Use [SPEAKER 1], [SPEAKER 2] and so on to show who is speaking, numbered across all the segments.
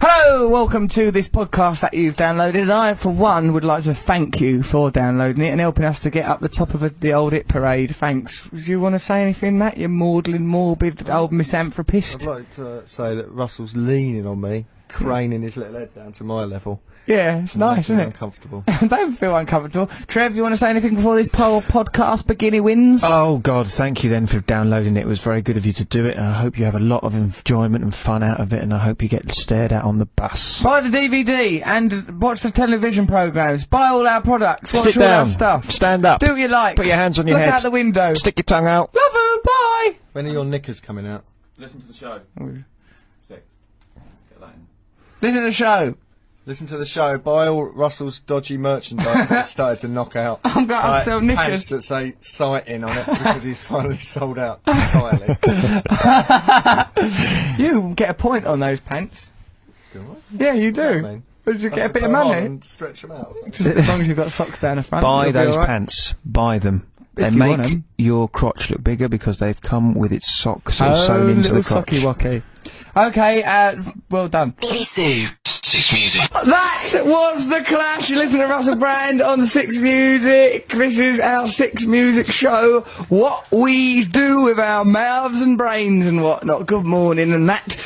[SPEAKER 1] Hello, welcome to this podcast that you've downloaded. And I, for one, would like to thank you for downloading it and helping us to get up the top of a, the old it parade. Thanks. Do you want to say anything, Matt? You maudlin, morbid old
[SPEAKER 2] I'd
[SPEAKER 1] misanthropist.
[SPEAKER 2] like to say that Russell's leaning on me, craning his little head down to my level.
[SPEAKER 1] Yeah, it's nice,
[SPEAKER 2] Making
[SPEAKER 1] isn't
[SPEAKER 2] me
[SPEAKER 1] it?
[SPEAKER 2] Uncomfortable.
[SPEAKER 1] Don't feel uncomfortable. Trev, you want to say anything before this poll podcast beginning wins?
[SPEAKER 3] Oh God, thank you then for downloading it. It was very good of you to do it. I hope you have a lot of enjoyment and fun out of it, and I hope you get stared at on the bus.
[SPEAKER 1] Buy the DVD and watch the television programs. Buy all our products. Watch
[SPEAKER 3] Sit
[SPEAKER 1] all
[SPEAKER 3] down.
[SPEAKER 1] our stuff.
[SPEAKER 3] Stand up.
[SPEAKER 1] Do what you like.
[SPEAKER 3] Put your hands on your
[SPEAKER 1] Look
[SPEAKER 3] head.
[SPEAKER 1] out the window.
[SPEAKER 3] Stick your tongue out.
[SPEAKER 1] Love 'em, Bye.
[SPEAKER 2] When are your knickers coming out?
[SPEAKER 4] Listen to the show.
[SPEAKER 1] Mm.
[SPEAKER 4] Six. Get that in.
[SPEAKER 1] Listen to the show.
[SPEAKER 2] Listen to the show. Buy all Russell's dodgy merchandise that he's started to knock out.
[SPEAKER 1] I'm gonna
[SPEAKER 2] Buy
[SPEAKER 1] sell
[SPEAKER 2] Pants
[SPEAKER 1] knickers.
[SPEAKER 2] that say sighting on it because he's finally sold out entirely.
[SPEAKER 1] You get a point on those pants.
[SPEAKER 2] Do
[SPEAKER 1] Yeah, you
[SPEAKER 2] I?
[SPEAKER 1] do.
[SPEAKER 2] mean,
[SPEAKER 1] But you
[SPEAKER 2] have
[SPEAKER 1] get a
[SPEAKER 2] to
[SPEAKER 1] bit of
[SPEAKER 2] put 'em on
[SPEAKER 1] money.
[SPEAKER 2] and stretch them out.
[SPEAKER 1] Just as long as you've got socks down the front.
[SPEAKER 3] Buy
[SPEAKER 1] you'll be
[SPEAKER 3] those
[SPEAKER 1] alright.
[SPEAKER 3] pants. Buy them.
[SPEAKER 1] If
[SPEAKER 3] they
[SPEAKER 1] you
[SPEAKER 3] make
[SPEAKER 1] want 'em.
[SPEAKER 3] your crotch look bigger because they've come with its socks sort
[SPEAKER 1] Oh,
[SPEAKER 3] of sewn into
[SPEAKER 1] little
[SPEAKER 3] the crotch.
[SPEAKER 1] socky wocky. Okay, uh, well done.
[SPEAKER 5] Six Music.
[SPEAKER 1] That was the clash. You listen to Russell Brand on Six Music. This is our Six Music show. What we do with our mouths and brains and whatnot. Good morning, and Matt.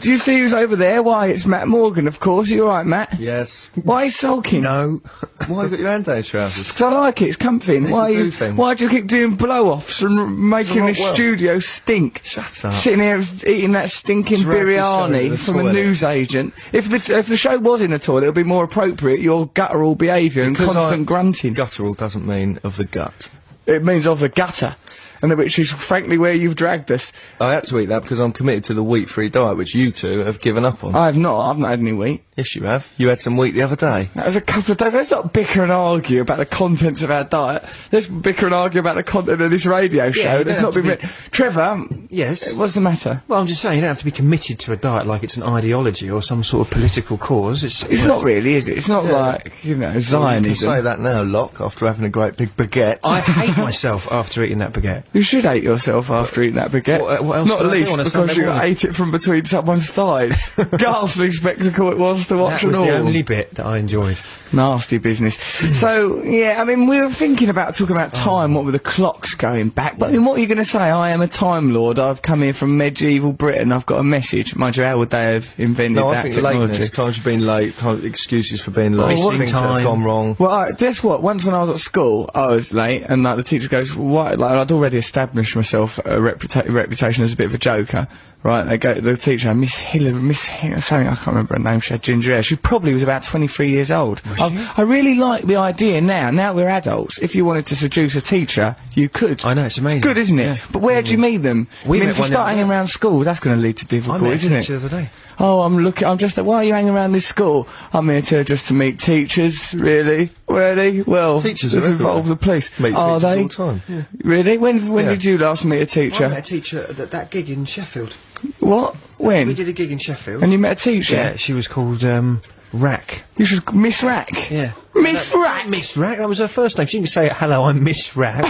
[SPEAKER 1] Do you see who's over there? Why, it's Matt Morgan, of course. You're right, Matt.
[SPEAKER 2] Yes.
[SPEAKER 1] Why are you sulking?
[SPEAKER 2] No. Why have you got your hand down your trousers?
[SPEAKER 1] 'Cause I like it. It's comfy. Why
[SPEAKER 2] do
[SPEAKER 1] you,
[SPEAKER 2] things.
[SPEAKER 1] why do you keep doing blow-offs and r- making
[SPEAKER 2] not Ah.
[SPEAKER 1] this
[SPEAKER 2] well.
[SPEAKER 1] studio stink?
[SPEAKER 2] Shut up.
[SPEAKER 1] Sitting here eating that stinking
[SPEAKER 2] Drag the show into
[SPEAKER 1] biryani
[SPEAKER 2] the
[SPEAKER 1] from a
[SPEAKER 2] toilet.
[SPEAKER 1] newsagent. If the if the show was in a toilet, it'd be more appropriate. Your guttural behaviour and
[SPEAKER 2] Because
[SPEAKER 1] constant
[SPEAKER 2] I-
[SPEAKER 1] grunting.
[SPEAKER 2] Guttural doesn't mean of the gut.
[SPEAKER 1] it means of the gutter, and which is frankly where you've dragged us.
[SPEAKER 2] I had to eat that because I'm committed to the wheat-free diet, which you two have given up on.
[SPEAKER 1] I have not. I've not had any wheat.
[SPEAKER 2] yes, you have. You had some wheat the other day.
[SPEAKER 1] That was a couple of days. Let's not bicker and argue about the contents of our diet. Let's bicker and argue about the content of this radio show.
[SPEAKER 3] you don't
[SPEAKER 1] Let's
[SPEAKER 3] have
[SPEAKER 1] not
[SPEAKER 3] to
[SPEAKER 1] be.
[SPEAKER 3] be-
[SPEAKER 1] Trevor,
[SPEAKER 3] Yes.
[SPEAKER 1] what's the matter?
[SPEAKER 3] Well, I'm just saying you don't have to be committed to a diet like it's an ideology or some sort of political cause. It's,
[SPEAKER 1] It's not really, is it? It's not like, you know,
[SPEAKER 2] You
[SPEAKER 1] Zionism.
[SPEAKER 2] say that now, Locke, after having a great big baguette.
[SPEAKER 3] I hate myself after eating that baguette.
[SPEAKER 1] You should hate yourself after eating that baguette.
[SPEAKER 3] What- what else
[SPEAKER 1] Not
[SPEAKER 3] would I do
[SPEAKER 1] least
[SPEAKER 3] on a
[SPEAKER 1] because
[SPEAKER 3] Sunday
[SPEAKER 1] you
[SPEAKER 3] morning?
[SPEAKER 1] ate it from between someone's thighs. Ghastly spectacle it was to watch
[SPEAKER 3] That was
[SPEAKER 1] and
[SPEAKER 3] the
[SPEAKER 1] all.
[SPEAKER 3] only Hmm. bit that I enjoyed.
[SPEAKER 1] Nasty business. so, yeah, I mean, we were thinking about talking about
[SPEAKER 3] Oh.
[SPEAKER 1] time, what with the clocks going back. But I mean, what are you going to say? I am a Time Lord. I've come here from medieval Britain. I've got a message. Mind you, how would they have invented
[SPEAKER 2] no, I
[SPEAKER 1] that
[SPEAKER 2] think
[SPEAKER 1] technology?
[SPEAKER 2] lateness, times you've been late, time, excuses for being late,
[SPEAKER 3] Wasting
[SPEAKER 2] things that have
[SPEAKER 3] time.
[SPEAKER 2] gone wrong.
[SPEAKER 1] Well, I, guess what? Once when I was at school, I was late, and like the teacher goes, "Why?" Like I'd already established myself a reputa- reputation as a bit of a joker, right? They go to the teacher, Miss Hiller, Miss Hiller, something I can't remember her name. She had ginger hair. She probably was about 23 years old. I, I really like the idea now. Now we're adults. If you wanted to seduce a teacher, you could.
[SPEAKER 3] I know, it's amazing. Mm-hmm.
[SPEAKER 1] Good, isn't it? But where do you meet them?
[SPEAKER 3] We
[SPEAKER 1] I mean,
[SPEAKER 3] met
[SPEAKER 1] if you start
[SPEAKER 3] one the other
[SPEAKER 1] hanging
[SPEAKER 3] day.
[SPEAKER 1] around schools, that's going to lead to
[SPEAKER 3] I
[SPEAKER 1] difficulty,
[SPEAKER 3] met a
[SPEAKER 1] isn't it?
[SPEAKER 3] teacher the other day.
[SPEAKER 1] Oh, I'm looking. I'm just. Why are you hanging around this school? I'm here to just to meet teachers. Really, really. Well,
[SPEAKER 2] Teachers
[SPEAKER 1] this
[SPEAKER 2] are
[SPEAKER 1] involve
[SPEAKER 2] everywhere.
[SPEAKER 1] the police.
[SPEAKER 2] Meet
[SPEAKER 1] are
[SPEAKER 2] teachers
[SPEAKER 1] they?
[SPEAKER 2] all the time.
[SPEAKER 1] Really? When when
[SPEAKER 2] Yeah.
[SPEAKER 1] did you last meet a
[SPEAKER 3] I
[SPEAKER 1] teacher?
[SPEAKER 3] met a teacher at that, that gig in Sheffield.
[SPEAKER 1] What?
[SPEAKER 3] We
[SPEAKER 1] When?
[SPEAKER 3] did a gig in Sheffield.
[SPEAKER 1] And you met a teacher?
[SPEAKER 3] yeah, she was called um, Rack.
[SPEAKER 1] You should Miss Rack.
[SPEAKER 3] Yeah.
[SPEAKER 1] Miss Rack.
[SPEAKER 3] Miss Rack, that was her first name. She didn't say, hello, I'm Miss Rack.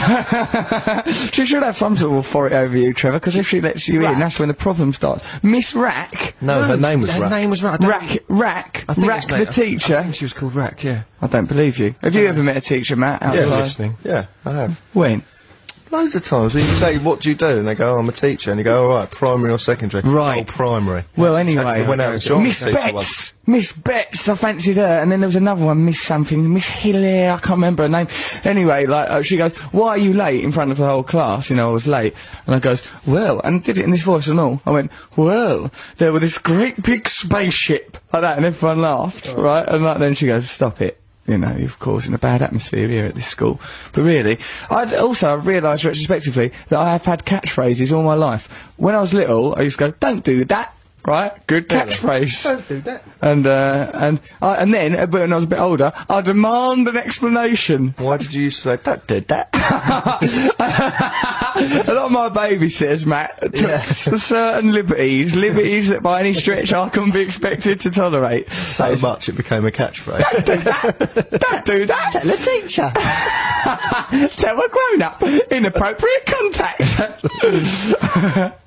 [SPEAKER 1] she should have some sort of authority over you, Trevor, because if she lets you in, that's when the problem starts. Miss Rack.
[SPEAKER 2] No, her name was
[SPEAKER 3] her
[SPEAKER 2] Rack.
[SPEAKER 3] name was Rack. I don't-
[SPEAKER 1] Rack, Rack,
[SPEAKER 3] I think
[SPEAKER 1] Rack
[SPEAKER 3] it's
[SPEAKER 1] the
[SPEAKER 3] made- I- I
[SPEAKER 1] teacher.
[SPEAKER 3] think she was called Rack, yeah.
[SPEAKER 1] I don't believe you. Have you ever met a teacher, Matt?
[SPEAKER 2] Yeah,
[SPEAKER 1] Outside?
[SPEAKER 3] listening.
[SPEAKER 2] Yeah, I have.
[SPEAKER 1] When?
[SPEAKER 2] Loads of times when you say, what do you do? And they go, oh, I'm a teacher. And you go, all right, primary or secondary?
[SPEAKER 1] Right.
[SPEAKER 2] Oh, primary.
[SPEAKER 1] Well,
[SPEAKER 2] That's
[SPEAKER 1] anyway,
[SPEAKER 2] exactly when I was John
[SPEAKER 1] Miss
[SPEAKER 2] teacher
[SPEAKER 1] Betts,
[SPEAKER 2] once.
[SPEAKER 1] Miss Betts, I fancied her, and then there was another one, Miss something, Miss Hilaire, I can't remember her name. Anyway, like uh, she goes, "Why are you late?" in front of the whole class. You know, I was late, and I goes, "Well," and did it in this voice and all. I went, "Well, there was this great big spaceship like that," and everyone laughed, right? And like, then she goes, "Stop it." you know, you've causing a bad atmosphere here at this school. But really, I'd also I've realised retrospectively that I have had catchphrases all my life. When I was little, I used to go, "Don't do that." Right, good catchphrase. Don't do that. And uh, and I, and then, uh, but when I was a bit older, I demand an explanation.
[SPEAKER 2] Why did you used to say, that did that?
[SPEAKER 1] a lot of my babysitters, Matt, took certain liberties, liberties that by any stretch I couldn't be expected to tolerate.
[SPEAKER 2] so much it became a catchphrase.
[SPEAKER 1] Don't do that. Tell a teacher. Tell a grown up. Inappropriate contact.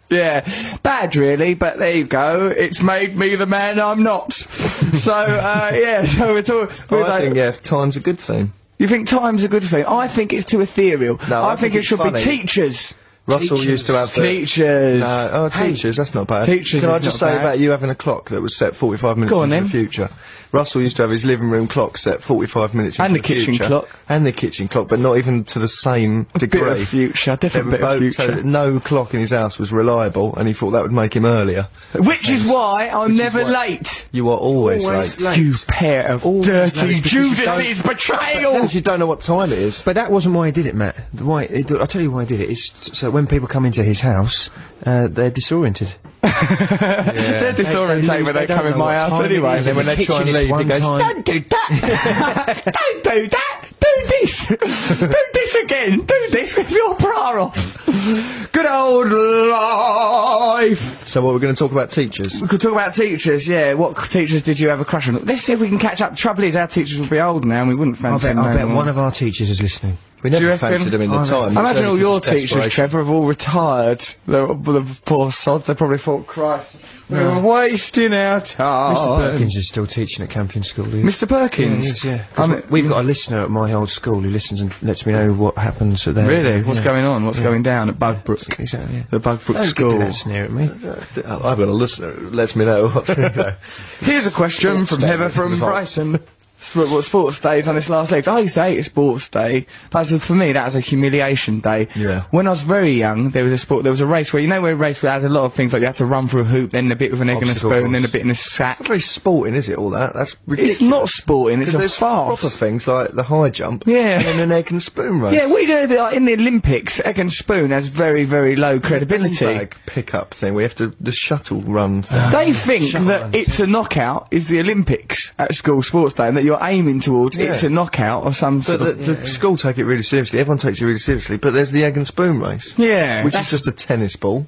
[SPEAKER 1] yeah. Bad, really, but there you go. It's made me the man I'm not. so uh, yeah, so we're talking. We're
[SPEAKER 2] I
[SPEAKER 1] like,
[SPEAKER 2] think, yeah, time's a good thing.
[SPEAKER 1] You think time's a good thing? I think it's too ethereal.
[SPEAKER 2] No,
[SPEAKER 1] I,
[SPEAKER 2] I
[SPEAKER 1] think,
[SPEAKER 2] think
[SPEAKER 1] it
[SPEAKER 2] it's
[SPEAKER 1] should be
[SPEAKER 2] funny.
[SPEAKER 1] teachers.
[SPEAKER 2] Russell
[SPEAKER 3] Teachers.
[SPEAKER 2] used to have the...
[SPEAKER 1] Teachers.
[SPEAKER 2] No, oh, teachers, that's not bad.
[SPEAKER 1] Teachers
[SPEAKER 2] Can I
[SPEAKER 1] is
[SPEAKER 2] just
[SPEAKER 1] not
[SPEAKER 2] say
[SPEAKER 1] bad.
[SPEAKER 2] about you having a clock that was set 45 minutes
[SPEAKER 1] Go on
[SPEAKER 2] into
[SPEAKER 1] then.
[SPEAKER 2] the future? Russell used to have his living room clock set 45 minutes
[SPEAKER 1] And
[SPEAKER 2] into
[SPEAKER 1] the kitchen
[SPEAKER 2] future.
[SPEAKER 1] clock.
[SPEAKER 2] And the kitchen clock, but not even to the same
[SPEAKER 1] bit
[SPEAKER 2] degree.
[SPEAKER 1] of future,
[SPEAKER 2] They
[SPEAKER 1] different
[SPEAKER 2] were
[SPEAKER 1] bit of
[SPEAKER 2] both- so
[SPEAKER 1] future.
[SPEAKER 2] that no clock in his house was reliable, and he thought that would make him earlier.
[SPEAKER 1] Which is why I'm
[SPEAKER 2] Which is
[SPEAKER 1] never
[SPEAKER 2] why-
[SPEAKER 1] late.
[SPEAKER 2] You are always, lait.
[SPEAKER 1] You pair of dirty Judas' betrayal.
[SPEAKER 2] Because you don't know what time it is.
[SPEAKER 6] But that wasn't why he did it, Matt. The Why? It, I'll tell you why he did it. It's so when people come into his house, uh, they're disoriented.
[SPEAKER 1] They're disorientated
[SPEAKER 6] They- they
[SPEAKER 1] when they
[SPEAKER 6] don't
[SPEAKER 1] come in
[SPEAKER 6] know
[SPEAKER 1] my
[SPEAKER 6] what
[SPEAKER 1] house
[SPEAKER 6] time it
[SPEAKER 1] anyway.
[SPEAKER 6] is.
[SPEAKER 1] And when
[SPEAKER 6] The
[SPEAKER 1] they try
[SPEAKER 6] kitchen,
[SPEAKER 1] and
[SPEAKER 6] it's
[SPEAKER 1] leave, he
[SPEAKER 6] one
[SPEAKER 1] goes,
[SPEAKER 6] time.
[SPEAKER 1] don't do that. don't do that. Do this. do this again. Do this with your bra off. Good old life.
[SPEAKER 2] So what, we're going to talk about teachers?
[SPEAKER 1] We could talk about teachers, yeah. What c- teachers did you have a crush on? Let's see if we can catch up. Trouble is, our teachers would be old now and we wouldn't
[SPEAKER 6] I
[SPEAKER 1] fancy
[SPEAKER 6] bet,
[SPEAKER 1] them
[SPEAKER 6] I
[SPEAKER 1] no
[SPEAKER 6] bet
[SPEAKER 1] more.
[SPEAKER 6] one of our teachers is listening.
[SPEAKER 2] We
[SPEAKER 1] Do you
[SPEAKER 2] never
[SPEAKER 1] reckon-
[SPEAKER 2] fancied them in the
[SPEAKER 6] I
[SPEAKER 2] time.
[SPEAKER 1] I imagine all your
[SPEAKER 2] It's only because of
[SPEAKER 1] teachers,
[SPEAKER 2] desperation.
[SPEAKER 1] Trevor, have all retired. The, the poor sods, they probably thought, Christ, we were wasting our time.
[SPEAKER 6] Mr. Perkins is still teaching at Campion School. He
[SPEAKER 1] Mr. Oh, um, Perkins?
[SPEAKER 6] is, yeah. 'Cause
[SPEAKER 1] I mean-
[SPEAKER 6] we- we've got a listener at my old school who listens and lets me know what happens at their.
[SPEAKER 1] Really? What's
[SPEAKER 6] yeah.
[SPEAKER 1] going on? What's going down at Bugbrook?
[SPEAKER 6] Exactly. Yeah.
[SPEAKER 1] The Bugbrook
[SPEAKER 6] Don't do
[SPEAKER 1] School.
[SPEAKER 6] that sneer at me.
[SPEAKER 2] I've got a listener who lets me know what's going on.
[SPEAKER 1] Here's a question from Heather from
[SPEAKER 2] Results.
[SPEAKER 1] Brighton. S- What what sports days on this last leg? I used to hate a sports day. That's a, for me. That was a humiliation day.
[SPEAKER 2] Yeah.
[SPEAKER 1] When I was very young, there was a sport. There was a race where you know where a race where it had a lot of things like you had to run through a hoop, then a bit with an egg
[SPEAKER 6] Obstacle
[SPEAKER 1] and a spoon, then a
[SPEAKER 6] course.
[SPEAKER 1] bit in a sack.
[SPEAKER 2] Not very sporting, is it? All that. That's
[SPEAKER 1] It's
[SPEAKER 2] ridiculous.
[SPEAKER 1] not sporting. It's a
[SPEAKER 2] there's
[SPEAKER 1] farce.
[SPEAKER 2] proper things like the high jump.
[SPEAKER 1] Yeah.
[SPEAKER 2] And an egg and spoon race.
[SPEAKER 1] Yeah, we do that in the Olympics. Egg and spoon has very, very low credibility.
[SPEAKER 2] Bag pickup thing. We have to the shuttle run thing.
[SPEAKER 1] They think that it's a knockout is the Olympics at school sports day, and that you're aiming towards it's a knockout or some
[SPEAKER 2] But
[SPEAKER 1] sort
[SPEAKER 2] the,
[SPEAKER 1] of.
[SPEAKER 2] the school take it really seriously. Everyone takes it really seriously. But there's the egg and spoon race,
[SPEAKER 1] Yeah,
[SPEAKER 2] which
[SPEAKER 1] that's-
[SPEAKER 2] is just a tennis ball.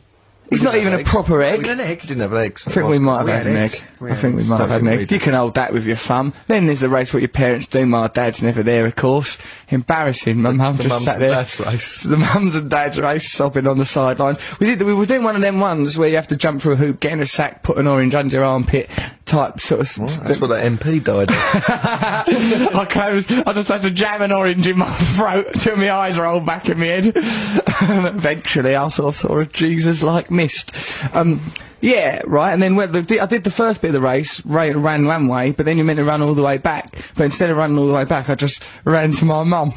[SPEAKER 1] it's not even a proper egg. I
[SPEAKER 2] an egg. didn't have an egg.
[SPEAKER 1] think we might have had an egg. I think we might have had an
[SPEAKER 2] Don't think we
[SPEAKER 1] egg.
[SPEAKER 2] did.
[SPEAKER 1] You can hold that with your thumb. Then there's the race what your parents do. My dad's never there, of course. Embarrassing. My mum
[SPEAKER 2] The
[SPEAKER 1] just
[SPEAKER 2] mum's
[SPEAKER 1] sat
[SPEAKER 2] and
[SPEAKER 1] there.
[SPEAKER 2] dad's race.
[SPEAKER 1] The mums and dads race sobbing on the sidelines. We did. We were doing one of them ones where you have to jump through a hoop, get in a sack, put an orange under your armpit, type sort of.
[SPEAKER 2] That's what that MP died. of.
[SPEAKER 1] I closed. I just had to jam an orange in my throat till my eyes rolled back in my head. and eventually, I sort of saw a Jesus-like mist. Um, yeah, right. And then when the, I did the first bit of the race, ran, ran one way, but then you're meant to run all the way back. But instead of running all the way back, I just ran to my mum.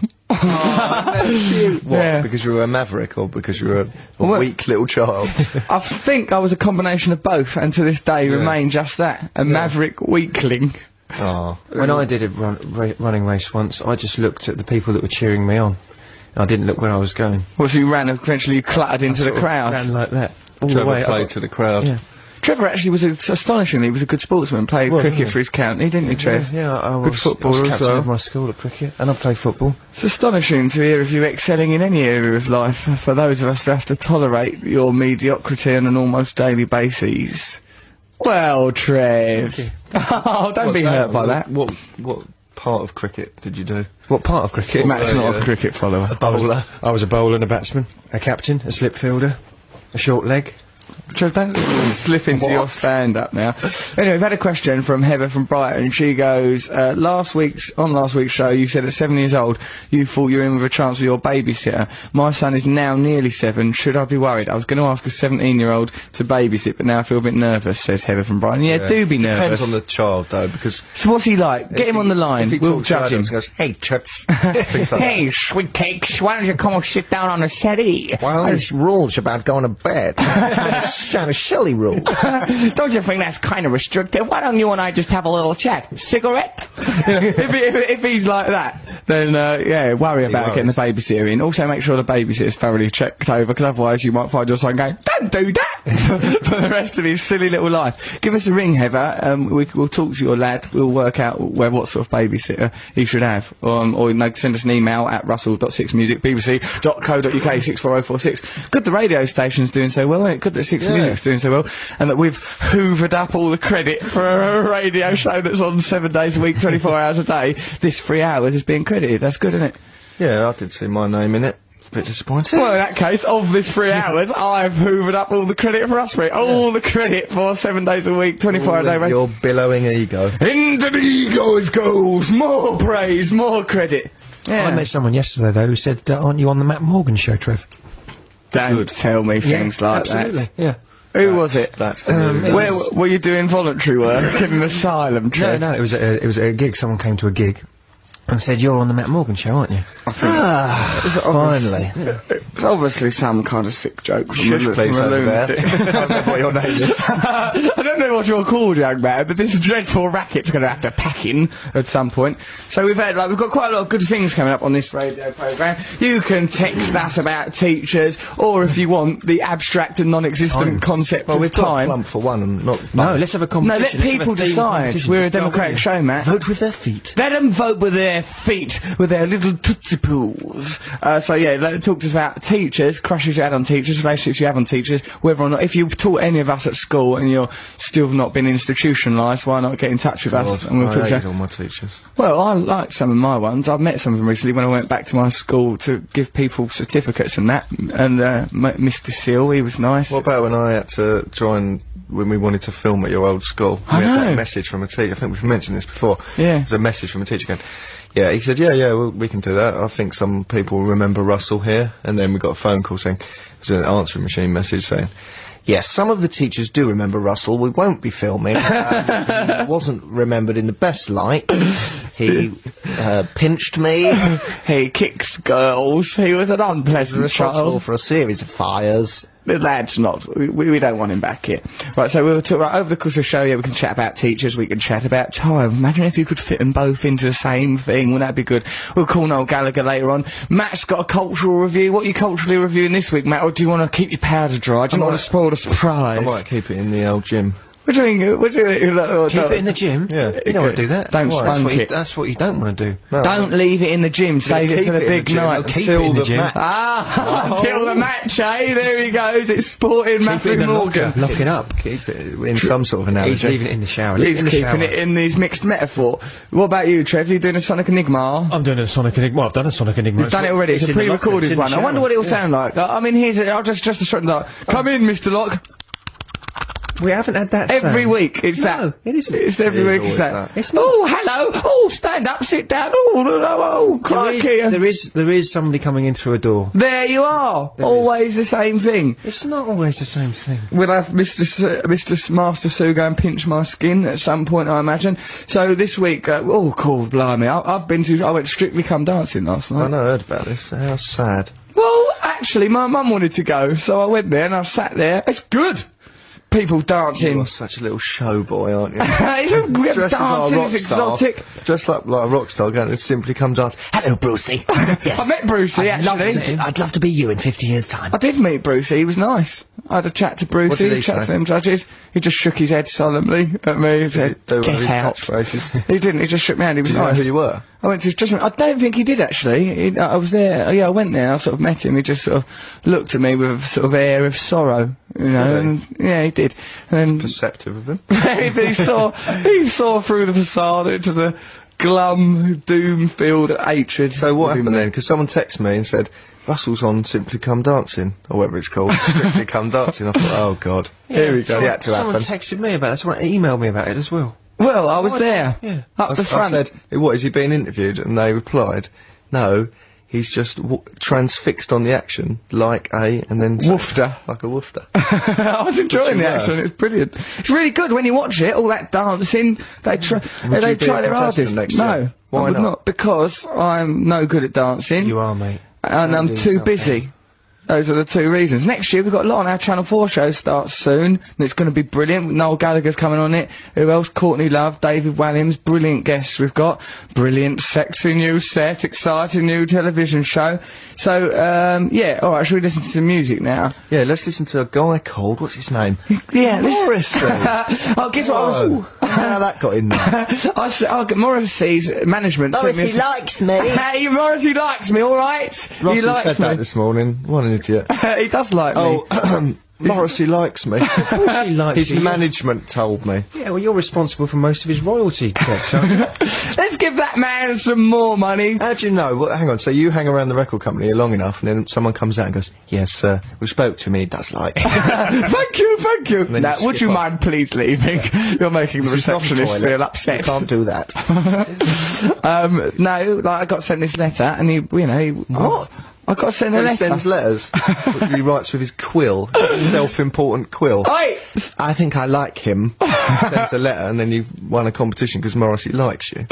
[SPEAKER 2] What?
[SPEAKER 1] Yeah.
[SPEAKER 2] Because you were a maverick, or because you were a, a
[SPEAKER 1] Well-
[SPEAKER 2] weak little child.
[SPEAKER 1] I think I was a combination of both, and to this day remain just that, a maverick weakling.
[SPEAKER 2] Ah.
[SPEAKER 6] When I did a run, ra- running race once, I just looked at the people that were cheering me on. And I didn't look where I was going.
[SPEAKER 1] Well, so you ran, eventually you cluttered into the
[SPEAKER 6] Sort of
[SPEAKER 1] crowd.
[SPEAKER 6] Ran like that. All the
[SPEAKER 2] Trevor
[SPEAKER 6] way
[SPEAKER 2] played
[SPEAKER 6] up.
[SPEAKER 2] to the crowd.
[SPEAKER 6] Yeah.
[SPEAKER 1] Trevor actually was a, astonishingly he was a good sportsman. Played cricket for his county, didn't he, Trev?
[SPEAKER 6] Yeah, I was,
[SPEAKER 1] Good footballer
[SPEAKER 6] I was
[SPEAKER 1] as
[SPEAKER 6] captain
[SPEAKER 1] well.
[SPEAKER 6] of my school at cricket, and I play football.
[SPEAKER 1] It's astonishing to hear of you excelling in any area of life. For those of us who have to tolerate your mediocrity on an almost daily basis. Well, Trev. Oh, don't
[SPEAKER 2] What's
[SPEAKER 1] be hurt by
[SPEAKER 2] What-
[SPEAKER 1] that.
[SPEAKER 2] What what part of cricket did you do?
[SPEAKER 6] What part of cricket?
[SPEAKER 3] Oh,
[SPEAKER 1] Matt's
[SPEAKER 2] uh,
[SPEAKER 1] not a
[SPEAKER 2] yeah.
[SPEAKER 1] cricket follower.
[SPEAKER 2] Bowler.
[SPEAKER 6] I was a bowler and a batsman, a captain, a slip fielder, a short leg.
[SPEAKER 1] Trev, don't slip into your stand up now. Anyway, we've had a question from Heather from Brighton. She goes, uh, last week's, on last week's show, you said at seven years old, you thought you were in with a chance with your babysitter. My son is now nearly seven. Should I be worried? I was going to ask a 17 year old to babysit, but now I feel a bit nervous, says Heather from Brighton. Yeah, do be nervous.
[SPEAKER 2] Depends on the child though, because
[SPEAKER 1] so what's he like? Get him on the line.
[SPEAKER 2] If he
[SPEAKER 1] We'll
[SPEAKER 2] talks
[SPEAKER 1] judge
[SPEAKER 2] to
[SPEAKER 1] him.
[SPEAKER 2] adults, he goes, hey, chaps. Things like
[SPEAKER 1] Hey, sweet cakes, why don't you come and sit down on the settee?
[SPEAKER 7] Well, there's rules about going to bed. kind of silly rules.
[SPEAKER 1] Don't you think that's kind of restrictive? Why don't you and I just have a little chat? Cigarette? if, he- if, if he's like that, then uh, yeah, worry about getting the babysitter in. Also, make sure the babysitter's thoroughly checked over, because otherwise you might find your son going, "Don't do that" for the rest of his silly little life. Give us a ring, Heather. Um, we, we'll talk to your lad. We'll work out where what sort of babysitter he should have. Um, or you know, send us an email at russell.sixmusic.bbc.co.uk six four zero four six. Good, the radio station's doing so well. Isn't it? Good that Six Music's doing so well, and that we've hoovered up all the credit for a radio show that's on seven days a week, twenty four hours a day. This three hours is being credited. That's good, isn't it?
[SPEAKER 2] that. yeah, I did see my name in it. It's a bit disappointing.
[SPEAKER 1] Well, in that case, of this three hours, I've hoovered up all the credit for us three. All the credit for seven days a week, 24 hours a day.
[SPEAKER 2] Your billowing ego.
[SPEAKER 1] Into the ego's goals, more praise, more credit. Yeah.
[SPEAKER 6] I met someone yesterday though who said, uh, "Aren't you on the Matt Morgan show, Trev?"
[SPEAKER 1] Don't tell me things like
[SPEAKER 6] absolutely. Yeah.
[SPEAKER 1] that. Who was it?
[SPEAKER 2] That's the
[SPEAKER 6] Um,
[SPEAKER 2] news.
[SPEAKER 1] Where were you doing voluntary work in an asylum?
[SPEAKER 6] No,
[SPEAKER 1] Trev?
[SPEAKER 6] no, it was a, it was a gig. Someone came to a gig and said, "You're on the Matt Morgan show, aren't you?"
[SPEAKER 1] Ah,
[SPEAKER 2] Finally.
[SPEAKER 1] It's obviously some kind of sick joke. From
[SPEAKER 2] Shush,
[SPEAKER 1] a, lu-
[SPEAKER 2] please,
[SPEAKER 1] from a
[SPEAKER 2] over there.
[SPEAKER 1] lunatic.
[SPEAKER 2] I can't remember what your name is.
[SPEAKER 1] I don't know what you're called, young man, but this dreadful racket's going to have to pack in at some point. So we've had, like, we've got quite a lot of good things coming up on this radio program. You can text us about teachers, or if you want, the abstract and non-existent
[SPEAKER 6] Time.
[SPEAKER 1] concept
[SPEAKER 2] Well,
[SPEAKER 1] of
[SPEAKER 2] we've got
[SPEAKER 1] time.
[SPEAKER 2] plump for one and not.
[SPEAKER 6] No, let's have a
[SPEAKER 1] No, let
[SPEAKER 6] competition. Let's have a
[SPEAKER 1] people
[SPEAKER 6] themed
[SPEAKER 1] decide.
[SPEAKER 6] competition.
[SPEAKER 1] We're a
[SPEAKER 6] Just go,
[SPEAKER 1] democratic
[SPEAKER 6] yeah.
[SPEAKER 1] show, Matt.
[SPEAKER 2] Vote with their feet.
[SPEAKER 1] Let them vote with their feet, with their little tootsie pools. Uh, so yeah, let, talk to us about teachers, crushes you had on teachers, relationships you have on teachers, whether or not, if you've taught any of us at school and you're still not been institutionalised, why not get in touch with us and we'll
[SPEAKER 2] I
[SPEAKER 1] talk to
[SPEAKER 2] hated
[SPEAKER 1] you.
[SPEAKER 2] all my teachers.
[SPEAKER 1] Well, I like some of my ones. I've met some of them recently when I went back to my school to give people certificates and that. And uh, m- Mr. Seal, he was nice.
[SPEAKER 2] What about when I had to join when we wanted to film at your old school?
[SPEAKER 1] I
[SPEAKER 2] we had
[SPEAKER 1] know.
[SPEAKER 2] that message from a teacher. I think we've mentioned this before.
[SPEAKER 1] Yeah.
[SPEAKER 2] There's a message from a teacher going, yeah, he said, yeah, yeah, well, we can do that. I think some people remember Russell here. And then we got a phone call saying, it's an answering machine message saying,
[SPEAKER 7] Yes, some of the teachers do remember Russell. We won't be filming. Um, he wasn't remembered in the best light. He uh, pinched me.
[SPEAKER 1] He kicked girls. He was an unpleasant
[SPEAKER 7] responsible
[SPEAKER 1] child.
[SPEAKER 7] for a series of fires.
[SPEAKER 1] The lad's not. We, we don't want him back here. Right, so we'll talk, right, over the course of the show, yeah, we can chat about teachers, we can chat about time. Imagine if you could fit them both into the same thing, wouldn't that be good? We'll call Noel Gallagher later on. Matt's got a cultural review. What are you culturally reviewing this week, Matt? Or do you want to keep your powder dry? Do you want to spoil the surprise?
[SPEAKER 2] I might keep it in the old gym.
[SPEAKER 1] We're doing, uh, we're doing, uh, uh,
[SPEAKER 6] Keep
[SPEAKER 1] don't-
[SPEAKER 6] it in the gym.
[SPEAKER 2] Yeah.
[SPEAKER 6] You don't want to do that.
[SPEAKER 1] Don't
[SPEAKER 6] Why?
[SPEAKER 1] spunk
[SPEAKER 6] that's what You,
[SPEAKER 1] it.
[SPEAKER 6] that's what you don't want to do.
[SPEAKER 2] No,
[SPEAKER 1] don't leave it in the gym, save it
[SPEAKER 2] keep
[SPEAKER 1] for the
[SPEAKER 2] it in the
[SPEAKER 1] big
[SPEAKER 2] gym.
[SPEAKER 1] night.
[SPEAKER 2] I'll
[SPEAKER 6] keep
[SPEAKER 2] Until
[SPEAKER 6] it in the
[SPEAKER 2] the
[SPEAKER 6] gym.
[SPEAKER 2] match.
[SPEAKER 1] Ah, until the match, eh? There he goes, it's sporting
[SPEAKER 6] Keep it
[SPEAKER 1] Matthew
[SPEAKER 6] in the locker.
[SPEAKER 1] Morgan.
[SPEAKER 6] Lock it up.
[SPEAKER 2] Keep it in some sort of analogy.
[SPEAKER 6] He's leaving it in the shower. Leave
[SPEAKER 1] He's
[SPEAKER 6] it in the
[SPEAKER 1] keeping
[SPEAKER 6] shower.
[SPEAKER 1] it in these mixed metaphor. What about you, Trev? You doing a Sonic Enigma?
[SPEAKER 3] I'm doing a Sonic Enigma. I've done a Sonic Enigma.
[SPEAKER 1] You've done it already. It's, a
[SPEAKER 6] Oh, in the locker, it's
[SPEAKER 1] pre-recorded
[SPEAKER 6] in the
[SPEAKER 1] one. I wonder
[SPEAKER 6] shower.
[SPEAKER 1] what it'll sound like. I I mean, here's it. I'll just just a short like, come in, Mr. Locke.
[SPEAKER 6] We haven't had that.
[SPEAKER 1] Every
[SPEAKER 6] sound.
[SPEAKER 1] week, it's that.
[SPEAKER 6] No, it isn't.
[SPEAKER 1] It's every
[SPEAKER 2] It is
[SPEAKER 1] week. It's
[SPEAKER 2] always
[SPEAKER 1] that.
[SPEAKER 2] that.
[SPEAKER 6] It's not.
[SPEAKER 1] Oh, hello. Oh, stand up, sit down. Oh, no, no, oh,
[SPEAKER 6] There is,
[SPEAKER 1] crikey.
[SPEAKER 6] there is there is somebody coming in through a door.
[SPEAKER 1] There you are. Always the same thing.
[SPEAKER 6] It's not always the same thing.
[SPEAKER 1] We'll have Mr. Su- Mr. S- Master Sue go and pinch my skin at some point, I imagine. So this week, uh, oh, cool, blimey. I- I've been to, I went to Strictly Come Dancing last night.
[SPEAKER 2] I know, I heard about this. How sad.
[SPEAKER 1] Well, actually, my mum wanted to go, so I went there and I sat there. It's good. People dancing.
[SPEAKER 2] You're such a little show boy, aren't you?
[SPEAKER 1] it's a
[SPEAKER 2] Dressed as our
[SPEAKER 1] dancing
[SPEAKER 2] rock
[SPEAKER 1] is
[SPEAKER 2] star.
[SPEAKER 1] exotic.
[SPEAKER 2] Dressed up like a rock star, going to simply come dance.
[SPEAKER 7] Hello, Brucey. Yes.
[SPEAKER 1] I met Brucey
[SPEAKER 7] I'd love,
[SPEAKER 1] actually.
[SPEAKER 7] to, I'd love to be you in 50 years' time.
[SPEAKER 1] I did meet Brucey. He was nice. I had a chat to Brucey.
[SPEAKER 2] did he
[SPEAKER 1] chat
[SPEAKER 2] say?
[SPEAKER 1] to them judges. He just shook his head solemnly at me and said,
[SPEAKER 2] They were
[SPEAKER 1] "Get
[SPEAKER 2] his
[SPEAKER 1] out."
[SPEAKER 2] catchphrases.
[SPEAKER 1] He didn't. He just shook me hand. He was
[SPEAKER 2] Do you know
[SPEAKER 1] nice.
[SPEAKER 2] who you were?
[SPEAKER 1] I went to his dressing room. I don't think he did actually. He, I I was there. Yeah, I went there. I sort of met him. He just sort of looked at me with a sort of air of sorrow, you know.
[SPEAKER 2] Really?
[SPEAKER 1] And, yeah, he did. And then
[SPEAKER 2] Perceptive of him.
[SPEAKER 1] he saw he saw through the facade into the glum, doom-filled hatred.
[SPEAKER 2] So what
[SPEAKER 1] within
[SPEAKER 2] happened
[SPEAKER 1] me.
[SPEAKER 2] then? Because someone texted me and said, Russell's on Simply Come Dancing, or whatever it's called, Strictly Come Dancing. I thought, oh God. Here we go. It had to
[SPEAKER 6] Someone
[SPEAKER 2] happen.
[SPEAKER 6] texted me about it. Someone emailed me about it as well.
[SPEAKER 1] Well, I was there,
[SPEAKER 6] Yeah.
[SPEAKER 1] up
[SPEAKER 2] I,
[SPEAKER 1] the
[SPEAKER 2] I
[SPEAKER 1] front.
[SPEAKER 2] said, "Eh, what, is he being interviewed? And they replied, no, he's just w- transfixed on the action, like a, and then...
[SPEAKER 1] Woofter.
[SPEAKER 2] Like a woofter.
[SPEAKER 1] I was enjoying
[SPEAKER 2] you
[SPEAKER 1] the
[SPEAKER 2] were.
[SPEAKER 1] action. It's brilliant. It's really good when you watch it. All that dancing, they try,
[SPEAKER 2] Would
[SPEAKER 1] they
[SPEAKER 2] you be
[SPEAKER 1] try
[SPEAKER 2] a
[SPEAKER 1] their
[SPEAKER 2] contestant
[SPEAKER 1] hardest.
[SPEAKER 2] next
[SPEAKER 1] no,
[SPEAKER 2] year? Why
[SPEAKER 1] I would
[SPEAKER 2] not?
[SPEAKER 1] Because I'm no good at dancing.
[SPEAKER 6] You are, mate.
[SPEAKER 1] and
[SPEAKER 6] Don't
[SPEAKER 1] I'm
[SPEAKER 6] do
[SPEAKER 1] too
[SPEAKER 6] yourself
[SPEAKER 1] busy. Those are the two reasons. Next year we've got a lot on our Channel 4 show starts soon and it's going to be brilliant. Noel Gallagher's coming on it. Who else? Courtney Love, David Walliams, brilliant guests we've got. Brilliant, sexy new set, exciting new television show. So, um, yeah, alright, should we listen to some music now?
[SPEAKER 2] yeah, let's listen to a guy called, what's his name?
[SPEAKER 1] Yeah,
[SPEAKER 2] Morrissey.
[SPEAKER 1] oh, guess what? I was,
[SPEAKER 2] Oh, how that got in there.
[SPEAKER 1] I said, oh, Morrissey's management. sent Oh, me a-
[SPEAKER 7] Morrissey likes me.
[SPEAKER 1] Hey, Morrissey likes me, alright? He
[SPEAKER 2] Russell
[SPEAKER 1] likes
[SPEAKER 2] said that
[SPEAKER 1] me.
[SPEAKER 2] this morning. What an idiot.
[SPEAKER 1] he does like me.
[SPEAKER 2] Oh, Morrissey likes me.
[SPEAKER 6] Of course he likes
[SPEAKER 2] His
[SPEAKER 6] you.
[SPEAKER 2] management told me.
[SPEAKER 6] yeah, well, you're responsible for most of his royalty checks, aren't you?
[SPEAKER 1] Let's give that man some more money.
[SPEAKER 2] How do you know? Well, hang on. So you hang around the record company long enough, and then someone comes out and goes, "Yes, sir. We spoke to him, and he does like." me."
[SPEAKER 1] thank you, thank you.
[SPEAKER 2] then
[SPEAKER 1] Now,
[SPEAKER 2] you
[SPEAKER 1] would
[SPEAKER 2] skip
[SPEAKER 1] you
[SPEAKER 2] up.
[SPEAKER 1] mind please leaving? You're making the
[SPEAKER 2] is not a
[SPEAKER 1] receptionist
[SPEAKER 2] toilet.
[SPEAKER 1] feel upset.
[SPEAKER 2] Can't do that.
[SPEAKER 1] um, no, like I got sent this letter, and he, you know, he, what? I got sent a
[SPEAKER 2] Well, he
[SPEAKER 1] letter.
[SPEAKER 2] sends letters. he writes with his quill, self-important quill.
[SPEAKER 1] Oi!
[SPEAKER 2] I think I like him. He sends a letter, and then you won a competition because Morrissey likes you.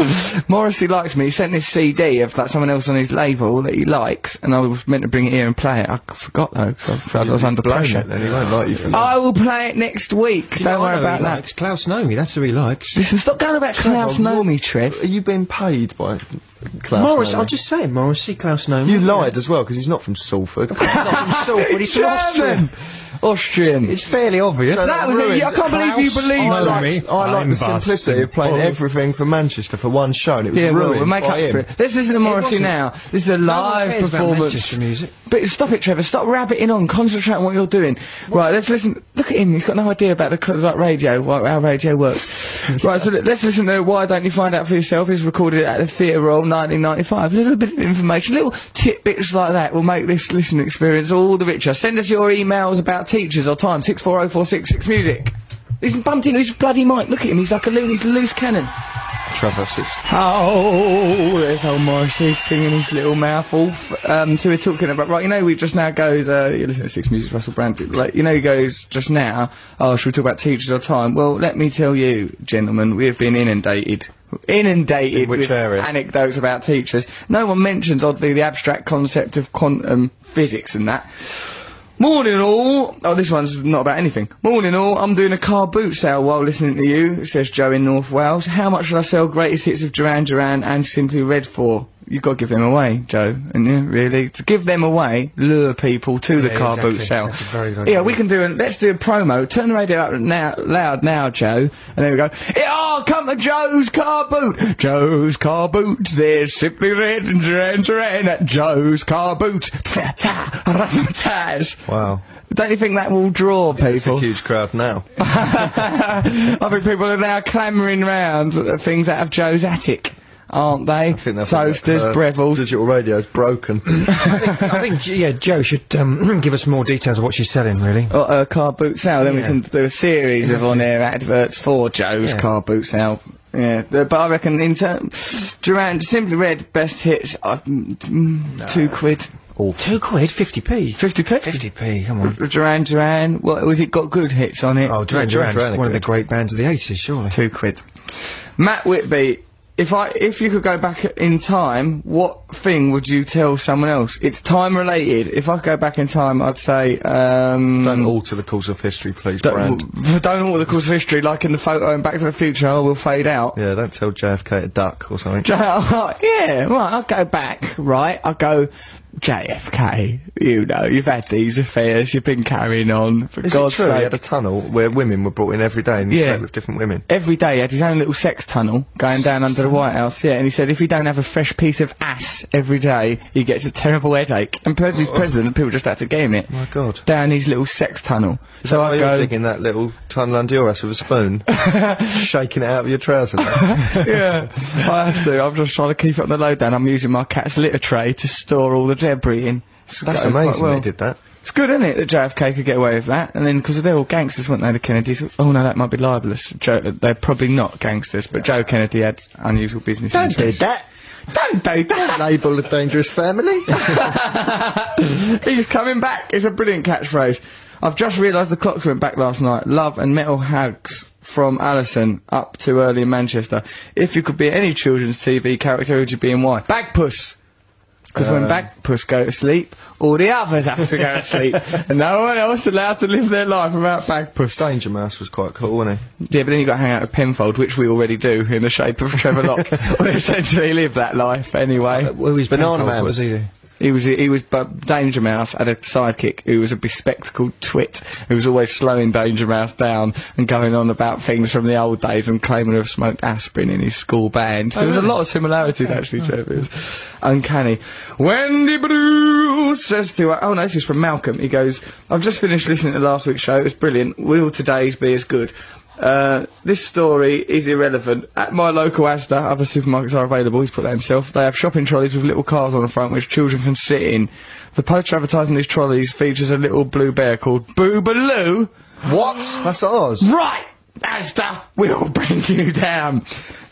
[SPEAKER 1] Morrissey likes me. He sent this CD of like someone else on his label that he likes, and I was meant to bring it here and play it. I forgot though, 'cause I felt I was under
[SPEAKER 2] Blame
[SPEAKER 1] pressure. Oh.
[SPEAKER 2] it, then he won't like you for that.
[SPEAKER 1] I will play it next week. Don't worry about that.
[SPEAKER 6] Likes Klaus Nomi, that's who he likes.
[SPEAKER 1] Listen, stop going about Klaus Nomi, Trev.
[SPEAKER 2] Are you being paid by Klaus?
[SPEAKER 6] Morris,
[SPEAKER 2] Nomi?
[SPEAKER 6] I'm just saying, Morrissey, Klaus Nomi.
[SPEAKER 2] You lied as well because he's not from Salford.
[SPEAKER 6] He's not himself, but he's from Austria.
[SPEAKER 1] German! Austrian.
[SPEAKER 6] It's fairly obvious.
[SPEAKER 2] So
[SPEAKER 1] that was a, I can't believe you
[SPEAKER 6] Klaus
[SPEAKER 1] believe
[SPEAKER 2] I
[SPEAKER 6] Nomi.
[SPEAKER 1] that.
[SPEAKER 2] like, I like
[SPEAKER 3] I'm
[SPEAKER 2] the simplicity of playing
[SPEAKER 3] busted.
[SPEAKER 2] everything for Manchester for one show, and it was
[SPEAKER 1] Yeah, well,
[SPEAKER 2] ruined
[SPEAKER 1] we'll make
[SPEAKER 2] by
[SPEAKER 1] up
[SPEAKER 2] him.
[SPEAKER 1] for it. This isn't a Morrissey
[SPEAKER 6] wasn't.
[SPEAKER 1] now. This is a
[SPEAKER 6] No one
[SPEAKER 1] live
[SPEAKER 6] cares about
[SPEAKER 1] performance.
[SPEAKER 6] Manchester music.
[SPEAKER 1] But stop it, Trevor. Stop rabbiting on. Concentrate on what you're doing. Right, let's listen. Look at him. He's got no idea about the cl- like radio, wha- how radio works. right, so let- let's listen to Why Don't You Find Out For Yourself. It's recorded at the Theatre Royal 1995. A little bit of information, little tidbits like that will make this listening experience all the richer. Send us your emails about teachers or time. 640466 music. He's bumped into his bloody mic. Look at him. He's like a, loo- he's a loose cannon.
[SPEAKER 2] Travis, it's
[SPEAKER 1] Oh, there's old Morrissey singing his little mouth off. Um, so we're talking about, right, you know, we just now goes, uh, you listen to Six Music, Russell Brand, like, you know, he goes just now, oh, should we talk about teachers or time? Well, let me tell you, gentlemen, we have been inundated. Inundated
[SPEAKER 2] In which
[SPEAKER 1] with
[SPEAKER 2] area?
[SPEAKER 1] anecdotes about teachers. No one mentions, oddly, the abstract concept of quantum physics and that. Morning all. Oh, this one's not about anything. Morning all. I'm doing a car boot sale while listening to you, says Joe in North Wales. How much should I sell greatest hits of Duran Duran and Simply Red for? You've got to give them away, Joe, and you really to give them away, lure people to the
[SPEAKER 6] Yeah,
[SPEAKER 1] car
[SPEAKER 6] exactly.
[SPEAKER 1] boot sale.
[SPEAKER 6] That's a very good
[SPEAKER 1] yeah,
[SPEAKER 6] idea.
[SPEAKER 1] we can do. An, let's do a promo. Turn the radio up now, loud now, Joe, and there we go. It all come to Joe's car boot. Joe's car boot. There's Simply Red and Duran Duran at Joe's car boot. Razzmatazz.
[SPEAKER 2] wow.
[SPEAKER 1] Don't you think that will draw
[SPEAKER 2] It's a
[SPEAKER 1] people?
[SPEAKER 2] huge crowd now.
[SPEAKER 1] I think people are now clamouring round at things out of Joe's attic, aren't they?
[SPEAKER 2] I think that's
[SPEAKER 1] Soasters,
[SPEAKER 2] uh,
[SPEAKER 1] Brevels.
[SPEAKER 2] Digital radio's broken.
[SPEAKER 6] I think, yeah, Joe should um, give us more details of what she's selling, really.
[SPEAKER 1] Or uh, car boot sale. Then we
[SPEAKER 6] Yeah.
[SPEAKER 1] can do a series of on-air adverts for Joe's
[SPEAKER 6] Yeah.
[SPEAKER 1] car boot sale. Yeah, the- but I reckon in turn, Duran simply read best hits. Uh, mm, mm, Two quid,
[SPEAKER 6] Two quid, 50p.
[SPEAKER 1] fifty p.
[SPEAKER 6] 50p, come on.
[SPEAKER 1] Duran Duran. What was it? Got good hits on it.
[SPEAKER 6] Oh, Duran
[SPEAKER 2] Yeah, Duran
[SPEAKER 6] Duran's
[SPEAKER 2] Duran are
[SPEAKER 6] one of the
[SPEAKER 2] good.
[SPEAKER 6] great bands of the 80s, surely.
[SPEAKER 1] two quid. Matt Whitby, if I if you could go back in time, what thing would you tell someone else? It's time related. If I could go back in time, I'd say um,
[SPEAKER 2] Don't alter the course of history, please,
[SPEAKER 1] don't,
[SPEAKER 2] Brand.
[SPEAKER 1] don't alter the course of history. Like in the photo in Back to the Future, I will fade out.
[SPEAKER 2] Yeah, don't tell JFK to duck or something.
[SPEAKER 1] yeah, right, I'll go back, right, I'll go, JFK, you know, you've had these affairs, you've been carrying on, for
[SPEAKER 2] Is
[SPEAKER 1] God's
[SPEAKER 2] it true? He
[SPEAKER 1] sake.
[SPEAKER 2] had a tunnel where women were brought in every day and he
[SPEAKER 1] Yeah.
[SPEAKER 2] slept with different women.
[SPEAKER 1] every day he had his own little sex tunnel going down under the White House. Yeah, and he said if he don't have a fresh piece of ass every day, he gets a terrible headache. And because
[SPEAKER 2] Oh.
[SPEAKER 1] he's president, people just had to get him it.
[SPEAKER 2] My God.
[SPEAKER 1] Down his little sex tunnel. So
[SPEAKER 2] Why
[SPEAKER 1] I
[SPEAKER 2] you were
[SPEAKER 1] go,
[SPEAKER 2] digging that little tunnel under your ass with a spoon, shaking it out of your trousers.
[SPEAKER 1] yeah, I have to. I'm just trying to keep it on the low down. I'm using my cat's litter tray to store all the debris in. It's
[SPEAKER 2] That's
[SPEAKER 1] going quite
[SPEAKER 2] amazing
[SPEAKER 1] well.
[SPEAKER 2] they did that.
[SPEAKER 1] It's good, isn't it, that JFK could get away with that? And then, because they're all gangsters, weren't they, the Kennedys? Oh, no, that might be libelous. Joe, they're probably not gangsters, but Joe Kennedy had unusual business
[SPEAKER 2] Don't do
[SPEAKER 1] interests.
[SPEAKER 2] that.
[SPEAKER 1] Don't do that!
[SPEAKER 2] Label a dangerous family.
[SPEAKER 1] He's coming back. It's a brilliant catchphrase. I've just realised the clocks went back last night. Love and metal hags from Allison up to early in Manchester. If you could be any children's TV character, who would you be and why? Bagpuss. Because when Bagpuss go to sleep, all the others have to go to sleep, and no one else allowed to live their life without Bagpuss.
[SPEAKER 2] Danger Mouse was quite cool, wasn't he?
[SPEAKER 1] Yeah, but then you've got to hang out with Penfold, which we already do in the shape of Trevor Locke. we essentially live that life anyway.
[SPEAKER 6] Who is
[SPEAKER 2] Banana
[SPEAKER 6] Penfold,
[SPEAKER 2] Man.
[SPEAKER 6] What does he do?
[SPEAKER 1] He was he was but Danger Mouse had a sidekick who was a bespectacled twit who was always slowing Danger Mouse down and going on about things from the old days and claiming to have smoked aspirin in his school band. there was a lot of similarities actually, Trevor. It was uncanny. Wendy Bruce says to her, oh no, this is from Malcolm. He goes, I've just finished listening to last week's show. It was brilliant. Will today's be as good? Uh, this story is irrelevant. At my local Asda, other supermarkets are available. He's put that himself. They have shopping trolleys with little cars on the front which children can sit in. The poster advertising these trolleys features a little blue bear called Boobaloo.
[SPEAKER 7] What? That's ours.
[SPEAKER 1] Right, Asda, we'll bring you down.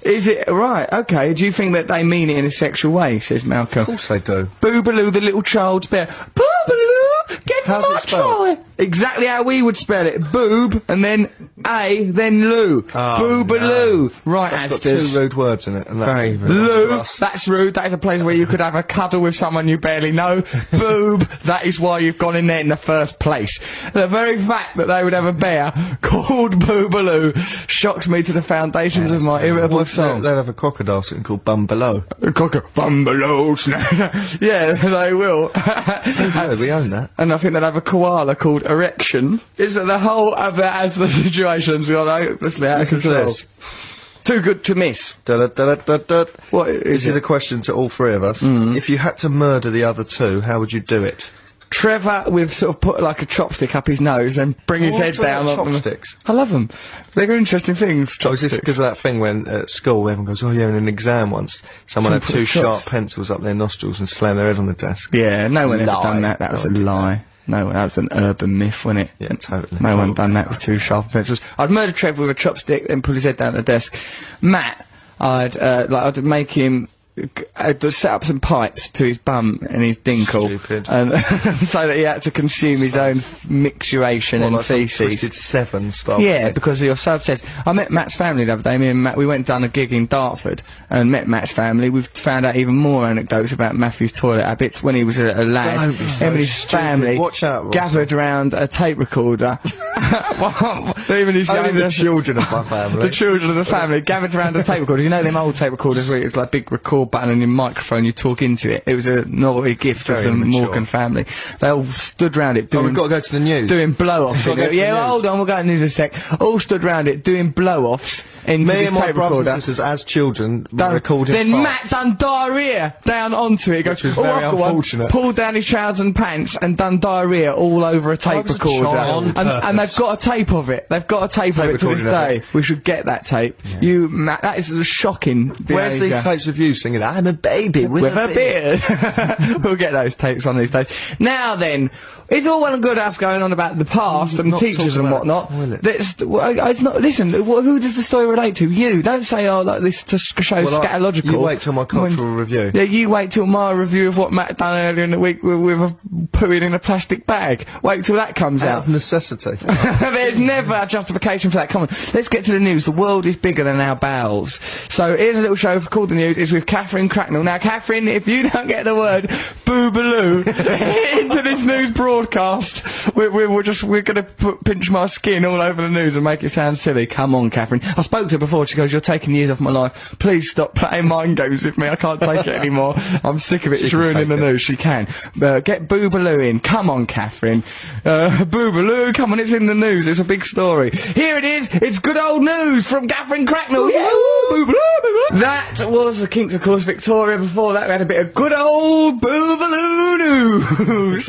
[SPEAKER 1] Is it right? Okay. Do you think that they mean it in a sexual way? Says Malcolm.
[SPEAKER 2] Of course they do.
[SPEAKER 1] Boobaloo, the little child's bear. Boobaloo, get
[SPEAKER 7] How's
[SPEAKER 1] my
[SPEAKER 7] it spelled?
[SPEAKER 1] toy. Exactly how we would spell it. Boob, and then A, then Loo. Boobaloo. Right,
[SPEAKER 2] It's got two
[SPEAKER 1] Astus.
[SPEAKER 2] rude words in it. And that,
[SPEAKER 6] Very rude.
[SPEAKER 1] Loo, that's rude. That is a place where you could have a cuddle with someone you barely know. Boob, that is why you've gone in there in the first place. The very fact that they would have a bear called Boobaloo shocks me to the foundations of my irritable
[SPEAKER 2] What if they-
[SPEAKER 1] soul.
[SPEAKER 2] They'd have a crocodile sitting called Bum Below.
[SPEAKER 1] Cocker, Bumbaloo, Snake. yeah, they will. Oh.
[SPEAKER 2] yeah, we own that.
[SPEAKER 1] and I think they'll have a koala called Erection. Is that the whole of the as the situation's gone hopelessly out
[SPEAKER 2] Listen
[SPEAKER 1] of
[SPEAKER 2] to
[SPEAKER 1] control.
[SPEAKER 2] this.
[SPEAKER 1] Too good to miss.
[SPEAKER 2] Da, da, da, da, da, da.
[SPEAKER 1] What is
[SPEAKER 2] This is
[SPEAKER 1] it?
[SPEAKER 2] a question to all three of us.
[SPEAKER 1] Mm-hmm.
[SPEAKER 2] If you had to murder the other two, how would you do it?
[SPEAKER 1] Trevor with sort of put like a chopstick up his nose and Oh, bring his
[SPEAKER 2] What's
[SPEAKER 1] head
[SPEAKER 2] with
[SPEAKER 1] down.
[SPEAKER 2] the
[SPEAKER 1] on them.
[SPEAKER 2] chopsticks?
[SPEAKER 1] I love them. They're interesting things.
[SPEAKER 2] Oh, is this because of that thing when at school everyone goes, oh yeah, in an exam once, someone
[SPEAKER 1] Someone
[SPEAKER 2] had
[SPEAKER 1] put
[SPEAKER 2] two
[SPEAKER 1] a chops-
[SPEAKER 2] sharp pencils up their nostrils and slammed their head on the desk?
[SPEAKER 1] Yeah, no one ever done that. That
[SPEAKER 2] No
[SPEAKER 1] was a
[SPEAKER 2] one did that.
[SPEAKER 1] lie. No, that was an urban myth, wasn't it?
[SPEAKER 2] Yeah, totally.
[SPEAKER 1] No one done that with two sharp pencils. I'd murder Trev with a chopstick, then pull his head down at the desk. Matt, I'd uh, like I'd make him. I'd just set up some pipes to his bum and his dinkle,
[SPEAKER 2] Stupid.
[SPEAKER 1] and so that he had to consume his own mixturation
[SPEAKER 2] Well,
[SPEAKER 1] and
[SPEAKER 2] like some
[SPEAKER 1] feces.
[SPEAKER 2] Twisted seven style.
[SPEAKER 1] Yeah, because you're so obsessed. I met Matt's family the other day. Me and Matt, we went and done a gig in Dartford and met Matt's family. We've found out even more anecdotes about Matthew's toilet habits when he was a, a lad.
[SPEAKER 2] Don't be so
[SPEAKER 1] Emily's
[SPEAKER 2] stupid.
[SPEAKER 1] family
[SPEAKER 2] Watch out, Ross.
[SPEAKER 1] gathered round a tape recorder. even his
[SPEAKER 2] Only
[SPEAKER 1] younger-
[SPEAKER 2] the children of my
[SPEAKER 1] the
[SPEAKER 2] family.
[SPEAKER 1] children of the family gathered around a tape recorder. You know them old tape recorders where it's like a big record button and your microphone, you talk into it. It was a naughty gift of
[SPEAKER 2] Very
[SPEAKER 1] the
[SPEAKER 2] immature.
[SPEAKER 1] Morgan family. They all stood round it
[SPEAKER 2] oh,
[SPEAKER 1] doing
[SPEAKER 2] we've got to go to the news.
[SPEAKER 1] doing blow offs.
[SPEAKER 2] Gotta go to
[SPEAKER 1] yeah,
[SPEAKER 2] the
[SPEAKER 1] well,
[SPEAKER 2] news.
[SPEAKER 1] hold on, we'll go to the news in a sec. All stood round it doing blow offs into
[SPEAKER 2] Me
[SPEAKER 1] this
[SPEAKER 2] and my
[SPEAKER 1] tape
[SPEAKER 2] brothers
[SPEAKER 1] recorder.
[SPEAKER 2] and sisters, as children, were
[SPEAKER 1] Done-
[SPEAKER 2] recording
[SPEAKER 1] then
[SPEAKER 2] farts.
[SPEAKER 1] Matt done diarrhea down onto it. Goes,
[SPEAKER 2] Which was
[SPEAKER 1] "Oh,
[SPEAKER 2] very
[SPEAKER 1] I've got one,"
[SPEAKER 2] unfortunate.
[SPEAKER 1] pulled down his trousers and pants and done diarrhea all over a tape
[SPEAKER 2] was a
[SPEAKER 1] recorder.
[SPEAKER 2] child.
[SPEAKER 1] and, and they've got a tape of it. They've got a tape, of it to this
[SPEAKER 2] recording of
[SPEAKER 1] day. We should get that tape. You, Matt, that is shocking.
[SPEAKER 2] Where's
[SPEAKER 1] behaviour.
[SPEAKER 2] these tapes of you singing, I'm a baby with,
[SPEAKER 1] With a beard. we'll get those tapes on these days. Now then, it's all well and good us going on about the past and
[SPEAKER 2] not
[SPEAKER 1] teachers
[SPEAKER 2] talk
[SPEAKER 1] and
[SPEAKER 2] about
[SPEAKER 1] whatnot.
[SPEAKER 2] the toilet.
[SPEAKER 1] That's, well, I- it's not, listen, wh- who does the story relate to? You. Don't say, oh, like this to sh- show
[SPEAKER 2] Well, I-
[SPEAKER 1] scatological.
[SPEAKER 2] you wait till my cultural
[SPEAKER 1] When-
[SPEAKER 2] review.
[SPEAKER 1] Yeah, you wait till my review of what Matt done earlier in the week with, with a pooing in a plastic bag. Wait till that comes
[SPEAKER 2] Out
[SPEAKER 1] out.
[SPEAKER 2] of necessity.
[SPEAKER 1] There's never a justification for that comment. Let's get to the news. The world is bigger than our bowels. So here's a little show called The News. It's with Catherine Cracknell. Now, Catherine, if you don't get the word boobaloo into this news broadcast, we, we, we're just we're going to pinch my skin all over the news and make it sound silly. Come on, Catherine. I spoke to her before. She goes, "You're taking years off my life. Please stop playing mind games with me. I can't take it anymore. I'm sick of it. it's
[SPEAKER 2] can
[SPEAKER 1] ruining
[SPEAKER 2] take
[SPEAKER 1] the
[SPEAKER 2] it.
[SPEAKER 1] news." No, she can. Uh, get Boobaloo in. Come on, Catherine. Uh, Boobaloo, come on, it's in the news. It's a big story. Here it is. It's good old news from Catherine Cracknell. Yeah, woo, Boobaloo, Boobaloo. That was the Kinks, of course, Victoria. Before that, we had a bit of good old Boobaloo news.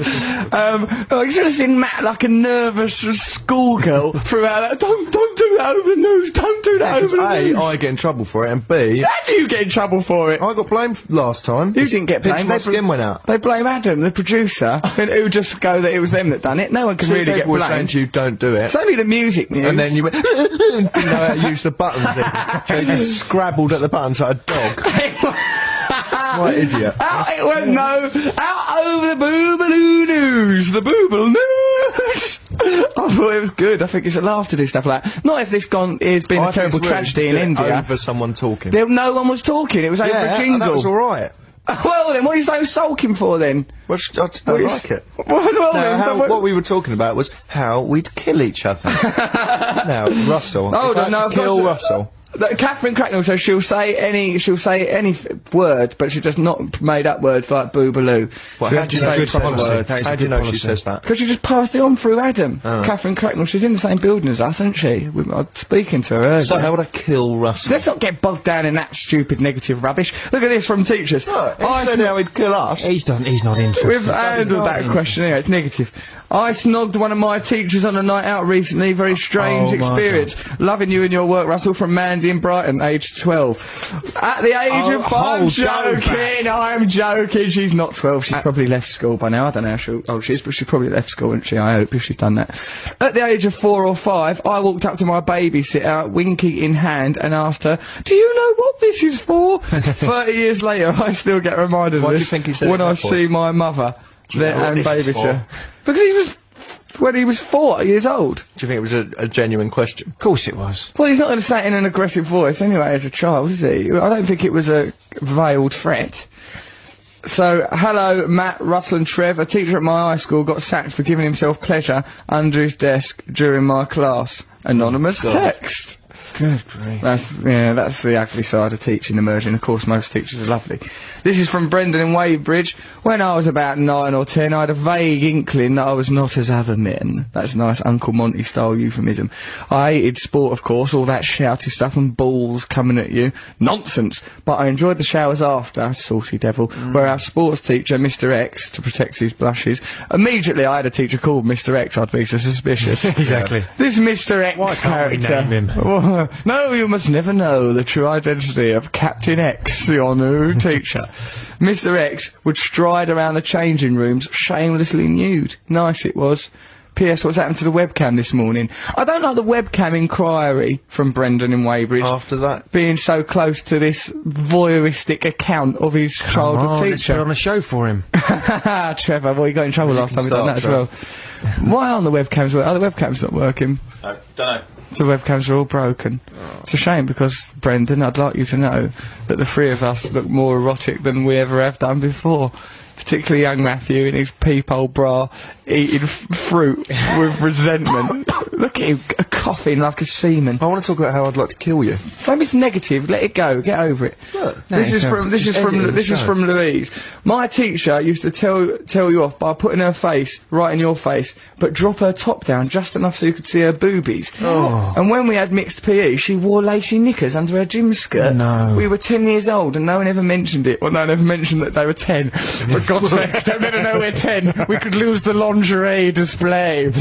[SPEAKER 1] um, I should have seen Matt like a nervous schoolgirl throughout that. Don't, don't do that over the news. Don't do that over the
[SPEAKER 2] A,
[SPEAKER 1] news.
[SPEAKER 2] I get in trouble for it, and B,
[SPEAKER 1] How do you get in trouble for it?
[SPEAKER 2] I got blamed f- last time.
[SPEAKER 1] You didn't get
[SPEAKER 2] Pinch
[SPEAKER 1] blamed,
[SPEAKER 2] My
[SPEAKER 1] they bl-
[SPEAKER 2] skin went out.
[SPEAKER 1] They blame Adam, the producer, and who just go that it was them that done it. No one can really
[SPEAKER 2] Two
[SPEAKER 1] get
[SPEAKER 2] people were saying
[SPEAKER 1] blamed.
[SPEAKER 2] to you, don't do it.
[SPEAKER 1] It's only the music news.
[SPEAKER 2] and then you went, didn't know how to use the buttons. Then. So you just scrabbled at the buttons like a dog. What an idiot.
[SPEAKER 1] Out it went, no, out over the boobaloo news, the boobaloo news. I thought it was good. I think it's a laugh to do stuff like that. Not if this gone has been
[SPEAKER 2] Oh, I
[SPEAKER 1] a
[SPEAKER 2] think
[SPEAKER 1] terrible
[SPEAKER 2] it's rude
[SPEAKER 1] tragedy
[SPEAKER 2] to
[SPEAKER 1] in
[SPEAKER 2] do it
[SPEAKER 1] India.
[SPEAKER 2] Over someone talking.
[SPEAKER 1] There, no one was talking. It was over
[SPEAKER 2] yeah,
[SPEAKER 1] a
[SPEAKER 2] and
[SPEAKER 1] jingle.
[SPEAKER 2] that was alright.
[SPEAKER 1] well then, what are you so sulking for then?
[SPEAKER 2] Well, sh- I just don't
[SPEAKER 1] What is-
[SPEAKER 2] like it.
[SPEAKER 1] Well, well
[SPEAKER 2] Now,
[SPEAKER 1] then, so
[SPEAKER 2] how,
[SPEAKER 1] what-
[SPEAKER 2] what we were talking about was how we'd kill each other. now, Russell.
[SPEAKER 1] Oh,
[SPEAKER 2] if I had
[SPEAKER 1] no,
[SPEAKER 2] to
[SPEAKER 1] of course
[SPEAKER 2] kill
[SPEAKER 1] the-
[SPEAKER 2] Russell.
[SPEAKER 1] that Catherine Cracknell, so she'll say any, she'll say any f- word, but she just not made up words like boobaloo.
[SPEAKER 2] Well,
[SPEAKER 1] she
[SPEAKER 2] how do you know,
[SPEAKER 1] say
[SPEAKER 2] good
[SPEAKER 1] proper
[SPEAKER 2] policy.
[SPEAKER 1] words.
[SPEAKER 2] How do you know she says that?
[SPEAKER 1] Because she just passed it on through Adam.
[SPEAKER 2] Oh.
[SPEAKER 1] Catherine Cracknell, she's in the same building as us, isn't she? We, I was speaking to her earlier.
[SPEAKER 2] So how would I kill Russell?
[SPEAKER 1] Let's not get bogged down in that stupid negative rubbish. Look at this from teachers. I sn-
[SPEAKER 2] he'd kill us.
[SPEAKER 6] He's done. He's not interested.
[SPEAKER 1] We've handled that question anyway, it's negative. I snogged one of my teachers on a night out recently, very strange
[SPEAKER 6] Oh, my
[SPEAKER 1] experience. Loving you and your work, Russell, from Mandy in Brighton, age 12. At the age
[SPEAKER 6] Oh,
[SPEAKER 1] of five, I'm
[SPEAKER 6] hold Joe
[SPEAKER 1] joking, I'm joking, she's not 12, she's probably left school by now, I don't know how she, oh she is, but she's probably left school, isn't she, I hope, if she's done that. At the age of four or five, I walked up to my babysitter, Winky in hand, and asked her, do you know what this is for? 30 years later, I still get reminded
[SPEAKER 2] Why
[SPEAKER 1] of
[SPEAKER 2] do you
[SPEAKER 1] this
[SPEAKER 2] think he said
[SPEAKER 1] when
[SPEAKER 2] it
[SPEAKER 1] I
[SPEAKER 2] that voice?
[SPEAKER 1] see my mother
[SPEAKER 2] know what
[SPEAKER 1] and
[SPEAKER 2] this is
[SPEAKER 1] babysitter.
[SPEAKER 2] for?
[SPEAKER 1] Because he was when he was four years old.
[SPEAKER 2] Do you think it was a, a genuine question?
[SPEAKER 6] Of course it was.
[SPEAKER 1] Well, he's not going to say it in an aggressive voice anyway as a child, is he? I don't think it was a veiled threat. So, hello, Matt, Russell and Trev. A teacher at my high school got sacked for giving himself pleasure under his desk during my class. Anonymous text.
[SPEAKER 6] Good grief.
[SPEAKER 1] That's yeah, that's the ugly side of teaching immersion. Of course, most teachers are lovely. This is from Brendan in Weybridge. When I was about nine or ten, I had a vague inkling that I was not as other men. That's a nice Uncle Monty style euphemism. I hated sport, of course, all that shouty stuff and balls coming at you, nonsense. But I enjoyed the showers after, saucy devil. Where our sports teacher, Mr X, to protect his blushes, immediately I had a teacher called Mr X. I'd be so suspicious.
[SPEAKER 6] Exactly.
[SPEAKER 1] This Mr. X
[SPEAKER 6] can't we
[SPEAKER 1] character.
[SPEAKER 6] name
[SPEAKER 1] no, you must never know the true identity of Captain X, your new teacher. Mr. X would stride around the changing rooms shamelessly nude. Nice it was. P.S. What's happened to the webcam this morning? I don't like the webcam inquiry from Brendan in Weybridge
[SPEAKER 2] After that,
[SPEAKER 1] being so close to this voyeuristic account of his
[SPEAKER 6] Come
[SPEAKER 1] childhood
[SPEAKER 6] on, let's put
[SPEAKER 1] Oh, teacher.
[SPEAKER 6] on a show for him.
[SPEAKER 1] Ah, Trevor, well, you got in trouble last time we done
[SPEAKER 2] start,
[SPEAKER 1] that as well. Why aren't the webcams working? Are the webcams not working?
[SPEAKER 4] No, don't know.
[SPEAKER 1] The webcams are all broken. It's a shame because, Brendan, I'd like you to know that the three of us look more erotic than we ever have done before. Particularly young Matthew in his peephole bra, eating f- fruit with resentment. Look at him, c- coughing like a seaman.
[SPEAKER 2] I want to talk about how I'd like to kill you.
[SPEAKER 1] Some it's negative. Let it go. Get over it. this
[SPEAKER 6] it's
[SPEAKER 1] is
[SPEAKER 6] not.
[SPEAKER 1] from this is
[SPEAKER 2] Just edit it
[SPEAKER 1] from
[SPEAKER 2] and
[SPEAKER 1] this is
[SPEAKER 2] show.
[SPEAKER 1] from Louise. My teacher used to tell tell you off by putting her face right in your face, but drop her top down just enough so you could see her boobies.
[SPEAKER 6] Oh.
[SPEAKER 1] And when we had mixed PE, she wore lacy knickers under her gym skirt.
[SPEAKER 6] No.
[SPEAKER 1] We were ten years old, and no one ever mentioned it. Well, no one ever mentioned that they were ten. For God's sake, don't let her know we're ten. We could lose the lingerie display.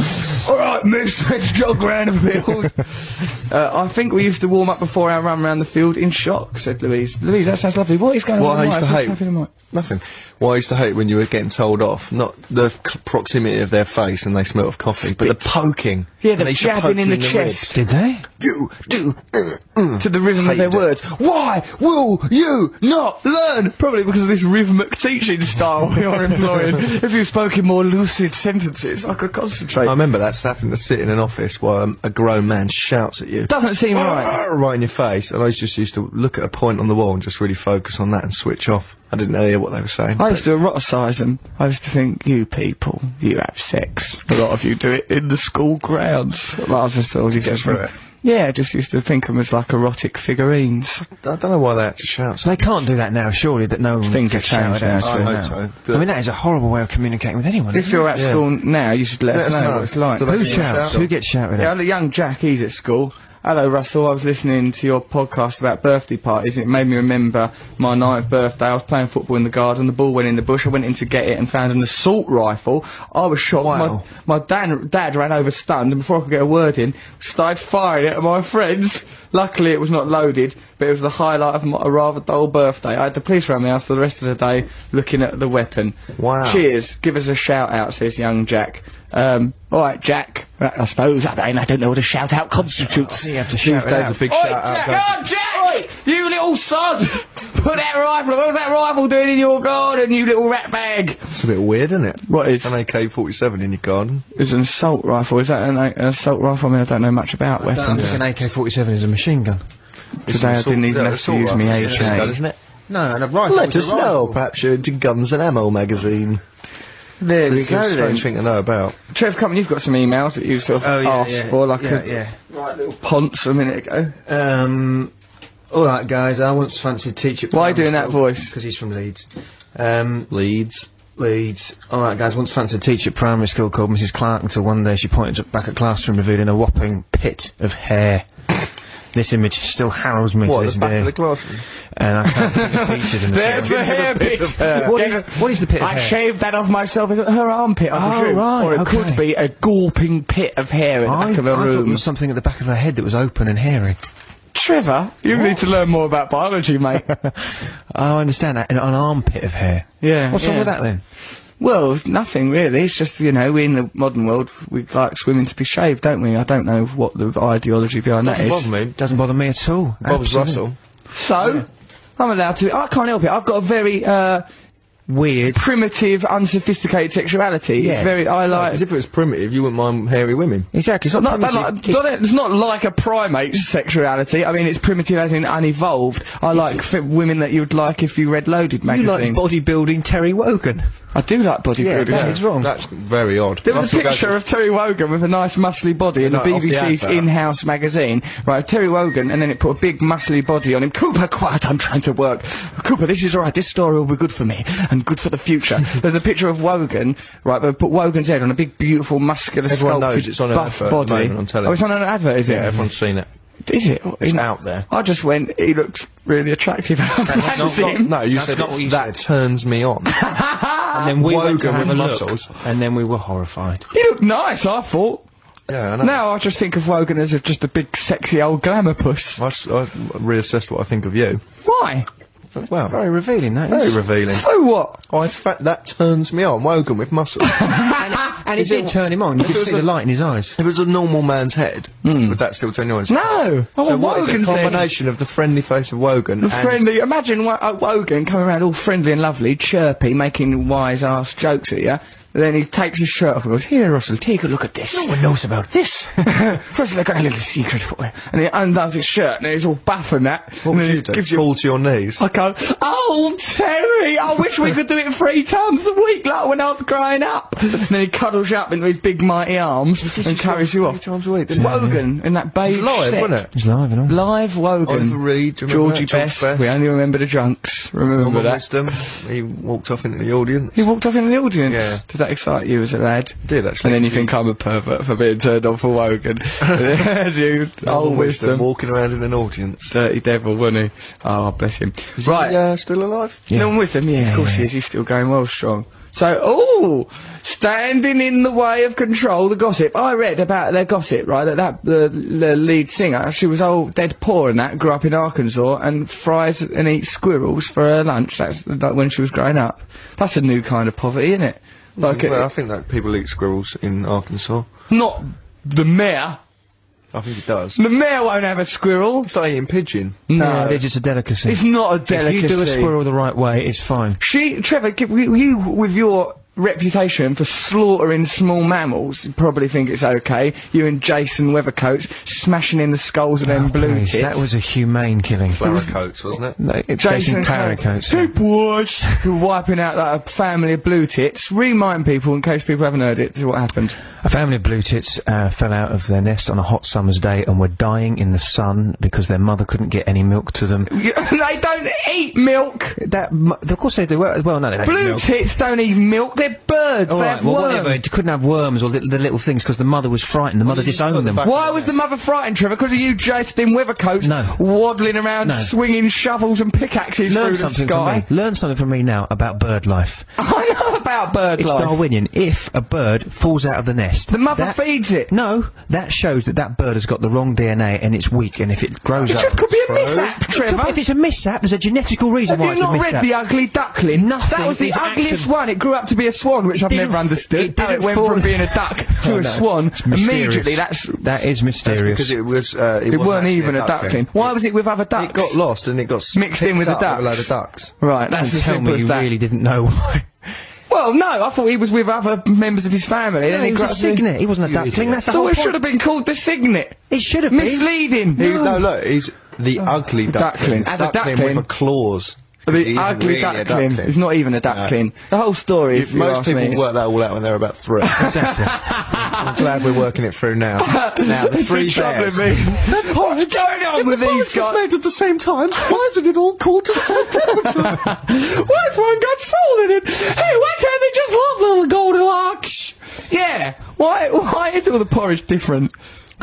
[SPEAKER 1] All right, Miss, let's jog round a bit. Uh, I think we used to warm up before our run round the field in shock, said Louise. Louise, that sounds lovely. What is going
[SPEAKER 2] What
[SPEAKER 1] on?
[SPEAKER 2] I
[SPEAKER 1] with
[SPEAKER 2] used
[SPEAKER 1] Mike?
[SPEAKER 2] to
[SPEAKER 1] What's
[SPEAKER 2] hate.
[SPEAKER 1] happening to Mike?
[SPEAKER 2] Nothing. Well, I used to hate when you were getting told off, not the c- proximity of their face and they smelled of coffee, but the poking.
[SPEAKER 1] Yeah,
[SPEAKER 2] And
[SPEAKER 1] the
[SPEAKER 2] they used to poke
[SPEAKER 1] jabbing in
[SPEAKER 2] you
[SPEAKER 1] the
[SPEAKER 2] ribs.
[SPEAKER 1] chest
[SPEAKER 6] Did they?
[SPEAKER 2] Do, do, uh, uh.
[SPEAKER 1] to the rhythm of their
[SPEAKER 2] Hated it.
[SPEAKER 1] words. Why will you not learn? Probably because of this rhythmic teaching style you're employing. If you spoke in more lucid sentences, I could concentrate.
[SPEAKER 2] I remember that having to sit in an office while um, a grown man shouts at you.
[SPEAKER 1] Doesn't seem right.
[SPEAKER 2] Right in your face, and I just used to look at a point on the wall and just really focus on that and switch off. I didn't hear what they were saying.
[SPEAKER 1] I used to eroticize them. I used to think, you people, you have sex. A lot of you do it in the school grounds. Like, I just always used to
[SPEAKER 2] through
[SPEAKER 1] think- Yeah, I just used to think them as like erotic figurines.
[SPEAKER 2] I don't know why they had to shout. So
[SPEAKER 6] They can't do that now, surely. That no one
[SPEAKER 1] Things
[SPEAKER 6] gets
[SPEAKER 1] have changed
[SPEAKER 6] shouted at
[SPEAKER 1] now.
[SPEAKER 6] for
[SPEAKER 2] I
[SPEAKER 6] now.
[SPEAKER 2] hope so,
[SPEAKER 6] I
[SPEAKER 2] but-
[SPEAKER 6] mean, that is a horrible way of communicating with anyone.
[SPEAKER 1] If you're at school now, you should let, us, know, what it's like.
[SPEAKER 2] Do they
[SPEAKER 6] Who
[SPEAKER 2] still
[SPEAKER 6] shouts?
[SPEAKER 2] shout?
[SPEAKER 6] Who gets shouted
[SPEAKER 1] Yeah,
[SPEAKER 6] at?
[SPEAKER 1] the young Jack, he's at school. Hello, Russell. I was listening to your podcast about birthday parties. It made me remember my ninth birthday. I was playing football in the garden. The ball went in the bush. I went in to get it and found an assault rifle. I was shocked.
[SPEAKER 2] Wow.
[SPEAKER 1] My, my dad, dad ran over stunned, and before I could get a word in, started firing it at my friends. Luckily, it was not loaded, but it was the highlight of my, a rather dull birthday. I had the police around my house for the rest of the day looking at the weapon.
[SPEAKER 2] Wow.
[SPEAKER 1] Cheers. Give us a shout out, says young Jack. Um, all right, Jack. Right, I suppose I mean I don't know what a shout out constitutes.
[SPEAKER 6] Oh, You have to
[SPEAKER 1] These
[SPEAKER 6] shout it
[SPEAKER 1] days
[SPEAKER 6] out.
[SPEAKER 1] are big shout out goes- Oh, Jack! You little sod! Put that rifle. What was that rifle doing in your garden? You little rat bag.
[SPEAKER 2] It's a bit weird, isn't it?
[SPEAKER 1] What is?
[SPEAKER 2] An AK-47 in your garden.
[SPEAKER 1] It's an assault rifle. Is that an, uh, an assault rifle? I mean I don't know much about
[SPEAKER 6] I don't
[SPEAKER 1] weapons.
[SPEAKER 6] think an AK-47 is a machine gun.
[SPEAKER 1] Today I didn't even have to use me
[SPEAKER 2] gun,
[SPEAKER 1] HA.
[SPEAKER 2] isn't it?
[SPEAKER 6] No, and a rifle.
[SPEAKER 2] Let us know. Perhaps you're into Guns and Ammo magazine.
[SPEAKER 1] There
[SPEAKER 2] So
[SPEAKER 1] we
[SPEAKER 2] it's a
[SPEAKER 1] go. Then.
[SPEAKER 2] strange thing to know about.
[SPEAKER 1] Trev, come on, you've got some emails that you sort of
[SPEAKER 6] Oh, yeah,
[SPEAKER 1] asked
[SPEAKER 6] yeah,
[SPEAKER 1] for, like
[SPEAKER 6] yeah,
[SPEAKER 1] a
[SPEAKER 6] yeah.
[SPEAKER 1] ponce a minute ago.
[SPEAKER 6] Um, All right, guys. I once fancied teacher.
[SPEAKER 1] Why are you doing that voice?
[SPEAKER 6] Because he's from Leeds. Um,
[SPEAKER 2] Leeds.
[SPEAKER 6] Leeds. All right, guys. Once fancied teacher at primary school called Mrs. Clark until one day she pointed up back at classroom, revealing a whopping pit of hair. this image still harrows me
[SPEAKER 2] What,
[SPEAKER 6] to
[SPEAKER 2] the
[SPEAKER 6] this
[SPEAKER 2] back of the
[SPEAKER 6] day,
[SPEAKER 2] classroom?
[SPEAKER 6] and I can't think of teachers in the
[SPEAKER 1] There's
[SPEAKER 6] same-
[SPEAKER 1] the hair pit.
[SPEAKER 6] What is what is the pit of
[SPEAKER 1] I
[SPEAKER 6] hair?
[SPEAKER 1] shaved that off myurself as her armpit, I
[SPEAKER 6] Oh,
[SPEAKER 1] presume.
[SPEAKER 6] right,
[SPEAKER 1] or it could
[SPEAKER 6] okay.
[SPEAKER 1] be a gulping pit of hair in the
[SPEAKER 6] I,
[SPEAKER 1] back of
[SPEAKER 6] I
[SPEAKER 1] a
[SPEAKER 6] thought there
[SPEAKER 1] room.
[SPEAKER 6] was something at the back of her head that was open and hairy.
[SPEAKER 1] Trevor, you need to learn more about biology, mate.
[SPEAKER 6] Oh, I understand that. An, an armpit of hair.
[SPEAKER 1] yeah.
[SPEAKER 6] What's wrong
[SPEAKER 1] yeah.
[SPEAKER 6] with that then?
[SPEAKER 1] Well, nothing really. It's just you know, we in the modern world we like women to be shaved, don't we? I don't know what the ideology behind that
[SPEAKER 2] Doesn't
[SPEAKER 1] is.
[SPEAKER 2] bother me.
[SPEAKER 6] Doesn't bother me at all.
[SPEAKER 2] Bob's
[SPEAKER 6] Absolutely.
[SPEAKER 2] Russell.
[SPEAKER 1] So, I'm allowed to. I can't help it. I've got a very uh,
[SPEAKER 6] Weird.
[SPEAKER 1] primitive, unsophisticated sexuality. It's
[SPEAKER 6] Yeah.
[SPEAKER 1] very. I like.
[SPEAKER 2] As if it was primitive, you wouldn't mind hairy women.
[SPEAKER 6] Exactly. It's not,
[SPEAKER 1] Not, not,
[SPEAKER 6] primitive.
[SPEAKER 1] not, it's not like a primate's sexuality. I mean, it's primitive as in unevolved. I like fit women that you'd like if you read Loaded
[SPEAKER 6] You like
[SPEAKER 1] magazine.
[SPEAKER 6] bodybuilding Terry Wogan.
[SPEAKER 2] Uh,
[SPEAKER 1] I do like bodybuilding.
[SPEAKER 6] that is wrong.
[SPEAKER 2] That's very odd.
[SPEAKER 1] There was
[SPEAKER 2] Russell
[SPEAKER 1] a picture
[SPEAKER 2] Gage-
[SPEAKER 1] of Terry Wogan with a nice muscly body in the
[SPEAKER 2] No, off the
[SPEAKER 1] BBC's
[SPEAKER 2] advert.
[SPEAKER 1] in-house magazine. Right, Terry Wogan, and then it put a big muscly body on him. Cooper, quiet, I'm trying to work. Cooper, this is alright, this story will be good for me, and good for the future. There's a picture of Wogan, right, but put Wogan's head on a big, beautiful, muscular,
[SPEAKER 2] Everyone knows
[SPEAKER 1] sculpted,
[SPEAKER 2] it's on an
[SPEAKER 1] buff
[SPEAKER 2] advert at the
[SPEAKER 1] body.
[SPEAKER 2] moment on telly.
[SPEAKER 1] Oh, it's on an advert, is it?
[SPEAKER 2] Yeah, everyone's seen it.
[SPEAKER 1] Is it?
[SPEAKER 2] It's out there.
[SPEAKER 1] I just went, he looked really attractive. That's him.
[SPEAKER 2] No, you said that turns me on.
[SPEAKER 6] and then we went to
[SPEAKER 2] Wogan
[SPEAKER 6] have a
[SPEAKER 2] with
[SPEAKER 6] look,
[SPEAKER 2] muscles.
[SPEAKER 6] and then we were horrified.
[SPEAKER 1] He looked nice, I thought.
[SPEAKER 2] yeah, I know.
[SPEAKER 1] Now I just think of Wogan as a, just a big, sexy old glamour puss.
[SPEAKER 2] I, s- I reassessed what I think of you.
[SPEAKER 1] Why?
[SPEAKER 2] Wow.
[SPEAKER 6] Very revealing, that
[SPEAKER 2] Very
[SPEAKER 6] is.
[SPEAKER 2] revealing.
[SPEAKER 1] So what?
[SPEAKER 2] I fa- that turns me on. Wogan with muscles. if
[SPEAKER 6] and it did turn him on. You could
[SPEAKER 2] was
[SPEAKER 6] see the
[SPEAKER 2] a-
[SPEAKER 6] light in his eyes.
[SPEAKER 2] it was a normal man's head, would that still turn you on?
[SPEAKER 1] Hmm. No! I
[SPEAKER 2] So
[SPEAKER 1] want
[SPEAKER 2] what is it?
[SPEAKER 1] Wogan's head.
[SPEAKER 2] combination of the friendly face of Wogan
[SPEAKER 1] Oh, The
[SPEAKER 2] and
[SPEAKER 1] friendly. Imagine Wo- uh, Wogan coming around all friendly and lovely, chirpy, making wise ass jokes at you. Then he takes his shirt off and goes, "Here, Russell, take a look at this." No one knows about this. Russell, I got a little secret for you. And he undoes his shirt and he's all buff and that.
[SPEAKER 2] what
[SPEAKER 1] and
[SPEAKER 2] would
[SPEAKER 1] then
[SPEAKER 2] you
[SPEAKER 1] he
[SPEAKER 2] do?
[SPEAKER 1] gives
[SPEAKER 2] Fall to your knees.
[SPEAKER 1] I go, oh Terry, I wish we could do it three times a week like when I was growing up. And then he cuddles you up into his big mighty arms and carries you off.
[SPEAKER 2] Three times a week. didn't it?
[SPEAKER 1] Wogan in that beige
[SPEAKER 2] live,
[SPEAKER 1] set.
[SPEAKER 2] wasn't it?
[SPEAKER 6] He's live and all.
[SPEAKER 1] Live Wogan.
[SPEAKER 2] Oliver Reed, do you remember
[SPEAKER 1] Georgie
[SPEAKER 2] that? George
[SPEAKER 1] Best.
[SPEAKER 2] Best.
[SPEAKER 1] We only remember the drunks. Remember
[SPEAKER 2] Norman
[SPEAKER 1] that.
[SPEAKER 2] Wisdom. He walked off into the audience.
[SPEAKER 1] He walked off in the audience.
[SPEAKER 2] Yeah.
[SPEAKER 1] Did that excite you as a lad?
[SPEAKER 2] Did actually.
[SPEAKER 1] And then you think I'm a pervert for being turned on for Wogan. As you,
[SPEAKER 2] Norman
[SPEAKER 1] old "Oh, wisdom.
[SPEAKER 2] walking around in an audience.
[SPEAKER 1] Dirty devil, wasn't he? Oh, bless him. right.
[SPEAKER 2] Yeah, still alive.
[SPEAKER 6] Yeah.
[SPEAKER 1] Norman Wisdom, yeah, of course he is. He's still going well strong. So, oh, standing in the way of control, the gossip. I read about their gossip, right? That that the, the lead singer, she was old, dead poor, and that grew up in Arkansas and fries and eats squirrels for her lunch. That's that when she was growing up. That's a new kind of poverty, isn't it? Like,
[SPEAKER 2] Mm, Well, I
[SPEAKER 1] uh
[SPEAKER 2] think that people eat squirrels in Arkansas.
[SPEAKER 1] not the mayor.
[SPEAKER 2] I think it does.
[SPEAKER 1] The mayor won't have a squirrel.
[SPEAKER 2] It's like eating pigeon.
[SPEAKER 1] No,
[SPEAKER 6] Yeah, they're just a delicacy.
[SPEAKER 1] it's not a
[SPEAKER 6] If
[SPEAKER 1] delicacy.
[SPEAKER 6] you do a squirrel the right way, it's fine.
[SPEAKER 1] She, Trevor, c- you, you with your reputation for slaughtering small mammals, you probably think it's okay. You and Jason Weathercoats smashing in the skulls of them blue tits.
[SPEAKER 6] Oh, Please, that was a humane killing.
[SPEAKER 2] Barracoats, wasn't it?
[SPEAKER 6] No, it- Jason Claricoats.
[SPEAKER 1] Hey boys, you're wiping out that family of blue tits. Remind people, in case people haven't heard it, to what happened.
[SPEAKER 6] A family of blue tits uh, fell out of their nest on a hot summer's day and were dying in the sun because their mother couldn't get any milk to them.
[SPEAKER 1] You- they don't eat milk.
[SPEAKER 6] That, mu- of course they do. Well, well, no, they don't.
[SPEAKER 1] Blue
[SPEAKER 6] milk.
[SPEAKER 1] tits don't eat milk. They're birds.
[SPEAKER 6] All
[SPEAKER 1] they
[SPEAKER 6] right,
[SPEAKER 1] have
[SPEAKER 6] well,
[SPEAKER 1] worms.
[SPEAKER 6] whatever. You couldn't have worms or little, the little things because the mother was frightened. The mother
[SPEAKER 2] you just put
[SPEAKER 6] disowned
[SPEAKER 2] them
[SPEAKER 6] them.
[SPEAKER 2] back-
[SPEAKER 1] Why was the mother frightened, Trevor? Because of you, Jason Weathercoats,
[SPEAKER 6] No.
[SPEAKER 1] waddling around,
[SPEAKER 6] No.
[SPEAKER 1] swinging shovels and pickaxes
[SPEAKER 6] Learn
[SPEAKER 1] through the
[SPEAKER 6] something
[SPEAKER 1] sky.
[SPEAKER 6] from me. Learn something from me now about bird life.
[SPEAKER 1] I know about bird
[SPEAKER 6] It's
[SPEAKER 1] life.
[SPEAKER 6] Darwinian. If a bird falls out of the nest,
[SPEAKER 1] The mother
[SPEAKER 6] that-
[SPEAKER 1] feeds it.
[SPEAKER 6] No, that shows that that bird has got the wrong DNA and it's weak. And if it grows
[SPEAKER 1] It
[SPEAKER 6] up,
[SPEAKER 1] could be a mishap, Trevor.
[SPEAKER 6] if it's a mishap, there's a genetical reason
[SPEAKER 1] Have
[SPEAKER 6] why
[SPEAKER 1] you
[SPEAKER 6] it's a
[SPEAKER 1] not
[SPEAKER 6] mishap.
[SPEAKER 1] read The Ugly Duckling?
[SPEAKER 6] Nothing
[SPEAKER 1] That was the
[SPEAKER 6] is
[SPEAKER 1] ugliest
[SPEAKER 6] accident-
[SPEAKER 1] one. It grew up to be a swan, which I've
[SPEAKER 6] didn't-
[SPEAKER 1] never understood.
[SPEAKER 6] it
[SPEAKER 1] How it
[SPEAKER 6] didn't
[SPEAKER 1] went
[SPEAKER 6] fall-
[SPEAKER 1] from being a duck to
[SPEAKER 6] Oh,
[SPEAKER 1] a
[SPEAKER 6] no.
[SPEAKER 1] swan.
[SPEAKER 6] It's mysterious.
[SPEAKER 1] Immediately, that's.
[SPEAKER 6] That is mysterious.
[SPEAKER 2] Because it was. Uh, it
[SPEAKER 1] It
[SPEAKER 2] wasn't
[SPEAKER 1] weren't
[SPEAKER 2] actually
[SPEAKER 1] even a duckling. Why was it with other ducks?
[SPEAKER 2] It got lost and it got s-
[SPEAKER 1] Mixed in
[SPEAKER 2] picked
[SPEAKER 1] with the
[SPEAKER 2] up A
[SPEAKER 1] ducks.
[SPEAKER 2] load of ducks.
[SPEAKER 1] Right, that's
[SPEAKER 6] Don't
[SPEAKER 1] as
[SPEAKER 6] tell
[SPEAKER 1] simple
[SPEAKER 6] me
[SPEAKER 1] as
[SPEAKER 6] you
[SPEAKER 1] that.
[SPEAKER 6] really didn't know why.
[SPEAKER 1] Well, no, I thought he was with other members of his family. then
[SPEAKER 6] No,
[SPEAKER 1] he
[SPEAKER 6] he was
[SPEAKER 1] grew
[SPEAKER 6] a
[SPEAKER 1] up to be-
[SPEAKER 6] signet. He wasn't a duckling. That's the
[SPEAKER 1] So
[SPEAKER 6] whole
[SPEAKER 1] it should
[SPEAKER 6] point.
[SPEAKER 1] have been called the signet.
[SPEAKER 6] It should have been.
[SPEAKER 1] Misleading.
[SPEAKER 2] He, no, look, he's the ugly duckling.
[SPEAKER 1] Duckling.
[SPEAKER 2] It's
[SPEAKER 1] As a
[SPEAKER 2] duckling
[SPEAKER 1] duckling-
[SPEAKER 2] with a claws. 'Cause he
[SPEAKER 1] The
[SPEAKER 2] isn't
[SPEAKER 1] ugly
[SPEAKER 2] really a
[SPEAKER 1] duckling.
[SPEAKER 2] duckling.
[SPEAKER 1] It's not even a duckling. The whole story. if you
[SPEAKER 2] Most
[SPEAKER 1] ask
[SPEAKER 2] people
[SPEAKER 1] me, is-
[SPEAKER 2] work that all out when they're about three. I'm glad we're working it through now. Now the
[SPEAKER 1] It's been
[SPEAKER 2] three
[SPEAKER 1] troubling
[SPEAKER 2] bears.
[SPEAKER 1] me. What's going on with these guys?
[SPEAKER 2] made at the same time. Why isn't it all cool to the same
[SPEAKER 1] Why's one got soul in it? Hey, why can't they just love little Goldilocks? Yeah. Why? Why is all the porridge different?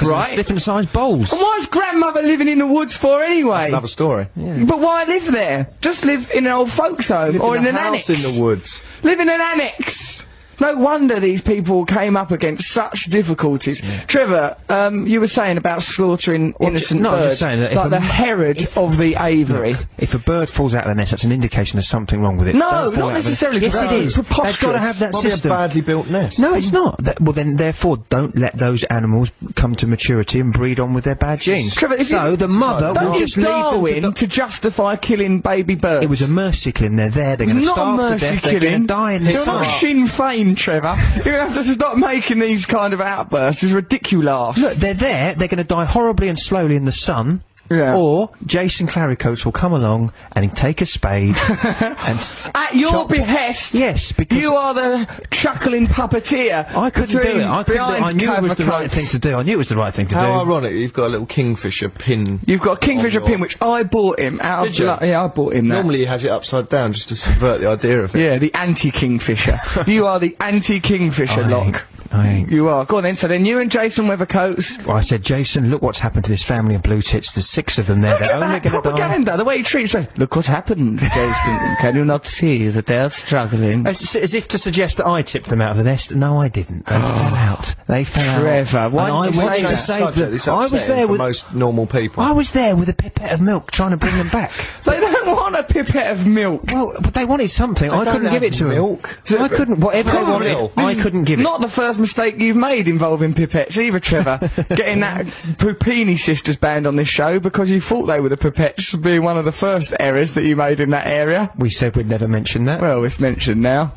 [SPEAKER 1] Right.
[SPEAKER 6] Different sized bowls.
[SPEAKER 1] and why's grandmother living in the woods for anyway?
[SPEAKER 2] Another story.
[SPEAKER 1] But why live there? Just live in an old folks' home or in,
[SPEAKER 2] a
[SPEAKER 1] an annex.
[SPEAKER 2] house in the woods.
[SPEAKER 1] live in an annex. No wonder these people came up against such difficulties. Trevor, um, you were saying about slaughtering innocent
[SPEAKER 6] no, I'm
[SPEAKER 1] birds,
[SPEAKER 6] just saying that if
[SPEAKER 1] like
[SPEAKER 6] a-
[SPEAKER 1] the Herod of the Aviary.
[SPEAKER 6] If a bird falls out of the nest, that's an indication there's something wrong with it.
[SPEAKER 1] No,
[SPEAKER 6] Don't fall
[SPEAKER 1] not
[SPEAKER 6] out of the-
[SPEAKER 1] necessarily,
[SPEAKER 6] Yes,
[SPEAKER 1] Trevor.
[SPEAKER 6] it is.
[SPEAKER 1] Preposterous.
[SPEAKER 6] They've got to have that
[SPEAKER 2] Probably
[SPEAKER 6] system.
[SPEAKER 2] a badly built nest.
[SPEAKER 6] No, it's not. That, well, then, therefore, don't let those animals come to maturity and breed on with their bad genes.
[SPEAKER 1] Trevor, is
[SPEAKER 6] so
[SPEAKER 1] it-
[SPEAKER 6] the mother
[SPEAKER 1] Don't
[SPEAKER 6] will
[SPEAKER 1] use
[SPEAKER 6] just leave them
[SPEAKER 1] Darwin
[SPEAKER 6] to
[SPEAKER 1] to,
[SPEAKER 6] do-
[SPEAKER 1] justify killing baby birds.
[SPEAKER 6] It was a mercy killing. They're there. They're
[SPEAKER 1] It's
[SPEAKER 6] going to
[SPEAKER 1] not a
[SPEAKER 6] starve to
[SPEAKER 1] mercy
[SPEAKER 6] death. They're going
[SPEAKER 1] killing.
[SPEAKER 6] to die in the
[SPEAKER 1] You're
[SPEAKER 6] sun.
[SPEAKER 1] not Sinn Fein, Trevor. You have to stop making these kind of outbursts. It's ridiculous.
[SPEAKER 6] Look, they're there. They're going to die horribly and slowly in the sun.
[SPEAKER 1] Yeah.
[SPEAKER 6] Or Jason Claricoats will come along and take a spade and s-
[SPEAKER 1] At your
[SPEAKER 6] chop-
[SPEAKER 1] behest.
[SPEAKER 6] Yes, because
[SPEAKER 1] You are the chuckling puppeteer.
[SPEAKER 6] I couldn't do
[SPEAKER 1] between
[SPEAKER 6] it. I, couldn't do it.
[SPEAKER 1] behind
[SPEAKER 6] I knew it was the
[SPEAKER 1] cover
[SPEAKER 6] right
[SPEAKER 1] coats.
[SPEAKER 6] thing to do. I knew it was the right thing to
[SPEAKER 2] How
[SPEAKER 6] do.
[SPEAKER 2] ironic! You've got a little kingfisher pin.
[SPEAKER 1] You've got a Kingfisher
[SPEAKER 2] Oh,
[SPEAKER 1] pin,
[SPEAKER 2] God.
[SPEAKER 1] which I bought him out
[SPEAKER 2] Did
[SPEAKER 1] of.
[SPEAKER 2] you?
[SPEAKER 1] Lo- yeah, I bought him that.
[SPEAKER 2] Normally, he has it upside down just to subvert the idea of it.
[SPEAKER 1] yeah, the anti-Kingfisher. you are the anti-Kingfisher
[SPEAKER 6] I ain't-
[SPEAKER 1] lock.
[SPEAKER 6] I ain't.
[SPEAKER 1] You are. Go on then. So then you and Jason Weathercoats.
[SPEAKER 6] Well, I said, Jason, look what's happened to this family of blue tits. There's six of them there.
[SPEAKER 1] Look
[SPEAKER 6] They're
[SPEAKER 1] at
[SPEAKER 6] only
[SPEAKER 1] that
[SPEAKER 6] going to die.
[SPEAKER 1] propaganda. The way he treats them. Look what happened, Jason. Can you not see that they are struggling?
[SPEAKER 6] As, as if to suggest that I tipped them out of the nest. No, I didn't. They fell out. They fell
[SPEAKER 1] Trevor,
[SPEAKER 6] out.
[SPEAKER 1] Oh. why
[SPEAKER 6] And I
[SPEAKER 1] did you
[SPEAKER 6] went
[SPEAKER 1] say
[SPEAKER 6] to
[SPEAKER 1] that?
[SPEAKER 6] save them.
[SPEAKER 2] It's
[SPEAKER 6] I was
[SPEAKER 2] upsetting
[SPEAKER 6] there
[SPEAKER 2] for
[SPEAKER 6] with.
[SPEAKER 2] most normal people.
[SPEAKER 6] I was there with a pipette of milk trying to bring them back.
[SPEAKER 1] They don't want a pipette of milk.
[SPEAKER 6] Well, but they wanted something. I
[SPEAKER 2] don't
[SPEAKER 6] couldn't give
[SPEAKER 2] have
[SPEAKER 6] it to
[SPEAKER 2] milk.
[SPEAKER 6] them. I couldn't. Whatever they
[SPEAKER 2] Come on,
[SPEAKER 6] wanted,
[SPEAKER 2] Bill.
[SPEAKER 6] I couldn't give it.
[SPEAKER 1] Not the first mistake you've made involving pipettes either, Trevor. Getting that Pupini Sisters band on this show because you thought they were the pipettes being one of the first errors that you made in that area.
[SPEAKER 6] We said we'd never mention that.
[SPEAKER 1] Well, it's mentioned now.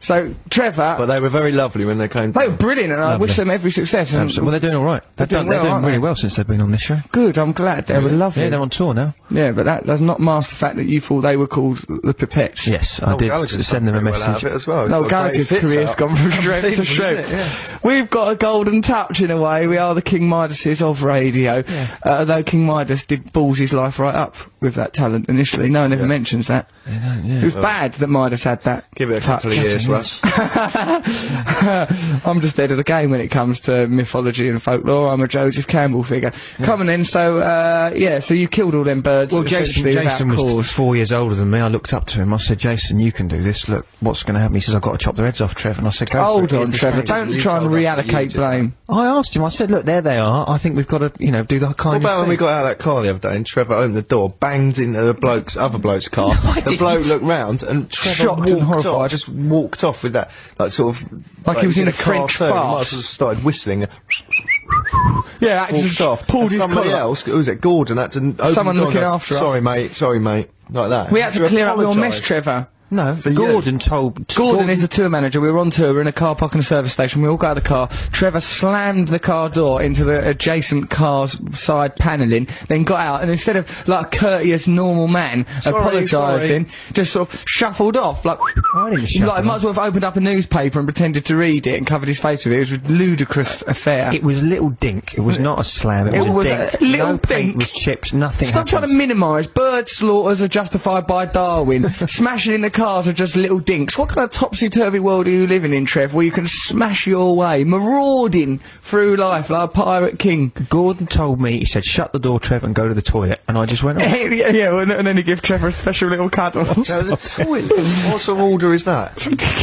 [SPEAKER 1] So, Trevor,
[SPEAKER 2] but they were very lovely when they came.
[SPEAKER 1] they were
[SPEAKER 2] down.
[SPEAKER 1] brilliant and I
[SPEAKER 6] Lovely.
[SPEAKER 1] wish them every success. And
[SPEAKER 6] Absolutely. Well, they're doing all right. They're,
[SPEAKER 1] They're doing
[SPEAKER 6] done, they're
[SPEAKER 1] well,
[SPEAKER 6] doing
[SPEAKER 1] aren't
[SPEAKER 6] really
[SPEAKER 1] they?
[SPEAKER 6] well since they've been on this show.
[SPEAKER 1] good, I'm glad. They were lovely.
[SPEAKER 6] Yeah, they're on tour now.
[SPEAKER 1] Yeah, but that does not mask the fact that you thought they were called the pipettes.
[SPEAKER 6] Yes, I
[SPEAKER 2] Noel
[SPEAKER 6] did
[SPEAKER 2] Oh, Gallagher's done
[SPEAKER 6] send them a
[SPEAKER 2] very well out
[SPEAKER 6] message.
[SPEAKER 2] of it as well.
[SPEAKER 1] No,
[SPEAKER 2] He's got
[SPEAKER 1] Gallagher's
[SPEAKER 2] great hits
[SPEAKER 1] career's
[SPEAKER 2] out.
[SPEAKER 1] gone from strength to
[SPEAKER 2] Unbelievable, isn't
[SPEAKER 1] strength.
[SPEAKER 2] it? Yeah.
[SPEAKER 1] We've got a golden touch in a way. We are the King Midases of radio. Uh, though King Midas did balls his life right up with that talent initially. No one ever mentions that. It was bad that Midas had that.
[SPEAKER 2] Give it a couple of years, Russ.
[SPEAKER 1] I'm just dead of the game when it comes to mythology and folklore. I'm a Joseph Campbell figure. Come on then, so, uh, yeah, so you killed all them birds.
[SPEAKER 6] Well, Jason,
[SPEAKER 1] essentially
[SPEAKER 6] Jason
[SPEAKER 1] without
[SPEAKER 6] was
[SPEAKER 1] cause.
[SPEAKER 6] four years older than me. I looked up to him. I said, Jason, you can do this. Look, what's going to happen? He says, I've got to chop their heads off, Trev. And I said, go
[SPEAKER 1] Hold
[SPEAKER 6] for it.
[SPEAKER 1] on, Trevor. Don't
[SPEAKER 2] You
[SPEAKER 1] try and
[SPEAKER 2] told us that you
[SPEAKER 1] reallocate
[SPEAKER 2] did that.
[SPEAKER 1] blame.
[SPEAKER 6] I asked him, I said, look, there they are. I think we've got to, you know, do the
[SPEAKER 2] What
[SPEAKER 6] kind
[SPEAKER 2] about when we
[SPEAKER 6] of
[SPEAKER 2] got out of that car the other day and Trevor opened the door, banged into the bloke's other bloke's car. the bloke looked round and Trevor
[SPEAKER 1] Shocked
[SPEAKER 2] walked
[SPEAKER 1] and horrified.
[SPEAKER 2] off, just walked off with that, like sort of like,
[SPEAKER 1] he was in a
[SPEAKER 2] car
[SPEAKER 1] French
[SPEAKER 2] too, and Might
[SPEAKER 1] farce.
[SPEAKER 2] as well started whistling. And
[SPEAKER 1] Yeah, actually
[SPEAKER 2] walked off.
[SPEAKER 1] pulled
[SPEAKER 2] And
[SPEAKER 1] his
[SPEAKER 2] somebody
[SPEAKER 1] collar.
[SPEAKER 2] else, who was it? Gordon had to open
[SPEAKER 1] Someone
[SPEAKER 2] the door
[SPEAKER 1] looking
[SPEAKER 2] and go,
[SPEAKER 1] after us.
[SPEAKER 2] Sorry, mate. Sorry, mate. Like that.
[SPEAKER 1] We had to clear up your mess,
[SPEAKER 2] apologise.
[SPEAKER 1] Trevor.
[SPEAKER 6] No, Gordon told.
[SPEAKER 1] Gordon, is the tour manager. We were on tour. We were in a car park and a service station. We all got out of the car. Trevor slammed the car door into the adjacent car's side panelling, then got out and instead of like a courteous normal man apologising, just sort of shuffled off like.
[SPEAKER 6] I didn't shuffle
[SPEAKER 1] Like, might as well have opened up a newspaper and pretended to read it and covered his face with it. It was a ludicrous affair.
[SPEAKER 6] It was a little dink. It was not a slam. It,
[SPEAKER 1] It was
[SPEAKER 6] was
[SPEAKER 1] a
[SPEAKER 6] a dink.
[SPEAKER 1] little
[SPEAKER 6] no
[SPEAKER 1] dink.
[SPEAKER 6] paint was chipped. Nothing
[SPEAKER 1] Stop trying to
[SPEAKER 6] happened.
[SPEAKER 1] minimise. Bird slaughters are justified by Darwin. Smashing in the cars are just little dinks. What kind of topsy-turvy world are you living in, Trev, where you can smash your way, marauding through life like a pirate king?
[SPEAKER 6] Gordon told me, he said, shut the door, Trev, and go to the toilet. And I just went, oh,
[SPEAKER 1] yeah, yeah, and and then you give Trevor a special little cuddle.
[SPEAKER 2] Go to the toilet. what sort of order is that?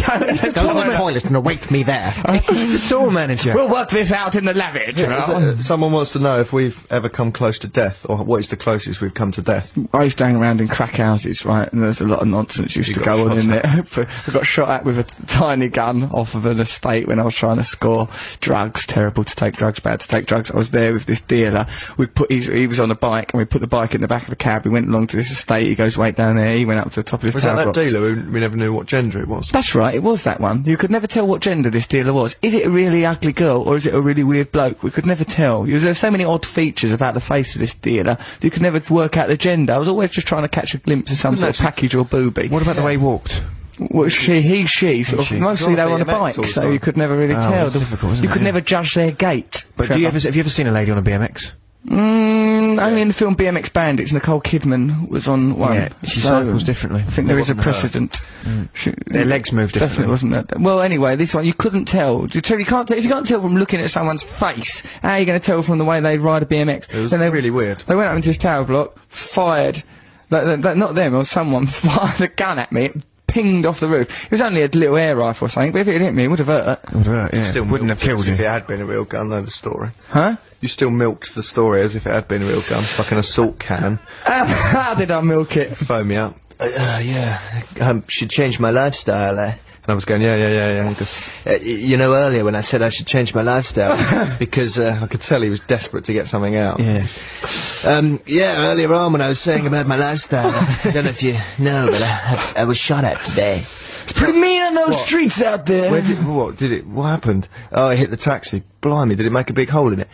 [SPEAKER 7] Go to the toilet and await me there.
[SPEAKER 6] "Oh, he's the tour manager.
[SPEAKER 1] We'll work this out in the lavage.
[SPEAKER 2] Is it- Someone wants to know if we've ever come close to death, or what is the closest we've come to death.
[SPEAKER 1] I used to hang around in crack houses, right, and there's a lot of nonsense used
[SPEAKER 2] You
[SPEAKER 1] to go on in it. I got shot at with a t- tiny gun off of an estate when I was trying to score drugs. Terrible to take drugs, bad to take drugs. I was there with this dealer. We put his, he was on a bike and we put the bike in the back of the cab. We went along to this estate. He goes way down there. He went up to the top of this
[SPEAKER 2] Was that
[SPEAKER 1] tower
[SPEAKER 2] that
[SPEAKER 1] block.
[SPEAKER 2] dealer who we never knew what gender it was?
[SPEAKER 1] That's right, it was that one. You could never tell what gender this dealer was. Is it a really ugly girl or is it a really weird bloke? We could never tell. There were so many odd features about the face of this dealer that you could never work out the gender. I was always just trying to catch a glimpse of some sort of package or booby.
[SPEAKER 6] What about the way he walked?
[SPEAKER 1] Well, she, he, she, sort of,
[SPEAKER 6] she.
[SPEAKER 1] mostly they were on a
[SPEAKER 2] BMX all
[SPEAKER 1] bike,
[SPEAKER 2] the
[SPEAKER 1] so
[SPEAKER 2] time.
[SPEAKER 1] you could never really
[SPEAKER 6] Oh,
[SPEAKER 1] tell.
[SPEAKER 6] it's difficult, isn't
[SPEAKER 1] you
[SPEAKER 6] it?
[SPEAKER 1] could
[SPEAKER 6] Yeah.
[SPEAKER 1] never judge their gait.
[SPEAKER 6] But do you ever, have you ever seen a lady on a BMX?
[SPEAKER 1] Mm, Only in the film BMX Bandits, Nicole Kidman was on one.
[SPEAKER 6] she
[SPEAKER 1] so
[SPEAKER 6] cycles differently.
[SPEAKER 1] I think there is a precedent.
[SPEAKER 2] Mm.
[SPEAKER 1] She-
[SPEAKER 6] Their legs move
[SPEAKER 1] Definitely
[SPEAKER 6] differently.
[SPEAKER 1] wasn't that. Well, anyway, this one you couldn't tell. You, tell- you can't tell if you can't tell from looking at someone's face. How are you going to tell from the way they ride a BMX?
[SPEAKER 2] It was
[SPEAKER 1] they
[SPEAKER 2] really weird.
[SPEAKER 1] They went up into this tower block, fired. That, that, that- not them or someone fired a gun at me. It pinged off the roof. It was only a little air rifle or something, but if it had hit me, it would have hurt.
[SPEAKER 6] Would hurt, yeah.
[SPEAKER 2] Still
[SPEAKER 6] Wouldn't have
[SPEAKER 2] milked it
[SPEAKER 6] killed
[SPEAKER 2] as If
[SPEAKER 6] you.
[SPEAKER 2] it had been a real gun, though, the story.
[SPEAKER 1] Huh?
[SPEAKER 2] You still milked the story as if it had been a real gun, like an assault cannon.
[SPEAKER 1] Ah, How did I milk it?
[SPEAKER 2] Phone me up.
[SPEAKER 7] Uh, uh, yeah, I should change my lifestyle. Uh,
[SPEAKER 2] And I was going, yeah, yeah, yeah, yeah. He goes,
[SPEAKER 7] uh, y- you know, earlier when I said I should change my lifestyle because uh,
[SPEAKER 2] I could tell he was desperate to get something out.
[SPEAKER 6] Yeah.
[SPEAKER 7] Um, yeah, earlier on when I was saying about my lifestyle, I don't know if you know, but I, I was shot at today.
[SPEAKER 1] It's pretty mean on those streets out there.
[SPEAKER 2] Where did, what did it, what happened?
[SPEAKER 7] Oh, I hit the taxi. Blimey, did it make a big hole in it?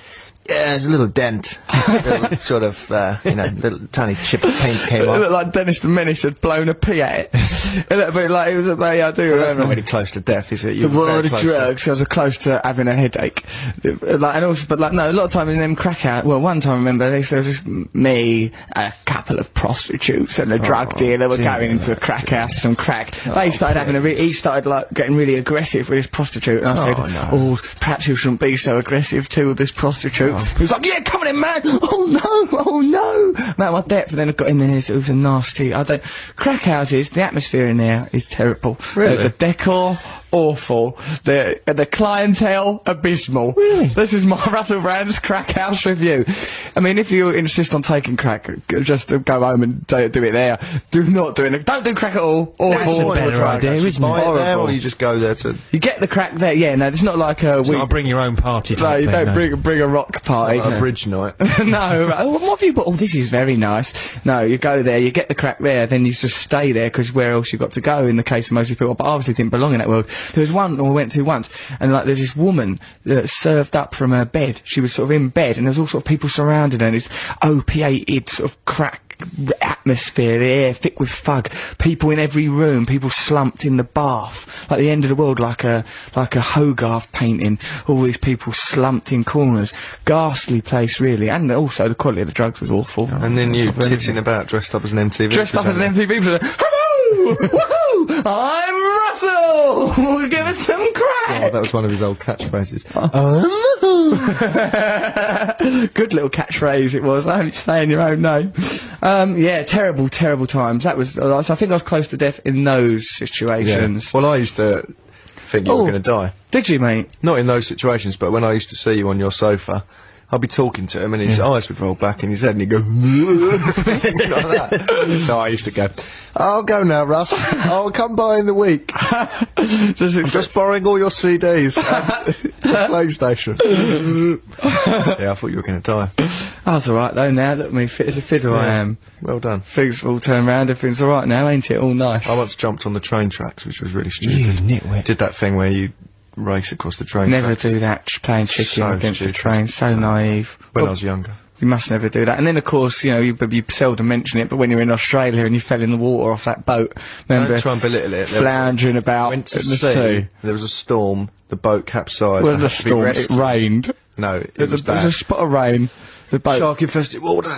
[SPEAKER 7] Yeah, there's a little dent. Little sort of, uh, you know, little tiny chip of paint came
[SPEAKER 1] It
[SPEAKER 7] off.
[SPEAKER 1] looked like Dennis the Menace had blown a pee at it. it looked a bit like it was a I do
[SPEAKER 2] Well, that's
[SPEAKER 1] remember.
[SPEAKER 2] not really close to death, is it? You
[SPEAKER 1] Um, the
[SPEAKER 2] were very
[SPEAKER 1] world of
[SPEAKER 2] close to-
[SPEAKER 1] drugs. I was close to having a headache. The- Like, and also, but like, no, a lot of time in them crack out. Well, one time I remember they, there was just me, a couple of prostitutes, and a
[SPEAKER 2] Oh,
[SPEAKER 1] drug dealer were going into a crack house for some crack. they started having a. Re- he started like getting really aggressive with his prostitute, and I said, "Oh, perhaps you shouldn't be so aggressive too with this prostitute."
[SPEAKER 2] Oh,
[SPEAKER 1] He was like, "Yeah, come on in, man." Oh no, oh no. Now my depth. And then I got in there. It was, it was a nasty. I don't. Crack houses. The atmosphere in there is terrible. Really. the decor awful. The uh, the clientele abysmal. Really? This is my Russell Brand's crack house review. I mean, if you insist on taking crack, g- just go home and do, do it there. Do not do it. Don't do crack at all. Awful.
[SPEAKER 6] That's a better
[SPEAKER 1] Horrible.
[SPEAKER 6] idea,
[SPEAKER 2] You
[SPEAKER 6] isn't
[SPEAKER 2] buy
[SPEAKER 6] it?
[SPEAKER 2] it there,
[SPEAKER 1] Horrible.
[SPEAKER 2] or you just go there to. uh,
[SPEAKER 1] You get the crack there. Yeah, no, it's not like a week.
[SPEAKER 6] I'll bring your own party.
[SPEAKER 1] No,
[SPEAKER 6] type
[SPEAKER 1] you
[SPEAKER 6] thing,
[SPEAKER 1] don't
[SPEAKER 6] no.
[SPEAKER 1] bring, bring a rock party.
[SPEAKER 2] A bridge night.
[SPEAKER 1] no, right. Oh, what have you got? Oh, this is very nice. No, you go there, you get the crack there, then you just stay there because where else you got to go in the case of most people. But I obviously didn't belong in that world. There was one I went to once, and like there's this woman that served up from her bed. She was sort of in bed, and there's all sort of people surrounding her, and this opiated sort of crack atmosphere, the air thick with fug, people in every room, people slumped in the bath, like the end of the world, like a like a Hogarth painting. All these people slumped in corners, ghastly place really, and also the quality of the drugs was awful.
[SPEAKER 2] And then you titting about dressed up as an MTV.
[SPEAKER 1] Dressed up as
[SPEAKER 2] presenter.
[SPEAKER 1] an MTV presenter. Hello, woohoo! I'm Russell. We'll give us some
[SPEAKER 2] Oh,
[SPEAKER 1] crack.
[SPEAKER 2] that was one of his old catchphrases.
[SPEAKER 1] Oh, Good little catchphrase it was. I am saying your own name. Um, yeah, terrible, terrible times. That was. I think I was close to death in those
[SPEAKER 2] Yeah.
[SPEAKER 1] situations.
[SPEAKER 2] Well, I used to think you
[SPEAKER 1] Oh.
[SPEAKER 2] were going to die.
[SPEAKER 1] Did you, mate?
[SPEAKER 2] Not in those situations, but when I used to see you on your sofa, I'd be talking to him and his eyes would roll back in his head and he'd go, like that. So I used to go, I'll go now, Russ. I'll come by in the week.
[SPEAKER 1] Just
[SPEAKER 2] I'm just borrowing all your CDs and the PlayStation. yeah, I thought you were going to die.
[SPEAKER 1] I was alright though now, look at me, fit as a fiddle I
[SPEAKER 2] Yeah.
[SPEAKER 1] am.
[SPEAKER 2] Well done.
[SPEAKER 1] Things will turn round, everything's alright now, ain't it? All nice.
[SPEAKER 2] I once jumped on the train tracks, which was really
[SPEAKER 6] You
[SPEAKER 2] stupid.
[SPEAKER 6] nitwit.
[SPEAKER 2] Did that thing where you race across the train
[SPEAKER 1] Never
[SPEAKER 2] tracks
[SPEAKER 1] do that, ch- playing chicken
[SPEAKER 2] So
[SPEAKER 1] against the
[SPEAKER 2] stupid.
[SPEAKER 1] train, so naive.
[SPEAKER 2] when
[SPEAKER 1] Well,
[SPEAKER 2] I was younger.
[SPEAKER 1] you must never do that. And then of course, you know, you, but you seldom mention it, but when you're in Australia and you fell in the water off that boat, remember
[SPEAKER 2] Don't try and belittle it. There was a-
[SPEAKER 1] floundering about
[SPEAKER 2] went to
[SPEAKER 1] in the
[SPEAKER 2] sea.
[SPEAKER 1] sea.
[SPEAKER 2] There was a storm. The boat capsized. I
[SPEAKER 1] Well,
[SPEAKER 2] had
[SPEAKER 1] the
[SPEAKER 2] to be
[SPEAKER 1] storm, it
[SPEAKER 2] rescued.
[SPEAKER 1] rained.
[SPEAKER 2] No, it
[SPEAKER 1] There's a,
[SPEAKER 2] was
[SPEAKER 1] there's a
[SPEAKER 2] bad.
[SPEAKER 1] spot of rain. The boat.
[SPEAKER 2] Shark infested water.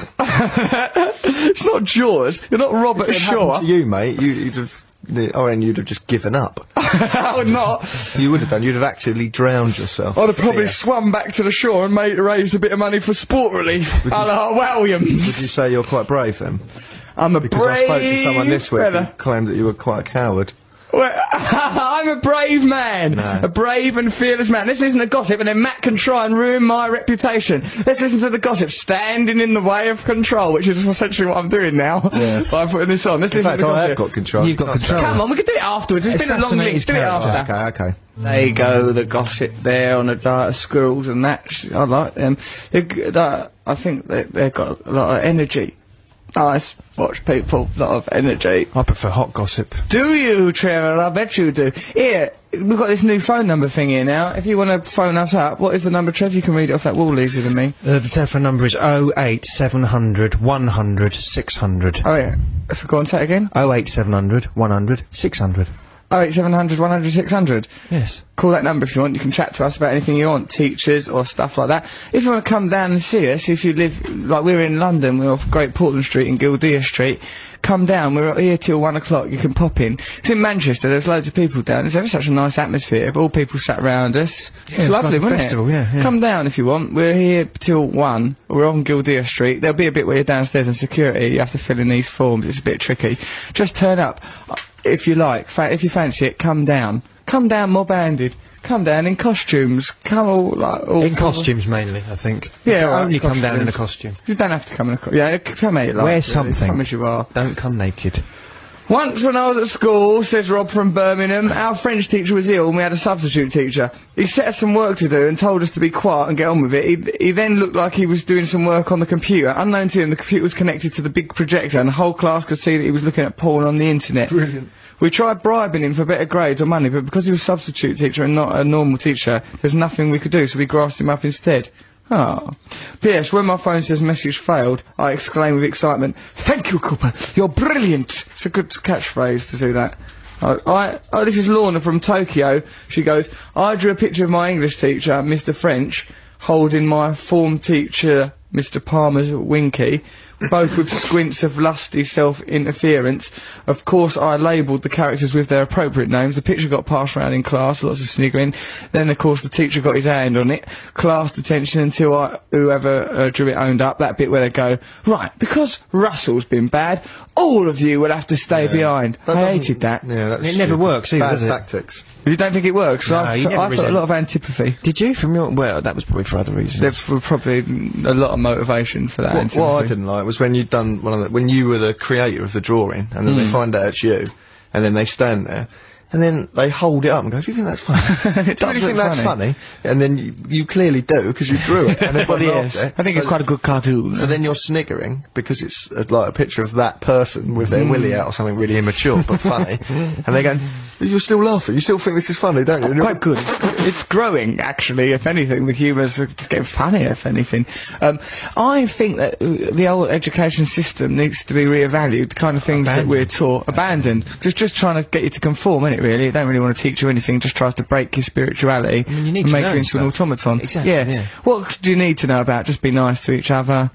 [SPEAKER 1] it's not Jaws. You're not Robert
[SPEAKER 2] If it happened
[SPEAKER 1] Shaw.
[SPEAKER 2] to you, mate, you, you'd have. I mean, you'd have just given up.
[SPEAKER 1] I would not.
[SPEAKER 2] You would have done. You'd have actively drowned yourself.
[SPEAKER 1] I'd have probably swum back to the shore and made raised a bit of money for sport relief. a la
[SPEAKER 2] Would you
[SPEAKER 1] Williams.
[SPEAKER 2] say you're quite brave then?
[SPEAKER 1] I'm a
[SPEAKER 2] Because
[SPEAKER 1] brave
[SPEAKER 2] I spoke to someone this week
[SPEAKER 1] fella.
[SPEAKER 2] who claimed that you were quite a coward.
[SPEAKER 1] Well, I'm a brave man.
[SPEAKER 2] No.
[SPEAKER 1] A brave and fearless man. This isn't a gossip, and then Matt can try and ruin my reputation. Let's listen to the gossip standing in the way of control, which is essentially what I'm doing now
[SPEAKER 2] Yes.
[SPEAKER 1] by putting this on. Let's
[SPEAKER 2] In
[SPEAKER 1] listen
[SPEAKER 2] fact,
[SPEAKER 1] to the
[SPEAKER 2] I
[SPEAKER 1] gossip.
[SPEAKER 2] have got control.
[SPEAKER 6] You've got
[SPEAKER 2] Can't
[SPEAKER 6] control.
[SPEAKER 1] Come on, we can do it afterwards. It's been a long
[SPEAKER 6] Assassinate
[SPEAKER 1] link.
[SPEAKER 6] his
[SPEAKER 1] Do it
[SPEAKER 6] character.
[SPEAKER 1] after.
[SPEAKER 2] stop. Okay, okay.
[SPEAKER 1] There you go, the gossip there on a diet of squirrels and that. sh- I like them. They're, g- they- I think they, they've got a lot of energy. Nice. Watch people, lot of energy.
[SPEAKER 6] I prefer hot gossip.
[SPEAKER 1] Do you, Trevor? I bet you do. Here, we've got this new phone number thing here now. If you want to phone us up, what is the number, Trev? You can read it off that wall easier than me.
[SPEAKER 6] Uh, the telephone number is 08700 100 600.
[SPEAKER 1] Oh, yeah. So go on, say it again.
[SPEAKER 6] 08700 100 600.
[SPEAKER 1] 08700 100 600.
[SPEAKER 6] Yes.
[SPEAKER 1] Call that number if you want. You can chat to us about anything you want, teachers or stuff like that. If you want to come down and see us, if you live, like we're in London, we're off Great Portland Street and Guildea Street, come down. We're here till one o'clock. You can pop in. It's in Manchester. There's loads of people down. It's ever such a nice atmosphere. All people sat round us. it's
[SPEAKER 6] it's
[SPEAKER 1] lovely,
[SPEAKER 6] like a
[SPEAKER 1] wasn't
[SPEAKER 6] festival,
[SPEAKER 1] it?
[SPEAKER 6] yeah, yeah.
[SPEAKER 1] Come down if you want. We're here till one. We're on Guildea Street. There'll be a bit where you're downstairs in security. You have to fill in these forms. It's a bit tricky. Just turn up uh, if you like. Fa- if you fancy it, come down. Come down more banded. Come down in costumes. Come all like all
[SPEAKER 6] In costumes mainly, I think.
[SPEAKER 1] Yeah,
[SPEAKER 6] You
[SPEAKER 1] right,
[SPEAKER 6] only come down in a costume.
[SPEAKER 1] You don't have to come in a co- yeah. c- Come here. Like,
[SPEAKER 6] Wear
[SPEAKER 1] really.
[SPEAKER 6] something.
[SPEAKER 1] Come as you are.
[SPEAKER 6] Don't come naked.
[SPEAKER 1] Once when I was at school, says Rob from Birmingham, our French teacher was ill and we had a substitute teacher. He set us some work to do and told us to be quiet and get on with it. He, he then looked like he was doing some work on the computer. Unknown to him, the computer was connected to the big projector and the whole class could see that he was looking at porn on the internet. Brilliant. We tried bribing him for better grades or money, but because he was a substitute teacher and not a normal teacher, there's nothing we could do, so we grassed him up instead. Oh. P.S. When my phone says message failed, I exclaim with excitement, Thank you, Cooper! You're brilliant! It's a good catchphrase to do that. I, I, oh, this is Lorna from Tokyo. She goes, I drew a picture of my English teacher, Mr. French, holding my form teacher, Mr. Palmer's Winky, both with squints of lusty self-interference. Of course, I labelled the characters with their appropriate names. The picture got passed round in class, lots of sniggering. Then, of course, the teacher got his hand on it. Class detention until I, whoever uh, drew it owned up. That bit where they go, right, because Russell's been bad, all of you will have to stay behind. I
[SPEAKER 2] doesn't-
[SPEAKER 1] hated that.
[SPEAKER 2] Yeah, that's
[SPEAKER 6] It never
[SPEAKER 2] stupid.
[SPEAKER 6] works either,
[SPEAKER 2] Bad
[SPEAKER 6] does it?
[SPEAKER 2] tactics.
[SPEAKER 1] You don't think it works?
[SPEAKER 6] No,
[SPEAKER 1] I've,
[SPEAKER 6] you never
[SPEAKER 1] I've got a
[SPEAKER 6] resent-
[SPEAKER 1] lot of antipathy.
[SPEAKER 6] Did you from your. Well, that was probably for other reasons.
[SPEAKER 1] There's probably a lot of motivation for that.
[SPEAKER 2] What,
[SPEAKER 1] antipathy.
[SPEAKER 2] what I didn't like was when you'd done one of the, when you were the creator of the drawing, and then they find out it's you, and then they stand there, and then they hold it up and go, "Do you think that's funny?
[SPEAKER 1] It
[SPEAKER 2] Do you
[SPEAKER 1] does
[SPEAKER 2] really
[SPEAKER 1] look
[SPEAKER 2] think that's funny?" And then you, you clearly do because you drew it, and everyone
[SPEAKER 1] Yes.
[SPEAKER 2] laughed
[SPEAKER 1] I
[SPEAKER 2] at it.
[SPEAKER 1] think it's quite a good cartoon.
[SPEAKER 2] So then you're sniggering because it's uh, like a picture of that person with their willy
[SPEAKER 1] Hmm.
[SPEAKER 2] out or something really immature but funny, and they're going, "You're still laughing. You still think this is funny, don't you?" And you're-
[SPEAKER 1] quite good. It's growing, actually. If anything, the humour's getting funnier. If anything, um, I think that uh, the old education system needs to be reevaluated. The kind of things that we're taught, abandoned. Just, just trying to get you to conform, is it? Really, it don't really want to teach you anything. Just tries to break your spirituality
[SPEAKER 6] mean, you need
[SPEAKER 1] and
[SPEAKER 6] to
[SPEAKER 1] make
[SPEAKER 6] learn
[SPEAKER 1] you into an
[SPEAKER 6] stuff.
[SPEAKER 1] automaton.
[SPEAKER 6] Exactly, yeah.
[SPEAKER 1] What do you need to know about? Just be nice to each other.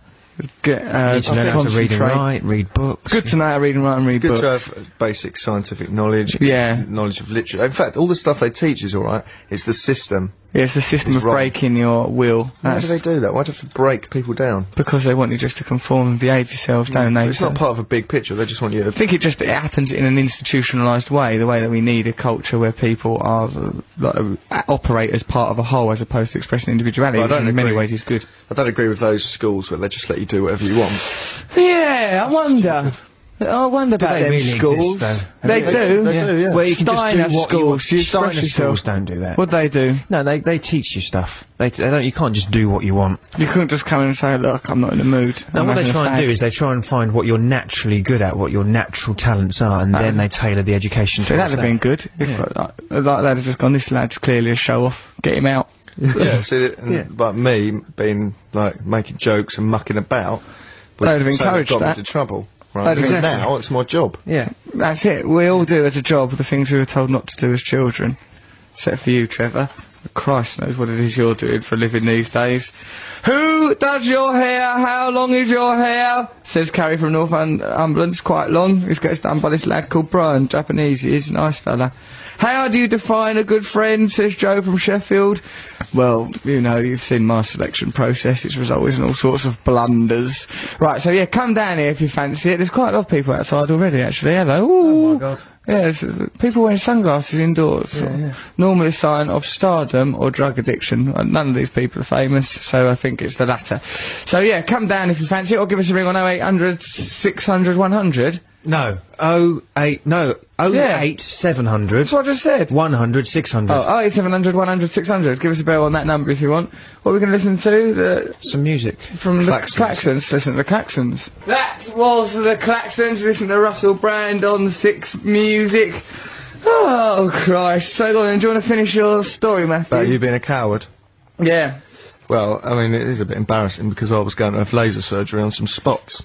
[SPEAKER 1] Get, uh,
[SPEAKER 6] you need to learn how to read
[SPEAKER 1] concentrate.
[SPEAKER 6] and write, read books.
[SPEAKER 1] Good to know how to read and write and read
[SPEAKER 2] good
[SPEAKER 1] books.
[SPEAKER 2] to have uh, basic scientific knowledge.
[SPEAKER 1] Yeah.
[SPEAKER 2] Knowledge of literature. In fact, all the stuff they teach is all right. It's the system.
[SPEAKER 1] Yeah, it's the system
[SPEAKER 2] It's
[SPEAKER 1] of
[SPEAKER 2] wrong.
[SPEAKER 1] breaking your will.
[SPEAKER 2] Why
[SPEAKER 1] That's
[SPEAKER 2] do they do that? Why do they break people down?
[SPEAKER 1] because they want you just to conform and behave yourself,
[SPEAKER 6] Mm,
[SPEAKER 1] don't they?
[SPEAKER 2] It's not part of a big picture. They just want you
[SPEAKER 1] I
[SPEAKER 2] to.
[SPEAKER 1] think it just it happens in an institutionalised way, the way that we need a culture where people are uh, like, uh, operate as part of a whole as opposed to expressing individuality.
[SPEAKER 2] Well, I don't
[SPEAKER 1] which in many
[SPEAKER 2] agree.
[SPEAKER 1] ways is good.
[SPEAKER 2] I don't agree with those schools where they just let you do whatever you want.
[SPEAKER 1] Yeah, I wonder. I wonder about
[SPEAKER 6] they
[SPEAKER 1] them
[SPEAKER 6] really
[SPEAKER 1] schools.
[SPEAKER 6] exist, though?
[SPEAKER 1] They, do.
[SPEAKER 2] They do, yeah.
[SPEAKER 6] Where you can just
[SPEAKER 1] Steiner
[SPEAKER 6] do what you want.
[SPEAKER 1] schools, you express
[SPEAKER 6] Steiner
[SPEAKER 1] yourself.
[SPEAKER 6] schools don't do that.
[SPEAKER 1] What they do?
[SPEAKER 6] No, they, they teach you stuff. They, they don't. You can't just do what you want.
[SPEAKER 1] You couldn't just come in and say, "Look, I'm not in the mood."
[SPEAKER 6] Now,
[SPEAKER 1] I'm
[SPEAKER 6] what they
[SPEAKER 1] having a
[SPEAKER 6] try and
[SPEAKER 1] fag."
[SPEAKER 6] do is they try and find what you're naturally good at, what your natural talents are, and then they tailor the education
[SPEAKER 1] So
[SPEAKER 6] to
[SPEAKER 1] that'd have been good if uh, like, like they'd have just gone. This lad's clearly a show off. Get him out.
[SPEAKER 2] yeah. See, and, but me being like making jokes and mucking about.
[SPEAKER 1] They'd
[SPEAKER 2] would
[SPEAKER 1] have
[SPEAKER 2] certainly
[SPEAKER 1] encouraged
[SPEAKER 2] got me
[SPEAKER 1] that.
[SPEAKER 2] into trouble.
[SPEAKER 1] They'd
[SPEAKER 2] Right.
[SPEAKER 1] have
[SPEAKER 2] Because
[SPEAKER 1] encouraged
[SPEAKER 2] now it's my job.
[SPEAKER 6] Yeah.
[SPEAKER 1] That's it. We all do as a job the things we were told not to do as children. Except for you, Trevor. Christ knows what it is you're doing for a living these days. Who does your hair? How long is your hair? Says Carrie from Northumberland. It's quite long. It gets done by this lad called Brian, Japanese. He's a nice fella. How do you define a good friend? Says Joe from Sheffield. Well, you know, you've seen my selection process. It's resulted in all sorts of blunders. Right, so yeah, come down here if you fancy it. There's quite a lot of people outside already, actually. Hello. Ooh. Yeah, it's, uh, people wearing sunglasses indoors. Normally a sign of stardom or drug addiction. Uh, None of these people are famous, so I think it's the latter. So yeah, come down if you fancy it, or give us a ring on 0800 600 100.
[SPEAKER 6] No. Oh eight. No. Oh
[SPEAKER 1] Yeah.
[SPEAKER 6] eight seven hundred.
[SPEAKER 1] That's what I just said.
[SPEAKER 6] One hundred six hundred.
[SPEAKER 1] Oh, 0700 100 600. Give us a bell on that number if you want. What are we going to listen to? The,
[SPEAKER 6] Some music.
[SPEAKER 1] from the Claxons. Listen to the Claxons. That was the Claxons. Listen to Russell Brand on Six Music. Oh, Christ. So, go on, do you want to finish your story, Matthew?
[SPEAKER 2] About you being a coward.
[SPEAKER 1] Yeah.
[SPEAKER 2] Well, I mean, it is a bit embarrassing because I was going to have laser surgery on some spots.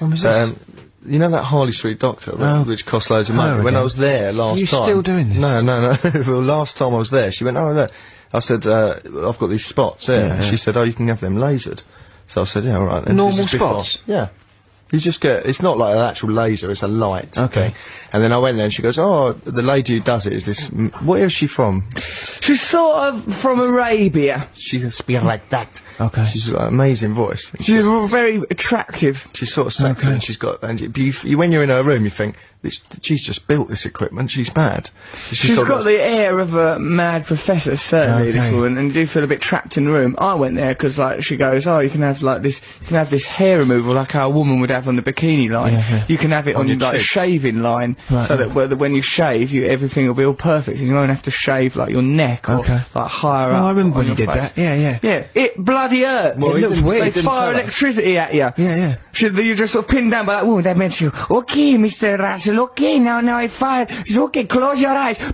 [SPEAKER 2] Um, you know that Harley Street doctor, right, which costs loads of money.
[SPEAKER 6] Oh,
[SPEAKER 2] when
[SPEAKER 6] okay.
[SPEAKER 2] I was there last
[SPEAKER 6] you
[SPEAKER 2] time,
[SPEAKER 6] still doing this?
[SPEAKER 2] No, no, no. well, last time I was there, she went, "Oh, look." I said, uh, "I've got these spots here."
[SPEAKER 6] Yeah,
[SPEAKER 2] and
[SPEAKER 6] yeah.
[SPEAKER 2] She said, "Oh, you can have them lasered." So I said, "Yeah, all right." Then.
[SPEAKER 6] Normal
[SPEAKER 2] This is before-
[SPEAKER 6] spots?
[SPEAKER 2] Yeah. You just get, it's not like an actual laser, it's a light.
[SPEAKER 6] Okay.
[SPEAKER 2] thing. And then I went there and she goes, oh, the lady who does it is this, m- where is she from?
[SPEAKER 1] She's sort of from Arabia.
[SPEAKER 2] She can speak like that.
[SPEAKER 6] Okay.
[SPEAKER 2] She's got an amazing voice.
[SPEAKER 1] She's very attractive.
[SPEAKER 2] She's sort of sexy and she's got, and you, but you, f- you- when you're in her room, you think, this, she's just built this equipment, she's mad. She's,
[SPEAKER 1] She's
[SPEAKER 2] sort of
[SPEAKER 1] got the air of a mad professor, certainly, this
[SPEAKER 6] Okay.
[SPEAKER 1] woman, and you do feel a bit trapped in the room. I went there because, like, she goes, oh, you can have, like, this, you can have this hair removal like how a woman would have on the bikini line.
[SPEAKER 6] Yeah, yeah.
[SPEAKER 1] You can have it on,
[SPEAKER 2] On your
[SPEAKER 1] like,
[SPEAKER 2] cheeks.
[SPEAKER 1] shaving line,
[SPEAKER 6] Right,
[SPEAKER 1] so
[SPEAKER 6] yeah.
[SPEAKER 1] that whe- that when you shave, you everything will be all perfect, and you won't have to shave, like, your neck or,
[SPEAKER 6] Okay.
[SPEAKER 1] like, higher
[SPEAKER 6] Oh,
[SPEAKER 1] up.
[SPEAKER 6] I remember
[SPEAKER 1] on
[SPEAKER 6] when you
[SPEAKER 1] your
[SPEAKER 6] did
[SPEAKER 1] face.
[SPEAKER 6] that. Yeah, yeah.
[SPEAKER 1] Yeah, it bloody hurts.
[SPEAKER 2] Well,
[SPEAKER 1] it
[SPEAKER 2] he
[SPEAKER 1] looks
[SPEAKER 2] didn't- he
[SPEAKER 1] weird. They
[SPEAKER 2] didn't
[SPEAKER 1] fire
[SPEAKER 2] tell us.
[SPEAKER 1] electricity at you.
[SPEAKER 6] Yeah, yeah.
[SPEAKER 1] Should you just sort of pinned down by that woman, that meant to you, okay, Mr. Russell, okay, now, now I fire. It's okay, close your eyes.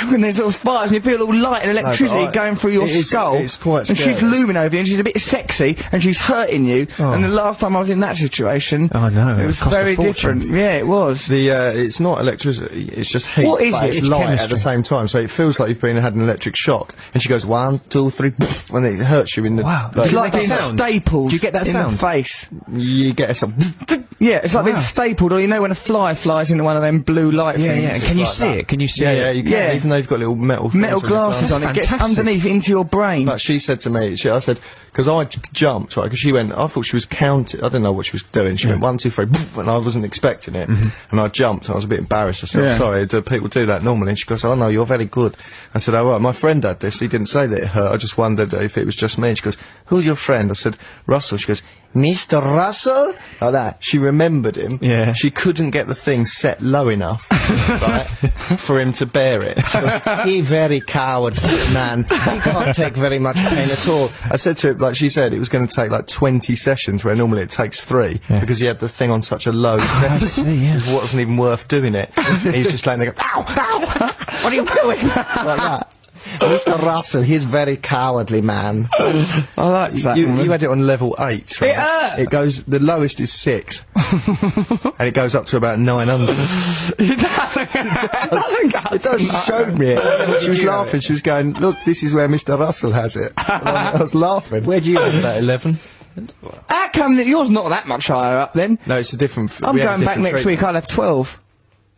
[SPEAKER 1] And there's little sparks, and you feel all light and electricity
[SPEAKER 2] I-
[SPEAKER 1] going through your
[SPEAKER 2] it is-
[SPEAKER 1] skull.
[SPEAKER 2] it's quite
[SPEAKER 1] And she's
[SPEAKER 2] scary.
[SPEAKER 1] looming over you, and she's a bit sexy, and she's hurting you.
[SPEAKER 6] Oh.
[SPEAKER 1] And the last time I was in that situation,
[SPEAKER 6] Oh no.
[SPEAKER 1] it was
[SPEAKER 6] cost a
[SPEAKER 1] very
[SPEAKER 6] fortune.
[SPEAKER 1] different. Yeah, it was.
[SPEAKER 2] The uh, it's not electricity. It's just heat.
[SPEAKER 1] What is
[SPEAKER 2] but
[SPEAKER 1] it?
[SPEAKER 2] It's,
[SPEAKER 1] It's
[SPEAKER 2] light at
[SPEAKER 1] chemistry.
[SPEAKER 2] the same time, so it feels like you've been had an electric shock. And she goes one, two, three, and it hurts you in the.
[SPEAKER 6] Wow.
[SPEAKER 2] like-
[SPEAKER 1] It's like
[SPEAKER 6] that
[SPEAKER 1] being
[SPEAKER 6] sound?
[SPEAKER 1] stapled
[SPEAKER 6] Do you get that
[SPEAKER 1] in
[SPEAKER 6] sound?
[SPEAKER 1] the face.
[SPEAKER 2] you get some.
[SPEAKER 1] Yeah, it's like being stapled, or you know when a fly flies into one of them blue light
[SPEAKER 6] Yeah,
[SPEAKER 1] things.
[SPEAKER 6] yeah. Can you
[SPEAKER 2] like
[SPEAKER 6] see
[SPEAKER 2] that.
[SPEAKER 6] it? Can you see
[SPEAKER 2] Yeah,
[SPEAKER 6] it?
[SPEAKER 2] yeah, you can.
[SPEAKER 1] Yeah.
[SPEAKER 2] Even though you've got little metal things
[SPEAKER 1] metal
[SPEAKER 2] on your
[SPEAKER 1] glasses
[SPEAKER 2] glasses.
[SPEAKER 1] on, it gets
[SPEAKER 6] fantastic.
[SPEAKER 1] underneath into your brain.
[SPEAKER 2] But she said to me, she, I said, because I j- jumped, right, because she went, I thought she was counting, I didn't know what she was doing. She went, one, two, three, and I wasn't expecting it. And I jumped, and I was a bit embarrassed. I said,
[SPEAKER 1] Yeah.
[SPEAKER 2] sorry, do people do that normally? And she goes, oh no, you're very good. I said, oh right, my friend had this, he didn't say that it hurt, I just wondered if it was just me. And she goes, who's your friend? I said, Russell. She goes, Mr. Russell? Like that. She remembered him.
[SPEAKER 6] Yeah.
[SPEAKER 2] She couldn't get the thing set low enough, right, for him to bear it. She goes, he very coward man. He can't take very much pain at all. I said to him, like she said, it was going to take like 20 sessions where normally it takes three
[SPEAKER 6] Yeah.
[SPEAKER 2] because he had the thing on such a low setting. I
[SPEAKER 6] see, yeah.
[SPEAKER 2] It wasn't even worth doing it. And he's just laying there going, ow, ow, what are you doing? Like that.
[SPEAKER 7] Mr. Russell, he's very cowardly man.
[SPEAKER 1] I like that.
[SPEAKER 2] You,
[SPEAKER 1] woman.
[SPEAKER 2] you had it on level eight. Right? It goes. The lowest is six, and it goes up to about nine hundred.
[SPEAKER 1] it doesn't. It doesn't. go-
[SPEAKER 2] It does showed me it. She was laughing. She was going, "Look, this is where Mr. Russell has it." And I I was laughing. Where do you have that eleven?
[SPEAKER 1] How come that yours not that much higher up then?
[SPEAKER 2] No, it's a different. f-
[SPEAKER 1] I'm
[SPEAKER 2] we had a
[SPEAKER 1] going back
[SPEAKER 2] different
[SPEAKER 1] next week.
[SPEAKER 2] treatment.
[SPEAKER 1] I'll have twelve.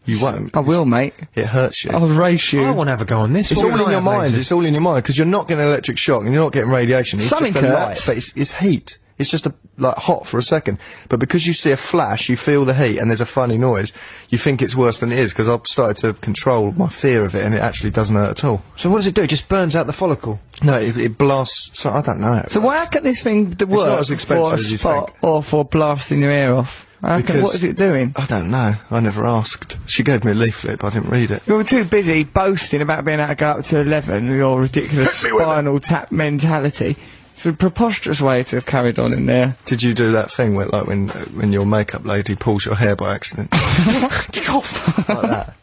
[SPEAKER 2] You won't.
[SPEAKER 1] I will, mate.
[SPEAKER 2] It hurts you.
[SPEAKER 1] I'll race you.
[SPEAKER 6] I want to have a go on
[SPEAKER 2] Oh,
[SPEAKER 6] this.
[SPEAKER 2] it's
[SPEAKER 6] What
[SPEAKER 2] all
[SPEAKER 6] can
[SPEAKER 2] in
[SPEAKER 6] I
[SPEAKER 2] your
[SPEAKER 6] have
[SPEAKER 2] mind.
[SPEAKER 6] later?
[SPEAKER 2] It's all in your mind because you're not getting electric shock and you're not getting radiation. It's
[SPEAKER 1] Something
[SPEAKER 2] just a light,
[SPEAKER 1] hurts.
[SPEAKER 2] but it's, it's heat. It's just a, like hot for a second. But because you see a flash, you feel the heat and there's a funny noise. You think it's worse than it is because I've started to control my fear of it and it actually doesn't hurt at all.
[SPEAKER 6] So what does it do? It just burns out the follicle.
[SPEAKER 2] No, it, it blasts. So I don't know.
[SPEAKER 1] So why can't this thing d- work
[SPEAKER 2] not as expensive
[SPEAKER 1] for a
[SPEAKER 2] as you
[SPEAKER 1] spot
[SPEAKER 2] think.
[SPEAKER 1] or for blasting your ear off? How can, what
[SPEAKER 2] Because-
[SPEAKER 1] is it doing?
[SPEAKER 2] I don't know. I never asked. She gave me a leaflet, but I didn't read it.
[SPEAKER 1] You were too busy boasting about being able to go up to 11, your ridiculous spinal tap mentality. It's a preposterous way to have carried on in there.
[SPEAKER 2] Did you do that thing where, like, when when your makeup lady pulls your hair by accident?
[SPEAKER 1] Get off!
[SPEAKER 2] like that.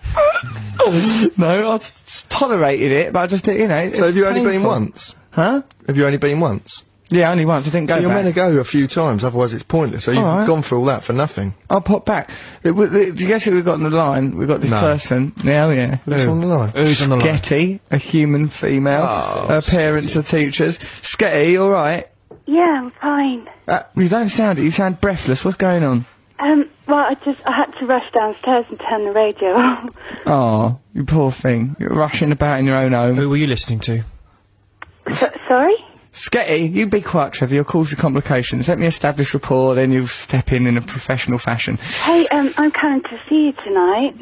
[SPEAKER 1] Oh, no, I s- tolerated it, but I just, didn't- you know. it's
[SPEAKER 2] So have you only been
[SPEAKER 1] painful.
[SPEAKER 2] once?
[SPEAKER 1] Huh?
[SPEAKER 2] Have you only been once?
[SPEAKER 1] Yeah, only once. I didn't go
[SPEAKER 2] You're
[SPEAKER 1] back.
[SPEAKER 2] meant to go a few times, otherwise it's pointless. So you've
[SPEAKER 1] All right.
[SPEAKER 2] gone through all that for nothing.
[SPEAKER 1] I'll pop back. It, w- the- do you guess who we've got on the line? We've got this
[SPEAKER 2] No.
[SPEAKER 1] person. Yeah, oh yeah.
[SPEAKER 2] Who's on the line?
[SPEAKER 6] Who's on the line?
[SPEAKER 1] Getty, a human female.
[SPEAKER 6] Oh,
[SPEAKER 1] Her parents are teachers. Sketty, you all right?
[SPEAKER 8] Yeah, I'm fine.
[SPEAKER 1] Uh, you don't sound it. You sound breathless. What's going on?
[SPEAKER 8] Um, well, I just I had to rush downstairs and turn the radio on.
[SPEAKER 1] Oh, you poor thing. You're rushing about in your own home.
[SPEAKER 6] Who were you listening to?
[SPEAKER 8] so, sorry.
[SPEAKER 1] Sketty, you be quiet, Trevor. You'll cause the complications. Let me establish rapport, then you'll step in in a professional fashion.
[SPEAKER 8] Hey, um, I'm coming to see you tonight.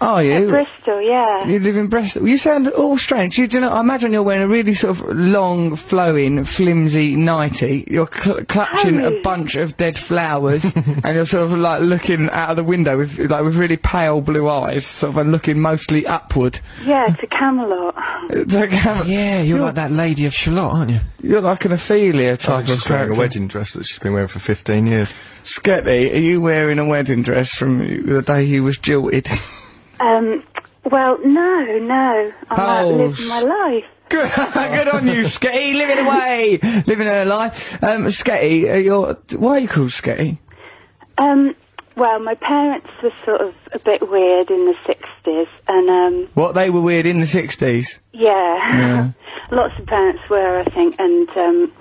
[SPEAKER 1] Are
[SPEAKER 8] At
[SPEAKER 1] you?
[SPEAKER 8] Bristol, yeah.
[SPEAKER 1] You live in Bristol. You sound all strange. You do not. I imagine you're wearing a really sort of long, flowing, flimsy nighty. You're cl- clutching
[SPEAKER 8] Harry.
[SPEAKER 1] a bunch of dead flowers, and you're sort of like looking out of the window with like with really pale blue eyes, sort of and looking mostly upward.
[SPEAKER 8] Yeah, to Camelot.
[SPEAKER 1] It's like,
[SPEAKER 6] Yeah, you're, like that lady of Shalott, aren't you?
[SPEAKER 1] You're like an Ophelia type of
[SPEAKER 2] She's wearing a
[SPEAKER 1] character.
[SPEAKER 2] wedding dress that she's been wearing for 15 years.
[SPEAKER 1] Sketty, are you wearing a wedding dress from the day he was jilted?
[SPEAKER 8] Um, well, no, no. I'm out
[SPEAKER 1] Oh,
[SPEAKER 8] living my life.
[SPEAKER 1] Good, good on you, Sketty, living away, living her life. Um, Sketty, uh, you're, why are you called Sketty?
[SPEAKER 8] Um, well, my parents were sort of a bit weird in the 60s, and, um,
[SPEAKER 1] What they were weird in the 60s. Yeah.
[SPEAKER 8] yeah. Lots of parents were, I think, and, um,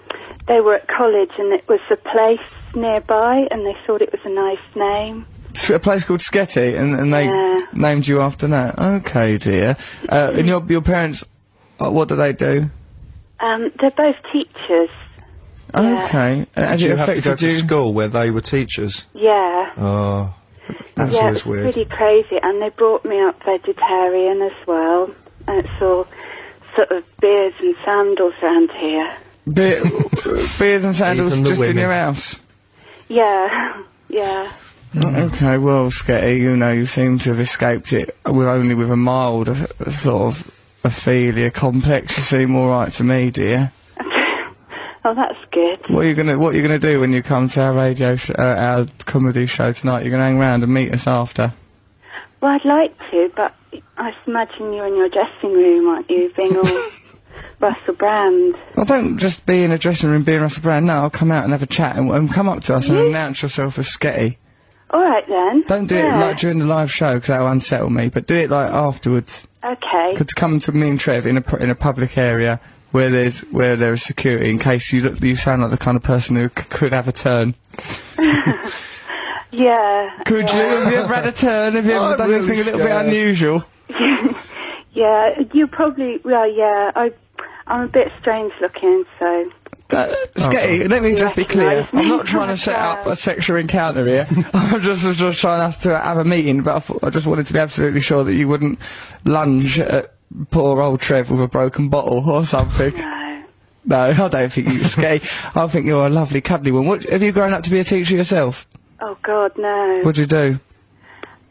[SPEAKER 8] they were at college and it was a place nearby and they thought it was a nice name.
[SPEAKER 1] It's a place called Sketty, and, and they
[SPEAKER 8] Yeah.
[SPEAKER 1] named you after that. Okay, dear. Uh, and your, your parents, uh, what do they do?
[SPEAKER 8] Um, they're both teachers. Yeah.
[SPEAKER 1] Okay. And has
[SPEAKER 2] Did
[SPEAKER 1] it
[SPEAKER 2] you have to go
[SPEAKER 1] affected
[SPEAKER 2] to
[SPEAKER 1] you?
[SPEAKER 2] school where they were teachers?
[SPEAKER 8] Yeah.
[SPEAKER 2] Oh, that's
[SPEAKER 8] yeah,
[SPEAKER 2] always
[SPEAKER 8] it was
[SPEAKER 2] weird.
[SPEAKER 8] pretty crazy. And they brought me up vegetarian as well. And it's all sort of beards and sandals around here.
[SPEAKER 1] Be- beers and sandals
[SPEAKER 2] Even the
[SPEAKER 1] just in
[SPEAKER 2] women.
[SPEAKER 1] your house?
[SPEAKER 8] Yeah. Yeah.
[SPEAKER 2] Mm-hmm.
[SPEAKER 1] Okay, well, Sketty, you know, you seem to have escaped it with only with a mild uh, sort of Ophelia complex. You seem all right to me, dear.
[SPEAKER 8] oh, that's good.
[SPEAKER 1] What are you gonna What are you gonna do when you come to our radio, sh- uh, our comedy show tonight? You're gonna hang round and meet us after.
[SPEAKER 8] Well, I'd like to, but I imagine you're in your dressing room, aren't you, being all Russell Brand?
[SPEAKER 1] Well, don't just be in a dressing room being Russell Brand. No, I'll come out and have a chat and, and come up to us and announce yourself as Sketty.
[SPEAKER 8] All right then.
[SPEAKER 1] Don't do
[SPEAKER 8] yeah.
[SPEAKER 1] it like during the live show 'cause that'll unsettle me. But do it like afterwards.
[SPEAKER 8] Okay.
[SPEAKER 1] could come to me and Trev in a pu- in a public area where there's where there is security in case you look you sound like the kind of person who c- could have a turn.
[SPEAKER 8] Yeah.
[SPEAKER 1] Could you? Have you ever had a turn? Have you ever
[SPEAKER 2] I'm
[SPEAKER 1] done
[SPEAKER 2] really
[SPEAKER 1] anything a little
[SPEAKER 2] scared.
[SPEAKER 1] bit unusual?
[SPEAKER 8] yeah. You probably. Well, yeah. I. I'm a bit strange looking, so.
[SPEAKER 1] Uh, Sketty, let me just be clear.
[SPEAKER 8] recognise me
[SPEAKER 1] I'm not trying to
[SPEAKER 8] as
[SPEAKER 1] set up
[SPEAKER 8] well.
[SPEAKER 1] a sexual encounter here. I'm just, I'm just trying us to have a meeting, but I, thought, I just wanted to be absolutely sure that you wouldn't lunge at poor old Trev with a broken bottle or something.
[SPEAKER 8] No.
[SPEAKER 1] No, I don't think you, Sketty. I think you're a lovely, cuddly one. What, have you grown up to be a teacher yourself?
[SPEAKER 8] Oh God, no.
[SPEAKER 1] What do you do?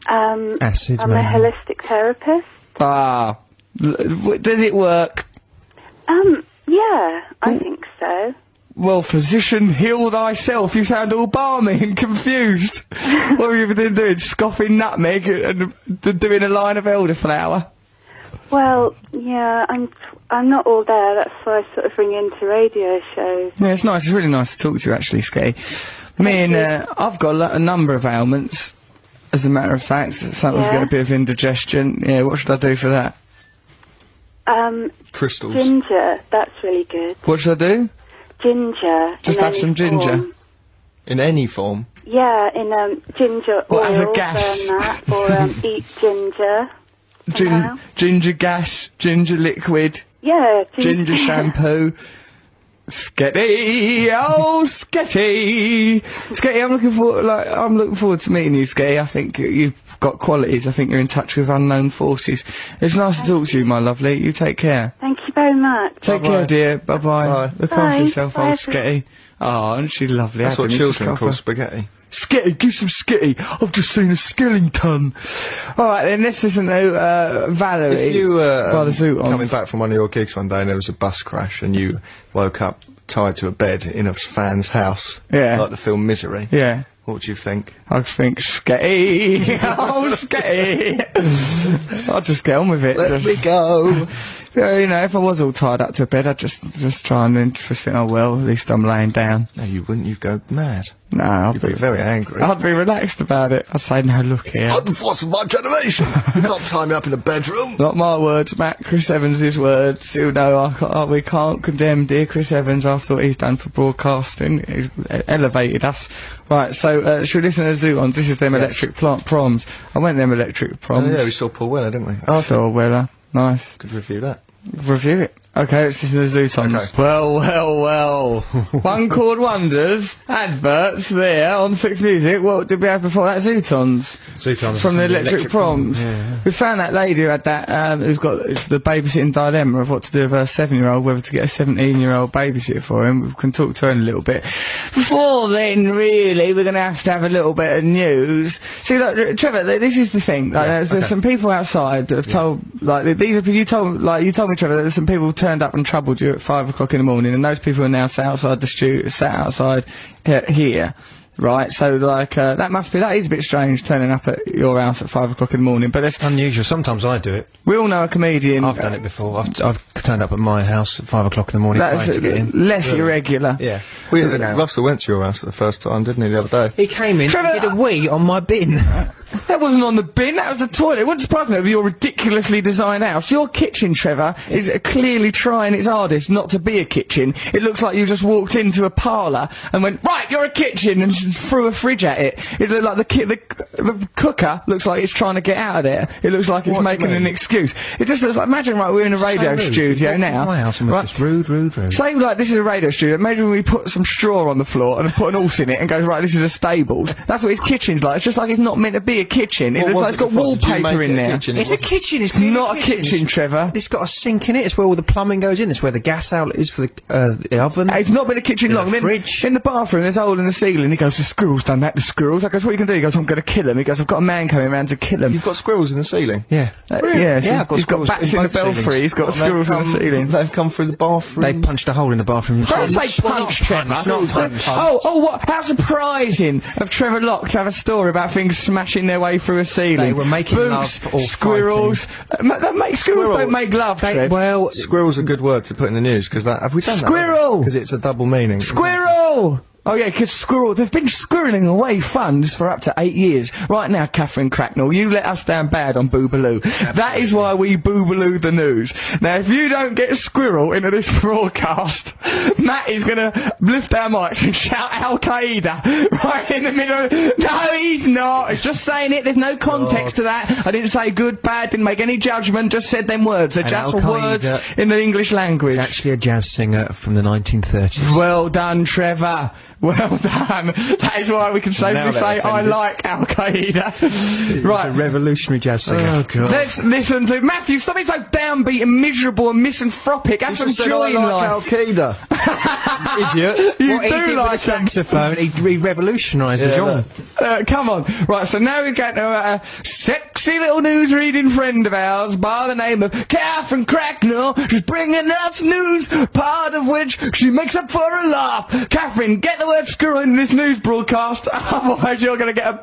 [SPEAKER 8] Um,
[SPEAKER 6] Acid,
[SPEAKER 8] I'm a
[SPEAKER 6] maybe.
[SPEAKER 8] holistic therapist.
[SPEAKER 1] Ah, L- w- does it work?
[SPEAKER 8] Um, yeah, I
[SPEAKER 1] Mm.
[SPEAKER 8] think so.
[SPEAKER 1] Well, physician, heal thyself. You sound all balmy and confused. what have you been doing? Scoffing nutmeg and d- doing a line of elderflower?
[SPEAKER 8] Well, yeah, I'm I'm not all there. That's why I sort of ring into radio shows.
[SPEAKER 1] Yeah, it's nice. It's really nice to talk to you, actually, Sketty. Me and uh, I've got a, lo- a number of ailments. As a matter of fact, something's
[SPEAKER 8] Yeah?
[SPEAKER 1] got a bit of indigestion. Yeah, what should I do for that?
[SPEAKER 8] Um,
[SPEAKER 2] Crystals.
[SPEAKER 8] ginger, that's really good.
[SPEAKER 1] What should I do?
[SPEAKER 8] Ginger.
[SPEAKER 1] Just
[SPEAKER 8] in
[SPEAKER 1] have
[SPEAKER 8] any
[SPEAKER 1] some ginger.
[SPEAKER 8] form.
[SPEAKER 2] In any form.
[SPEAKER 8] Yeah, in um ginger
[SPEAKER 1] What,
[SPEAKER 8] oil.
[SPEAKER 1] as a gas?
[SPEAKER 8] burn that, or um, eat ginger.
[SPEAKER 1] Gin-
[SPEAKER 8] Somehow.
[SPEAKER 1] ginger gas, ginger liquid.
[SPEAKER 8] Yeah,
[SPEAKER 1] ginger shampoo. Sketty, oh Sketty, Sketty, I'm looking for like I'm looking forward to meeting you, Sketty. I think you- you've got qualities. I think you're in touch with unknown forces. It's nice to talk to you, my lovely. You take care.
[SPEAKER 8] Thank you very much.
[SPEAKER 1] Take care, dear. Bye bye.
[SPEAKER 2] Bye.
[SPEAKER 1] Look after
[SPEAKER 8] Bye.
[SPEAKER 1] yourself,
[SPEAKER 8] Bye,
[SPEAKER 1] old Sketty.
[SPEAKER 8] everyone.
[SPEAKER 1] Oh, and she's lovely.
[SPEAKER 2] That's what
[SPEAKER 1] hasn't she? Just
[SPEAKER 2] children
[SPEAKER 1] got
[SPEAKER 2] call
[SPEAKER 1] her-
[SPEAKER 2] spaghetti.
[SPEAKER 1] Skitty, give some Skitty. I've just seen a Skillington. All right, then let's listen to uh, Valerie.
[SPEAKER 2] If you were
[SPEAKER 1] by
[SPEAKER 2] um,
[SPEAKER 1] the zoo on.
[SPEAKER 2] coming back from one of your gigs one day and there was a bus crash and you woke up tied to a bed in a fan's house,
[SPEAKER 1] Yeah.
[SPEAKER 2] like the film Misery,
[SPEAKER 1] yeah.
[SPEAKER 2] what would you think?
[SPEAKER 1] I think Sketty. oh, Sketty. I'll just get on with it.
[SPEAKER 2] Let
[SPEAKER 1] just.
[SPEAKER 2] me go.
[SPEAKER 1] Yeah, uh, you know, if I was all tied up to bed, I'd just just try and then just think, oh well, at least I'm laying down.
[SPEAKER 2] No, you wouldn't. You'd go mad.
[SPEAKER 1] No, I'd
[SPEAKER 2] You'd be
[SPEAKER 1] be,
[SPEAKER 2] very angry.
[SPEAKER 1] I'd be relaxed about it. I'd say, no, look here.
[SPEAKER 7] I'm the force of my generation. You can't tie me up in a bedroom.
[SPEAKER 1] Not my words, Matt. Chris Evans's words. You know, I can't, we can't condemn dear Chris Evans after what he's done for broadcasting. He's uh, elevated us. Right, so uh, should we listen to Zootons? This is them electric plant proms. I went them electric
[SPEAKER 2] Oh,
[SPEAKER 1] proms.
[SPEAKER 2] yeah, we saw Paul Weller, didn't we? Oh,
[SPEAKER 1] Oh, so Weller, nice.
[SPEAKER 2] could review that.
[SPEAKER 1] Review it. Okay, let's listen to Zootons. Well, well, well. One chord wonders. Adverts there on Six Music. What did we have before that? Zootons
[SPEAKER 6] Zootons.
[SPEAKER 1] from the electric, proms.
[SPEAKER 6] yeah.
[SPEAKER 1] We found that lady who had that, um, who's got the babysitting dilemma of what to do with her seven-year-old, whether to get a 17-year-old babysitter for him. We can talk to her in a little bit. Before then, really, we're going to have to have a little bit of news. See, look, Trevor, th- this is the thing. Like, there's, there's some people outside that have told, like, th- these are, people- you told, like, you told me, Trevor, that there's some people who turned up and troubled you at five o'clock in the morning, and those people are now sat outside the studio, sat outside uh, here right? So like uh, that must be that is a bit strange turning up at your house at five o'clock in the morning. But there's,
[SPEAKER 6] Unusual. Sometimes I do it.
[SPEAKER 1] we all know a comedian.
[SPEAKER 6] I've done it before. I've, I've turned up at my house at five o'clock in the morning
[SPEAKER 1] That's
[SPEAKER 6] trying to get in.
[SPEAKER 1] less irregular.
[SPEAKER 6] Yeah.
[SPEAKER 2] We, Russell went to your house for the first time, didn't he, the other day?
[SPEAKER 6] He came in
[SPEAKER 1] Trevor-
[SPEAKER 6] and did a wee on my bin.
[SPEAKER 1] That wasn't on the bin. That was the toilet. It wouldn't surprise me with your ridiculously designed house. Your kitchen, Trevor, is uh, clearly trying its hardest not to be a kitchen. It looks like you just walked into a parlour and went right. You're a kitchen and just threw a fridge at it. It looked like the ki- the, c- the cooker looks like it's trying to get out of there. It looks like it's making an excuse. It just looks like imagine right. We're in a radio
[SPEAKER 6] rude.
[SPEAKER 1] studio now.
[SPEAKER 6] my house and was
[SPEAKER 1] right?
[SPEAKER 6] just rude, rude, rude.
[SPEAKER 1] Same like this is a radio studio. Imagine we put some straw on the floor and put an horse in it and goes right. This is a stables. That's what his kitchen's like. It's just like it's not meant to be a kitchen. It
[SPEAKER 2] What
[SPEAKER 1] looks
[SPEAKER 2] was
[SPEAKER 1] like it's
[SPEAKER 2] it
[SPEAKER 1] got
[SPEAKER 2] before? Did you
[SPEAKER 1] wallpaper
[SPEAKER 2] make
[SPEAKER 1] in
[SPEAKER 2] it a
[SPEAKER 1] there.
[SPEAKER 2] kitchen? It
[SPEAKER 6] It's a
[SPEAKER 2] wasn't-
[SPEAKER 6] kitchen. It's, clearly
[SPEAKER 1] Not a kitchen, Trevor.
[SPEAKER 6] It's got a sink in it. It's where all the plumbing goes in. It's where the gas outlet is for the, uh, the oven.
[SPEAKER 1] It's not been a kitchen
[SPEAKER 6] There's
[SPEAKER 1] long.
[SPEAKER 6] a
[SPEAKER 1] Then
[SPEAKER 6] fridge.
[SPEAKER 1] in the bathroom, there's a hole in the ceiling. He goes, the squirrel's done that. The squirrels. I goes, what are you gonna do? He goes, I'm gonna kill him. He goes, I've got a man coming round to kill him.
[SPEAKER 2] You've got squirrels in the ceiling.
[SPEAKER 6] yeah.
[SPEAKER 1] Uh, yeah, so
[SPEAKER 6] Yeah, I've got
[SPEAKER 1] he's got
[SPEAKER 6] squirrels
[SPEAKER 1] bats
[SPEAKER 6] in
[SPEAKER 1] in the
[SPEAKER 6] both ceilings.
[SPEAKER 1] belfry. He's got squirrels in the ceiling.
[SPEAKER 2] They've come through the
[SPEAKER 6] They
[SPEAKER 2] bathroom.
[SPEAKER 6] punched a hole in the bathroom.
[SPEAKER 1] Don't say punch, Trevor. Oh, oh, what? How surprising of Trevor Locke to have a story about things smashing their way through a ceiling.
[SPEAKER 6] They were making
[SPEAKER 1] Boots,
[SPEAKER 6] love or
[SPEAKER 1] squirrels. Uh, ma- that make, squirrels
[SPEAKER 2] Squirrel.
[SPEAKER 1] don't make love,
[SPEAKER 6] They,
[SPEAKER 1] Trev.
[SPEAKER 6] well,
[SPEAKER 2] Squirrel's a good word to put in the news because that have we done
[SPEAKER 1] Squirrel!
[SPEAKER 2] Because it's a double meaning.
[SPEAKER 1] Squirrel! Oh yeah, 'cause squirrel, they've been squirreling away funds for up to eight years. Right now, Catherine Cracknell, you let us down bad on Boobaloo. That is why we Boobaloo the news. Now, if you don't get squirrel into this broadcast, Matt is gonna lift our mics and shout Al Qaeda right in the middle. of- No, he's not. It's just saying it. There's no context to that. I didn't say good, bad. Didn't make any judgment. Just said them words. They're
[SPEAKER 6] And
[SPEAKER 1] just
[SPEAKER 6] Al
[SPEAKER 1] words
[SPEAKER 6] Qaeda-
[SPEAKER 1] in the English language.
[SPEAKER 6] it's actually a jazz singer from the 1930s.
[SPEAKER 1] Well done, Trevor. Well done. That is why we can safely
[SPEAKER 2] they're
[SPEAKER 1] say I
[SPEAKER 2] offended.
[SPEAKER 1] like Al Qaeda.
[SPEAKER 6] A
[SPEAKER 1] right.
[SPEAKER 6] revolutionary jazz singer.
[SPEAKER 2] Oh god.
[SPEAKER 1] Let's listen to Matthew. Stop being so downbeat and miserable and misanthropic. Have some joy in
[SPEAKER 2] Al
[SPEAKER 1] life.
[SPEAKER 2] Qaeda. Idiot.
[SPEAKER 1] You
[SPEAKER 6] what he did
[SPEAKER 1] do
[SPEAKER 6] with the
[SPEAKER 1] like him.
[SPEAKER 6] saxophone, he, he revolutionised the
[SPEAKER 2] Yeah,
[SPEAKER 6] genre.
[SPEAKER 2] look.
[SPEAKER 1] Uh, come on. Right, so now we've got uh, a sexy little news reading friend of ours by the name of Catherine Cracknell. She's bringing us news, part of which she makes up for a laugh. Catherine, get the word screw in this news broadcast, otherwise you're going to get a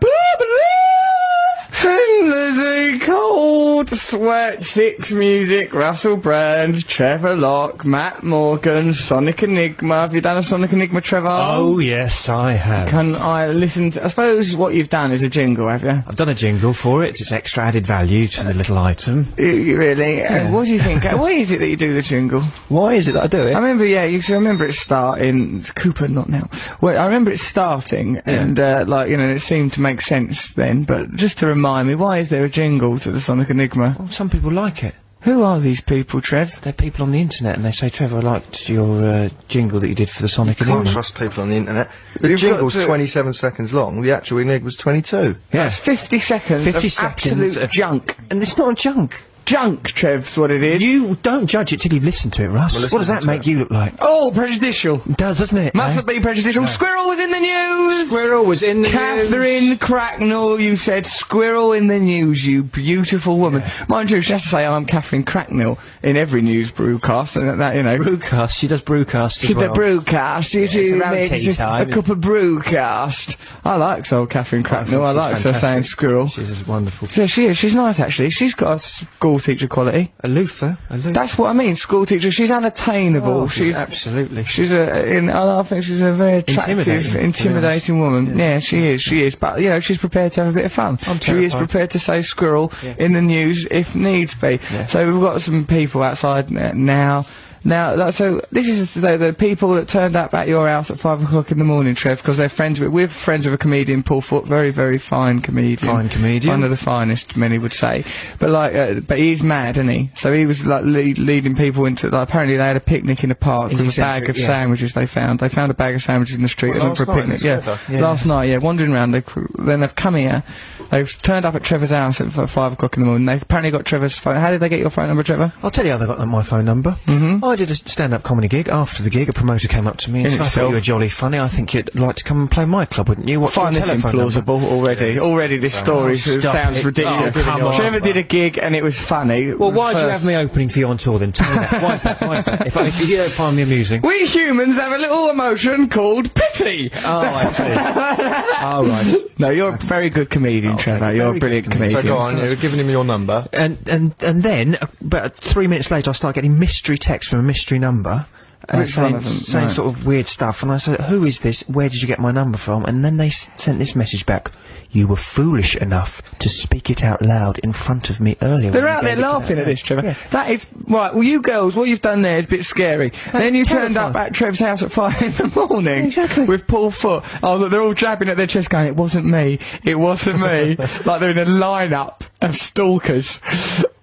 [SPEAKER 1] and there's a cold sweat, six music, Russell Brand, Trevor Locke, Matt Morgan, Sonic Enigma. Have you done a Sonic Enigma, Trevor?
[SPEAKER 6] Oh yes, I have.
[SPEAKER 1] Can I listen to? I suppose what you've done is a jingle, have you?
[SPEAKER 6] I've done a jingle for it. It's extra added value to the little item.
[SPEAKER 1] Y- Really? Uh, what do you think? Uh, Why is it that you do the jingle?
[SPEAKER 6] Why is it that I do it?
[SPEAKER 1] I remember, yeah, you see, I remember it starting. It's Cooper, not now. Well, I remember it starting, and uh, like you know, it seemed to make sense then. But just to remind me, why is there a jingle to the Sonic Enigma?
[SPEAKER 6] Oh, Some people like it.
[SPEAKER 1] Who are these people, Trev?
[SPEAKER 6] They're people on the internet and they say, Trevor, I liked your uh, jingle that you did for the Sonic
[SPEAKER 2] Can't
[SPEAKER 6] Enigma.
[SPEAKER 2] trust people on the internet. The
[SPEAKER 1] You've got
[SPEAKER 2] jingle's
[SPEAKER 1] to-
[SPEAKER 2] 27 seconds long. The actual Enigma was 22.
[SPEAKER 1] That's fifty seconds.
[SPEAKER 6] 50
[SPEAKER 1] of
[SPEAKER 6] seconds
[SPEAKER 1] Absolute
[SPEAKER 6] of-
[SPEAKER 1] junk.
[SPEAKER 6] And it's not a junk.
[SPEAKER 1] Junk, Trev's what it is.
[SPEAKER 6] You don't judge it till you've listened to it, Russ. what does that make you look like?
[SPEAKER 1] oh, prejudicial.
[SPEAKER 6] It does, doesn't it?
[SPEAKER 1] Mustn't be prejudicial. Squirrel was in the news.
[SPEAKER 2] Squirrel was in the
[SPEAKER 1] Catherine Cracknell, you said squirrel in the news, you beautiful woman. Mind you, she has to say I'm Catherine Cracknell in every news broadcast, and that, that you know.
[SPEAKER 6] Brewcast. She does brewcast as
[SPEAKER 1] She's
[SPEAKER 6] well.
[SPEAKER 1] a brewcast, you
[SPEAKER 6] it's
[SPEAKER 1] do
[SPEAKER 6] around
[SPEAKER 1] mix
[SPEAKER 6] tea
[SPEAKER 1] a-
[SPEAKER 6] time.
[SPEAKER 1] a cup of brewcast. I like old Catherine Cracknell, I,
[SPEAKER 6] she's
[SPEAKER 1] like her
[SPEAKER 6] fantastic.
[SPEAKER 1] saying squirrel.
[SPEAKER 6] She's just wonderful.
[SPEAKER 1] Yeah, she is, she's nice actually. She's got a school school teacher quality.
[SPEAKER 6] Aloof though. Aloof.
[SPEAKER 1] That's what I mean. School teacher. She's unattainable. she's
[SPEAKER 6] Oh, absolutely.
[SPEAKER 1] She's a, in, I think she's a very attractive,
[SPEAKER 6] Intimidating, to
[SPEAKER 1] intimidating,
[SPEAKER 6] be
[SPEAKER 1] woman. Yeah. she is, she is. But, you know, she's prepared to have a bit of fun. she is
[SPEAKER 6] terrified.
[SPEAKER 1] prepared to say squirrel in the news if needs be. So we've got some people outside n- now. Now, that, so this is the, the people that turned up at your house at five o'clock in the morning, Trev, because they're friends with, we're friends with a comedian, Paul Foot, very, very fine comedian.
[SPEAKER 6] Fine comedian.
[SPEAKER 1] One of the finest, many would say. But like, uh, but he's mad, isn't he? So he was like lead, leading people into. Like, apparently they had a picnic in a park with a bag of sandwiches they found. They found a bag of sandwiches in the street. they went
[SPEAKER 2] last
[SPEAKER 1] for a
[SPEAKER 2] night in
[SPEAKER 1] picnic.
[SPEAKER 2] this
[SPEAKER 1] Yeah.
[SPEAKER 2] weather?
[SPEAKER 1] last night. Yeah, wandering around. They cr- then they've come here. They've turned up at Trevor's house at f- five o'clock in the morning. They apparently got Trevor's phone. How did they get your phone number, Trevor?
[SPEAKER 6] I'll tell you how they got my phone number. Mm-hmm. I did a stand-up comedy gig. After the gig, a promoter came up to me and
[SPEAKER 1] In
[SPEAKER 6] said, "I thought
[SPEAKER 1] itself.
[SPEAKER 6] you were jolly funny. I think you'd like to come and play my club, wouldn't you?" What's your
[SPEAKER 1] find this
[SPEAKER 6] telephone number?"
[SPEAKER 1] implausible already. Already, this story
[SPEAKER 6] stop
[SPEAKER 1] sounds
[SPEAKER 6] it.
[SPEAKER 1] ridiculous.
[SPEAKER 6] Oh, come on.
[SPEAKER 1] Trevor did a gig and it was funny.
[SPEAKER 6] Well, why do you
[SPEAKER 1] First-
[SPEAKER 6] have me opening for you on tour then? Tell me that. Why is that? Why is that? If, I, if you don't find me amusing.
[SPEAKER 1] We humans have a little emotion called pity.
[SPEAKER 6] Oh, I see. All right.
[SPEAKER 1] No, you're a very good comedian, Trevor. You're a brilliant comedian.
[SPEAKER 2] So go on, you're giving him your number.
[SPEAKER 6] And and and then about three minutes later, I start getting mystery texts from a mystery number. Uh,
[SPEAKER 1] Which one
[SPEAKER 6] saying
[SPEAKER 1] of them?
[SPEAKER 6] saying
[SPEAKER 1] No.
[SPEAKER 6] sort of weird stuff, and I said, "Who is this? Where did you get my number from?" And then they s- sent this message back: "You were foolish enough to speak it out loud in front of me earlier."
[SPEAKER 1] They're
[SPEAKER 6] when you
[SPEAKER 1] out there
[SPEAKER 6] gave it to
[SPEAKER 1] laughing
[SPEAKER 6] them."
[SPEAKER 1] at this, Trevor. That is right. Well, you girls, what you've done there is a bit scary. then you turned up
[SPEAKER 6] terrifying.
[SPEAKER 1] at Trev's house at five in the morning,
[SPEAKER 6] Exactly.
[SPEAKER 1] with Paul Foot. Oh, look, they're all jabbing at their chest, going, "It wasn't me. It wasn't me." like they're in a lineup of stalkers.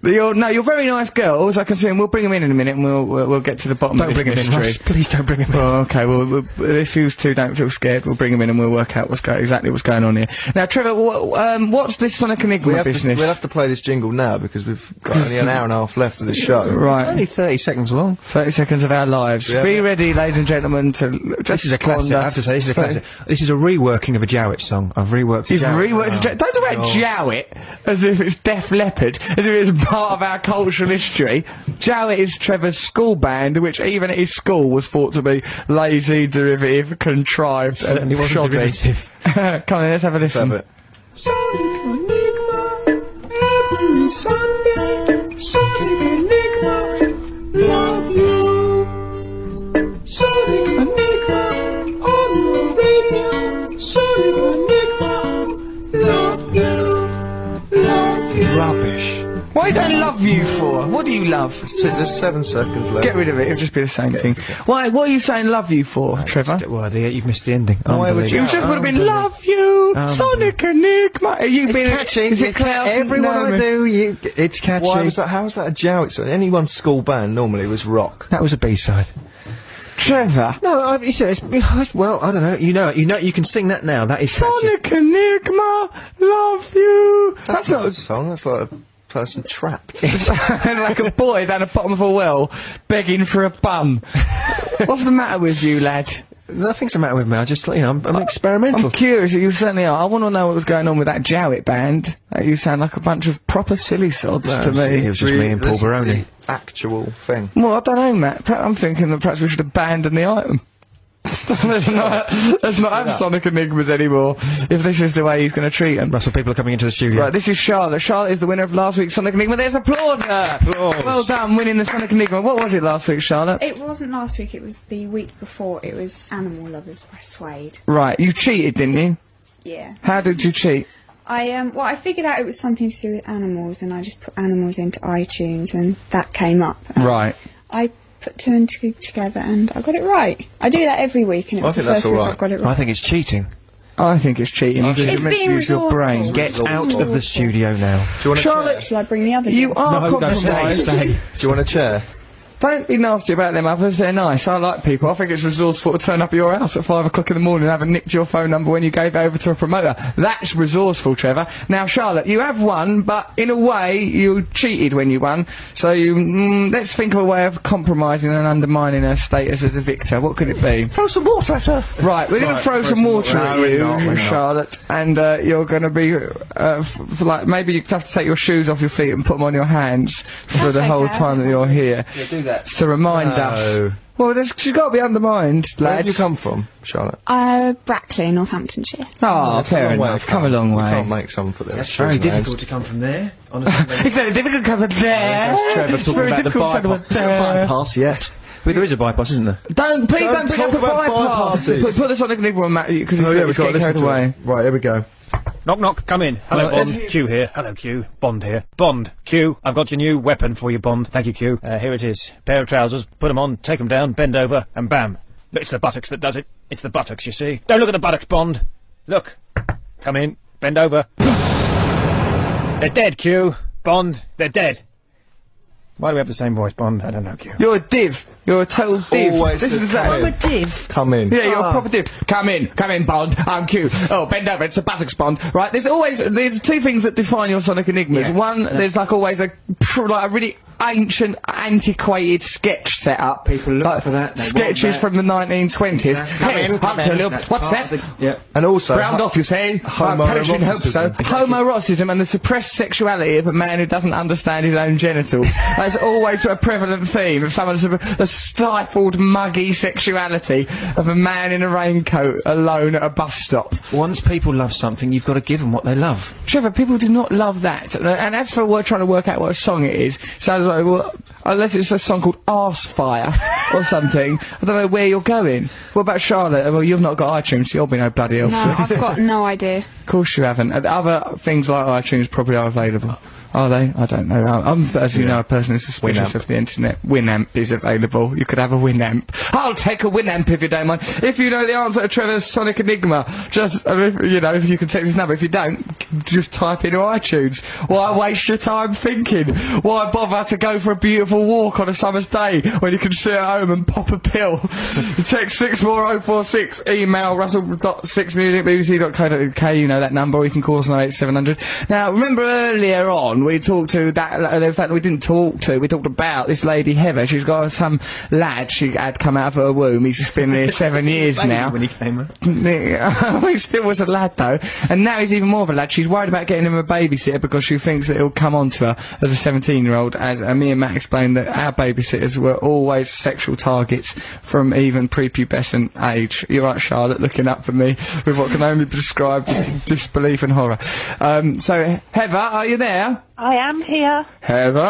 [SPEAKER 1] You're, no, you're very nice girls. I can see them. We'll bring them in in a minute, and we'll we'll, we'll get to the bottom
[SPEAKER 6] Don't
[SPEAKER 1] of this
[SPEAKER 6] bring him in,
[SPEAKER 1] mystery.
[SPEAKER 6] Rush. Please don't bring him in.
[SPEAKER 1] Well, Oh, okay. Well, we'll- if you two don't feel scared, we'll bring them in and we'll work out what's go- exactly what's going on here. Now, Trevor, wha um, what's this Sonic Enigma
[SPEAKER 2] We have to,
[SPEAKER 1] business?
[SPEAKER 2] we'll have to play this jingle now because we've got only an hour and a half left of the show.
[SPEAKER 1] right.
[SPEAKER 6] It's only thirty seconds long.
[SPEAKER 1] 30 seconds of our lives.
[SPEAKER 2] Yeah.
[SPEAKER 1] Be ready, ladies and gentlemen, to just
[SPEAKER 6] This is a classic. I have to say, this is a classic. This is a reworking of a Jowett song. I've reworked.
[SPEAKER 1] You've
[SPEAKER 6] a Jowett.
[SPEAKER 1] reworked the- Don't talk about
[SPEAKER 6] Oh.
[SPEAKER 1] Jowett as if it's Def Leppard, as if it's part of our cultural history. Jowett is Trevor's school band, which even at his school was thought to be lazy, derivative, contrived,
[SPEAKER 6] Certainly
[SPEAKER 1] and
[SPEAKER 6] wasn't
[SPEAKER 1] shoddy.
[SPEAKER 6] derivative.
[SPEAKER 1] Come on, let's have a
[SPEAKER 2] So,
[SPEAKER 1] listen.
[SPEAKER 2] but rubbish.
[SPEAKER 1] Why don't I love you for? What do you love?
[SPEAKER 2] So there's seven seconds left.
[SPEAKER 1] Get rid of it. It'll just be the same thing. Why? What are you saying? Love you for, Trevor?
[SPEAKER 6] Well, the, eh? you've missed the ending.
[SPEAKER 2] Why would
[SPEAKER 1] You
[SPEAKER 2] you-
[SPEAKER 6] Unbelievable.
[SPEAKER 1] just would have been love you, Sonic Enigma. You've been Is it Klaus? No, man.
[SPEAKER 6] do, you, it's catchy.
[SPEAKER 2] Why was that? How is that a jowl? So anyone's school band normally was rock.
[SPEAKER 6] That was a B-side.
[SPEAKER 1] Trevor.
[SPEAKER 6] No, I, it's, it's, well, I don't know. You know, it, you know, you can sing that now. That is catchy.
[SPEAKER 1] Sonic Enigma, love you.
[SPEAKER 2] That's, not a song. That's like a person trapped.
[SPEAKER 1] It's like a boy down the bottom of a well, begging for a bum. What's the matter with you, lad?
[SPEAKER 6] Nothing's the matter with me. I just, you know, I'm, I'm experimental.
[SPEAKER 1] I'm curious. You certainly are. I want to know what was going on with that Jowett band. Uh, You sound like a bunch of proper silly sods to me.
[SPEAKER 6] It was just me and Paul
[SPEAKER 2] Listen to
[SPEAKER 6] Baroni.
[SPEAKER 2] the Actual thing.
[SPEAKER 1] Well, I don't know, Matt. Perhaps I'm thinking that perhaps we should abandon the item. let's not, let's not have Sonic Enigmas anymore if this is the way he's going to treat them.
[SPEAKER 6] Russell, people are coming into the studio.
[SPEAKER 1] Right, this is Charlotte. Charlotte is the winner of last week's Sonic Enigma. There's applause, her.
[SPEAKER 6] Applause.
[SPEAKER 1] Well done, winning the Sonic Enigma. What was it last week, Charlotte?
[SPEAKER 9] It wasn't last week, it was the week before. It was Animal Lovers by Suede.
[SPEAKER 1] Right, you cheated, didn't you?
[SPEAKER 9] Yeah.
[SPEAKER 1] How did you cheat?
[SPEAKER 9] I um well I figured out it was something to do with animals and I just put animals into iTunes and that came up.
[SPEAKER 1] Right.
[SPEAKER 9] I put two and two together and I got it right. I do that every week and it
[SPEAKER 2] I
[SPEAKER 9] was the
[SPEAKER 2] think that's
[SPEAKER 9] first week
[SPEAKER 2] all right.
[SPEAKER 9] I've got it
[SPEAKER 6] I
[SPEAKER 9] right.
[SPEAKER 6] think it's cheating.
[SPEAKER 1] I think it's cheating. You just
[SPEAKER 9] It's
[SPEAKER 1] meant
[SPEAKER 9] being
[SPEAKER 1] to use your
[SPEAKER 9] resourceful.
[SPEAKER 1] brain.
[SPEAKER 6] Get out of the studio now.
[SPEAKER 2] Do you want a
[SPEAKER 1] Charlotte,
[SPEAKER 2] chair?
[SPEAKER 9] Shall I bring the others
[SPEAKER 1] you
[SPEAKER 9] in?
[SPEAKER 1] are compromised.
[SPEAKER 2] Do you want a chair?
[SPEAKER 1] Don't be nasty about them others, they're nice. I like people. I think it's resourceful to turn up at your house at five o'clock in the morning and have a nicked your phone number when you gave it over to a promoter. That's resourceful, Trevor. Now, Charlotte, you have won, but in a way, you cheated when you won. So you, mm, let's think of a way of compromising and undermining her status as a victor. What could it be?
[SPEAKER 2] Throw some water at her.
[SPEAKER 1] Right, we're going to throw some water at you, Charlotte, and uh, you're going to be, uh, f- f- like, maybe you have to take your shoes off your feet and put them on your hands for the whole
[SPEAKER 9] okay.
[SPEAKER 1] time that you're here.
[SPEAKER 2] Yeah, do that.
[SPEAKER 1] To remind us. Well, there's, she's got to be undermined,
[SPEAKER 2] Where have you
[SPEAKER 1] lads.
[SPEAKER 2] come from, Charlotte?
[SPEAKER 9] Uh, Brackley, Northamptonshire.
[SPEAKER 1] Oh,
[SPEAKER 2] That's a
[SPEAKER 1] fair
[SPEAKER 2] long way
[SPEAKER 1] enough.
[SPEAKER 2] to
[SPEAKER 1] Come a long
[SPEAKER 2] You can't
[SPEAKER 1] way.
[SPEAKER 2] make someone put their
[SPEAKER 6] That's very
[SPEAKER 2] initials in
[SPEAKER 6] difficult to come from there. On a Sunday.
[SPEAKER 1] It's very difficult cover there.
[SPEAKER 2] there's Trevor
[SPEAKER 1] it's
[SPEAKER 2] talking
[SPEAKER 1] very
[SPEAKER 2] about the
[SPEAKER 1] difficult cover
[SPEAKER 2] bypass.
[SPEAKER 1] there.
[SPEAKER 2] bypass yet.
[SPEAKER 6] but there is a bypass, isn't there?
[SPEAKER 1] Don't please don't,
[SPEAKER 2] Don't
[SPEAKER 1] bring up a
[SPEAKER 2] talk about
[SPEAKER 1] bypass.
[SPEAKER 2] bypasses. Oh,
[SPEAKER 1] Put, put this on ignorant, Matt, because it's, it's getting carried away.
[SPEAKER 2] Right, here we go.
[SPEAKER 10] Knock, knock, come in. Hello,
[SPEAKER 1] Well,
[SPEAKER 10] Bond.
[SPEAKER 1] as you-
[SPEAKER 10] Q here. Hello, Q. Bond here. Bond. Q, I've got your new weapon for you, Bond. Thank you, Q. Uh, here it is. Pair of trousers. Put 'em on, take 'em down, bend over, and bam. But It's the buttocks that does it. It's the buttocks, you see. Don't look at the buttocks, Bond. Look. Come in. Bend over. They're dead, Q. Bond. They're dead. Why do we have the same voice, Bond? I don't know, Q.
[SPEAKER 1] You're a div. You're a total div.
[SPEAKER 2] always
[SPEAKER 1] this
[SPEAKER 2] says
[SPEAKER 1] is that.
[SPEAKER 2] come in. Come in.
[SPEAKER 1] Yeah,
[SPEAKER 6] Ah.
[SPEAKER 1] you're a proper div. Come in, come in, Bond. I'm Q. Oh, bend over. It's a buttocks, Bond. Right? There's always there's two things that define your sonic enigmas. One, there's like always a pr- like a really ancient, antiquated sketch set up. People
[SPEAKER 6] look for that, they want
[SPEAKER 1] Sketches
[SPEAKER 6] that.
[SPEAKER 1] from the 1920s. Hey, up to a little. What's that?
[SPEAKER 6] Yeah.
[SPEAKER 2] And also,
[SPEAKER 1] Round off, you say?
[SPEAKER 2] homoeroticism.
[SPEAKER 1] Perishing hope so. Homoeroticism and the suppressed sexuality of a man who doesn't understand his own genitals. That's always a prevalent theme of someone's the stifled, muggy sexuality of a man in a raincoat alone at a bus stop.
[SPEAKER 6] Once people love something, you've got to give them what they love.
[SPEAKER 1] Trevor, people do not love that. And- And as for we're trying to work out what song it is, sounds like, well, unless it's a song called Arse Fire or something, I don't know where you're going. What about Charlotte? Well, you've not got iTunes, so you'll be no bloody help.
[SPEAKER 9] No, I've got no idea.
[SPEAKER 1] Of course you haven't. And other things like iTunes probably are available. Are they? I don't know. I'm, I'm as you know, a person who's suspicious of the internet. Winamp is available. You could have a Winamp. I'll take a Winamp if you don't mind. If you know the answer to Trevor's Sonic Enigma, just, uh, if, you know, if you can text this number. If you don't, c- just type into iTunes. Why waste your time thinking? Why bother to go for a beautiful walk on a summer's day when you can sit at home and pop a pill? Text 64046, email russell.6music.bbc.co.uk, you know that number, or you can call us on 08700. Now, remember earlier on, we talked to that, uh, in fact, we didn't talk to, we talked about this lady Heather. She's got some lad she had come out of her womb. He's been there seven years now.
[SPEAKER 6] When he came out.
[SPEAKER 1] he still was a lad though, and now he's even more of a lad. She's worried about getting him a babysitter because she thinks that he'll come on to her as a 17 year old. As uh, me and Matt explained that our babysitters were always sexual targets from even prepubescent age. You're right, Charlotte, looking up for me with what can only be described as disbelief and horror. Um, so, Heather, are you there?
[SPEAKER 8] I am here.
[SPEAKER 1] Heather!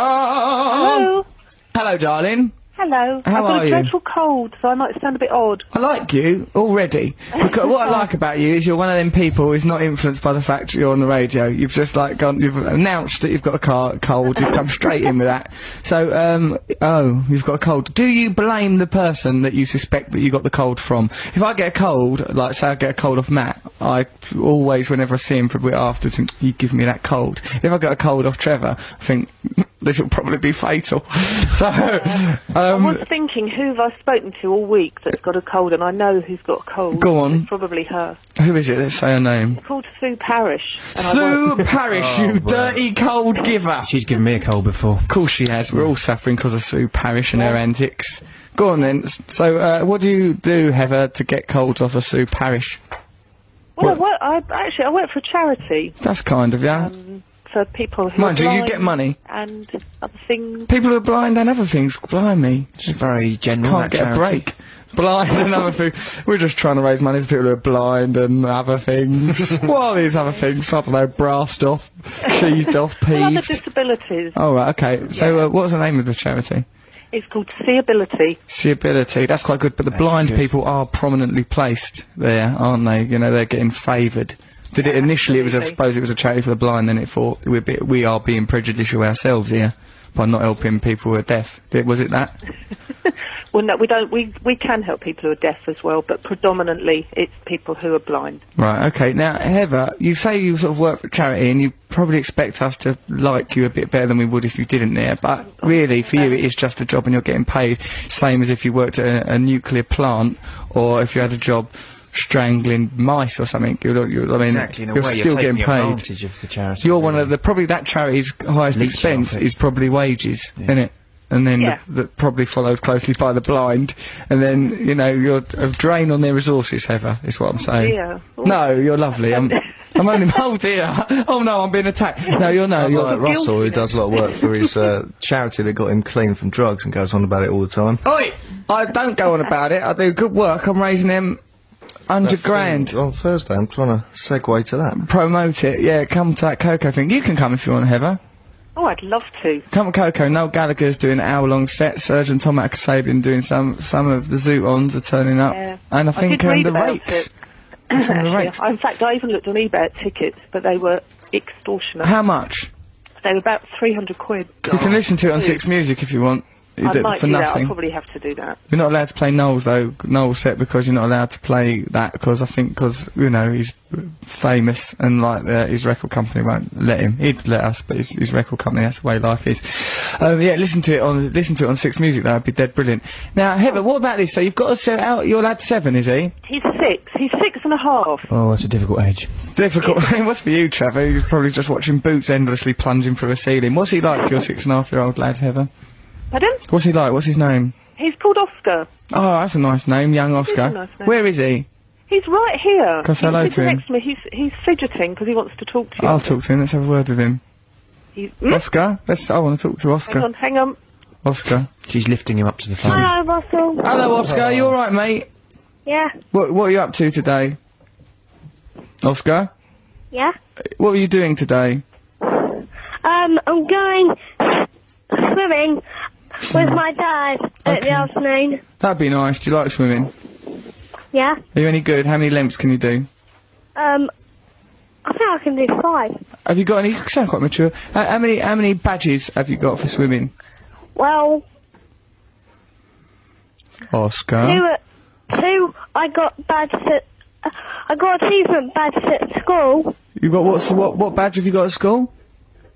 [SPEAKER 1] Hello,
[SPEAKER 8] Hello.
[SPEAKER 1] darling.
[SPEAKER 8] Hello.
[SPEAKER 1] How
[SPEAKER 8] I've got
[SPEAKER 1] are
[SPEAKER 8] a
[SPEAKER 1] you?
[SPEAKER 8] dreadful cold, so I might sound a bit odd.
[SPEAKER 1] I like you already. Because what I like about you is you're one of them people who's not influenced by the fact that you're on the radio. You've just like gone, you've announced that you've got a car, cold. You've come straight in with that. So, um, oh, you've got a cold. Do you blame the person that you suspect that you got the cold from? If I get a cold, like say I get a cold off Matt, I f- always, whenever I see him for a bit afterwards, think, you give me that cold. If I get a cold off Trevor, I think this will probably be fatal. so,
[SPEAKER 8] I was
[SPEAKER 1] um,
[SPEAKER 8] thinking, who have I spoken to all week that's got a cold, and I know who's got a cold.
[SPEAKER 1] Go on.
[SPEAKER 8] It's probably her.
[SPEAKER 1] who is it? Let's say her name.
[SPEAKER 8] Called Sue Parish. and I
[SPEAKER 1] Sue
[SPEAKER 8] work-
[SPEAKER 1] Parish, you dirty cold giver.
[SPEAKER 6] She's given me a cold before.
[SPEAKER 1] Oh, Of course she has. We're all suffering because of Sue Parish and her antics. Go on then. S- So, uh, what do you do, Heather, to get colds off of Sue Parish?
[SPEAKER 8] Well, I, work, I actually I work for a charity
[SPEAKER 1] That's kind of you.
[SPEAKER 8] um, for people who.
[SPEAKER 1] Mind
[SPEAKER 8] are
[SPEAKER 1] you, you
[SPEAKER 8] blind
[SPEAKER 1] get money.
[SPEAKER 8] And other things.
[SPEAKER 1] People who are blind and other things, blimey,
[SPEAKER 6] She's very general.
[SPEAKER 1] can't
[SPEAKER 6] that
[SPEAKER 1] get a
[SPEAKER 6] charity.
[SPEAKER 1] break. Blind and other things. We're just trying to raise money for people who are blind and other things. what are these other things? I don't know, brassed off, cheesed off,
[SPEAKER 8] Well, other
[SPEAKER 1] peeved.
[SPEAKER 8] disabilities.
[SPEAKER 1] Oh, right, okay. So, uh, what's the name of the charity?
[SPEAKER 8] It's called seeability.
[SPEAKER 1] Seeability, that's quite good, but the blind people are prominently placed there, aren't they? You know, they're getting favoured. Did it initially, it was, I
[SPEAKER 8] absolutely.
[SPEAKER 1] suppose it was a charity for the blind, then it thought we're be, we are being prejudicial ourselves here by not helping people who are deaf. Did, was it that?
[SPEAKER 8] Well, no, we don't. We we can help people who are deaf as well, but predominantly it's people who are blind.
[SPEAKER 1] Right, okay. Now, Heather, you say you sort of work for charity and you probably expect us to like you a bit better than we would if you didn't there, but really, for you, it is just a job and you're getting paid, same as if you worked at a, a nuclear plant or if you had a job strangling mice or something. You're, you I mean,
[SPEAKER 6] Exactly. In a
[SPEAKER 1] you're
[SPEAKER 6] way,
[SPEAKER 1] still
[SPEAKER 6] you're taking
[SPEAKER 1] getting paid.
[SPEAKER 6] advantage of the charity.
[SPEAKER 1] You're one of the, probably that charity's highest
[SPEAKER 6] Leech
[SPEAKER 1] expense
[SPEAKER 6] off it.
[SPEAKER 1] is probably wages, isn't it? and then
[SPEAKER 11] Yeah.
[SPEAKER 1] the, the, probably followed closely by the blind, and then you know you're a drain on their resources, Heather. Is what I'm saying.
[SPEAKER 12] dear.
[SPEAKER 1] Mm. No, you're lovely. I'm, I'm only. Oh dear. Oh no, I'm being attacked. No, you're no. You're
[SPEAKER 13] Like Russell, who does a lot of work for his uh, charity that got him clean from drugs and goes on about it all the time.
[SPEAKER 1] Oi! I don't go on about it. I do good work. I'm raising them hundred grand.
[SPEAKER 13] On Thursday, I'm trying to segue to that.
[SPEAKER 1] Promote it. Yeah, come to that Coco thing. You can come if you want, Heather.
[SPEAKER 12] Oh, I'd love to.
[SPEAKER 1] Come with Coco. Noel Gallagher's doing an hour-long set. Surgeon Tom Akasabian doing some. Some of the Zootons are turning up,
[SPEAKER 12] Yeah.
[SPEAKER 1] and I think
[SPEAKER 12] did
[SPEAKER 1] um,
[SPEAKER 12] read
[SPEAKER 1] the
[SPEAKER 12] about
[SPEAKER 1] rakes.
[SPEAKER 12] it,
[SPEAKER 1] It's on the
[SPEAKER 12] actually.
[SPEAKER 1] rakes.
[SPEAKER 12] In fact, I even looked on eBay at tickets, but they were extortionate.
[SPEAKER 1] How much?
[SPEAKER 12] They were about 300 quid.
[SPEAKER 1] You can listen to it on Six Music if you want. You
[SPEAKER 12] I
[SPEAKER 1] do it
[SPEAKER 12] might
[SPEAKER 1] for
[SPEAKER 12] do that. I'll
[SPEAKER 1] nothing.
[SPEAKER 12] probably have to do that.
[SPEAKER 1] You're not allowed to play Noel's though, Noel's set because you're not allowed to play that because I think because you know he's famous and like the, his record company won't let him. He'd let us, but his, his record company that's the way life is. Um, yeah, listen to it on listen to it on Six Music. That'd be dead brilliant. Now Heather, what about this? So you've got to set out. Your lad seven, is he?
[SPEAKER 12] He's six. He's six and a half.
[SPEAKER 1] Oh, that's a difficult age. Difficult. What's for you, Trevor? You're probably just watching Boots endlessly plunging through a ceiling. What's he like, your six and a half year old lad, Heather?
[SPEAKER 12] Pardon?
[SPEAKER 1] What's he like? What's his name?
[SPEAKER 12] He's called Oscar.
[SPEAKER 1] Oh, that's a nice name, young Oscar.
[SPEAKER 12] nice name.
[SPEAKER 1] Where is he?
[SPEAKER 12] He's right here.
[SPEAKER 1] Can I say
[SPEAKER 12] He's
[SPEAKER 1] hello
[SPEAKER 12] sitting
[SPEAKER 1] to him? Oh,
[SPEAKER 12] next to me. He's, he's fidgeting because he wants to talk to you.
[SPEAKER 1] I'll talk to him. Let's have a word with him.
[SPEAKER 12] He's, Hmm?
[SPEAKER 1] Oscar, let's. I want to talk to
[SPEAKER 12] Hang on,
[SPEAKER 1] Oscar.
[SPEAKER 12] hang on.
[SPEAKER 1] Oscar. She's lifting him up to the
[SPEAKER 12] Hello, Russell.
[SPEAKER 1] Hello, Oscar. Are you all right, mate?
[SPEAKER 8] Yeah,
[SPEAKER 1] What What are you up to today, Oscar?
[SPEAKER 8] yeah.
[SPEAKER 1] What were you doing today?
[SPEAKER 8] Um, I'm going swimming with my dad at the afternoon.
[SPEAKER 1] That'd be nice. Do you like swimming?
[SPEAKER 8] Yeah.
[SPEAKER 1] Are you any good? How many lengths can you do?
[SPEAKER 8] Um, I think I can do five.
[SPEAKER 1] Have you got any? You sound quite mature. How, how many How many badges have you got for swimming,
[SPEAKER 8] Well,
[SPEAKER 1] Oscar?
[SPEAKER 8] two, two. I got badge at. I got achievement badge at school.
[SPEAKER 1] You got what's what? What badge have you got at school?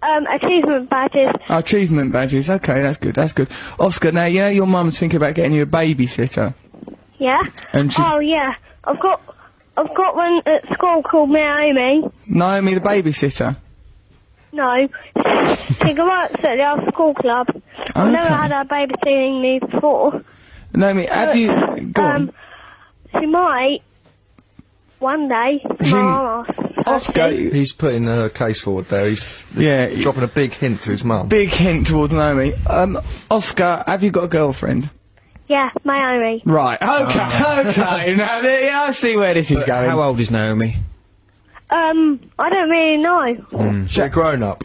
[SPEAKER 8] Um, achievement badges.
[SPEAKER 1] Achievement badges. Okay, that's good. That's good. Oscar, now you know your mum's thinking about getting you a babysitter.
[SPEAKER 8] Yeah.
[SPEAKER 1] And she-
[SPEAKER 8] oh yeah, I've got. I've got one at school called Naomi.
[SPEAKER 1] Naomi, the babysitter.
[SPEAKER 8] No, she works at the old school club. I've never
[SPEAKER 1] Okay.
[SPEAKER 8] had her babysitting me before.
[SPEAKER 1] Naomi, have you? Go on.
[SPEAKER 8] um, She might one day.
[SPEAKER 13] She-
[SPEAKER 8] Mama.
[SPEAKER 13] He's putting a case forward there. He's
[SPEAKER 1] yeah,
[SPEAKER 13] dropping a big hint to his mum.
[SPEAKER 1] Big hint towards Naomi. Um, Oscar, have you got a girlfriend?
[SPEAKER 8] Yeah, Naomi.
[SPEAKER 1] Right. Okay.
[SPEAKER 3] Oh.
[SPEAKER 1] Okay. now there- yeah, I see where this is going.
[SPEAKER 3] How old is Naomi?
[SPEAKER 8] Um, I don't really know.
[SPEAKER 13] Hmm, She's a grown up.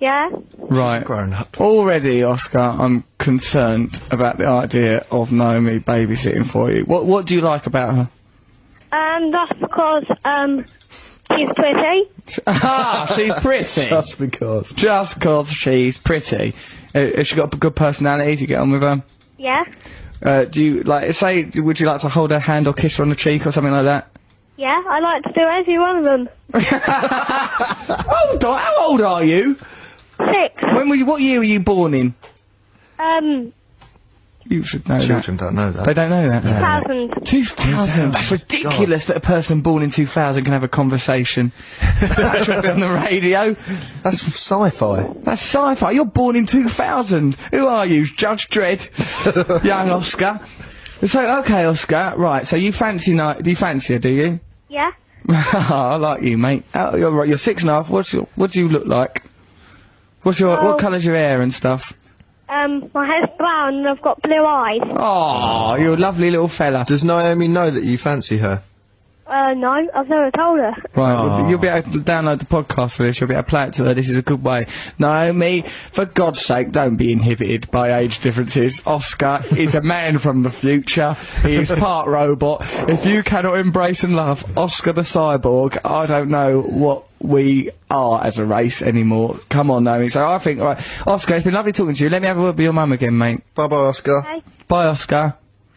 [SPEAKER 8] Yeah.
[SPEAKER 1] Right. Grown up. Already, Oscar, I'm concerned about the idea of Naomi babysitting for you. What What do you like about her?
[SPEAKER 8] Um, that's because um, she's pretty.
[SPEAKER 1] ah, she's pretty. Just
[SPEAKER 13] because.
[SPEAKER 1] Just because she's pretty. Uh, has she got a good personality to get on with her?
[SPEAKER 8] Yeah.
[SPEAKER 1] Uh, do you like say? Would you like to hold her hand or kiss her on the cheek or something like that?
[SPEAKER 8] Yeah, I like to do every one of them.
[SPEAKER 1] Oh, do- how old are you?
[SPEAKER 8] Six.
[SPEAKER 1] When were you, what year were you born in?
[SPEAKER 8] Um,
[SPEAKER 1] You should know Children
[SPEAKER 13] don't know that.
[SPEAKER 1] They don't know that.
[SPEAKER 8] thousand.
[SPEAKER 1] 2000. That's ridiculous that a person born in 2000 can have a conversation. that should be on the radio.
[SPEAKER 13] That's sci-fi.
[SPEAKER 1] That's sci-fi. You're born in 2000. Who are you? Judge Dredd. Young Oscar. So, okay, Oscar. Right, so you fancy night, do you fancy her, do you?
[SPEAKER 8] Yeah.
[SPEAKER 1] I like you, mate. Oh, you're right. You're six and a half. What's your, what do you look like? What's your,
[SPEAKER 8] Oh.
[SPEAKER 1] what colour's your hair and stuff?
[SPEAKER 8] Um, my hair's brown and I've got blue eyes.
[SPEAKER 1] Oh, you're a lovely little fella.
[SPEAKER 13] Does Naomi know that you fancy her?
[SPEAKER 8] Uh, no, I've never told her.
[SPEAKER 1] Right, you'll be able to download the podcast for this. You'll be able to play it to her. This is a good way. Naomi, for God's sake, don't be inhibited by age differences. Oscar is a man from the future. He is part robot. If you cannot embrace and love Oscar the cyborg, I don't know what we are as a race anymore. Come on, Naomi. So I think, right, Oscar, it's been lovely talking to you. Let me have a word with your mum again, mate.
[SPEAKER 13] Bye bye, Oscar.
[SPEAKER 8] Okay.
[SPEAKER 1] Bye, Oscar.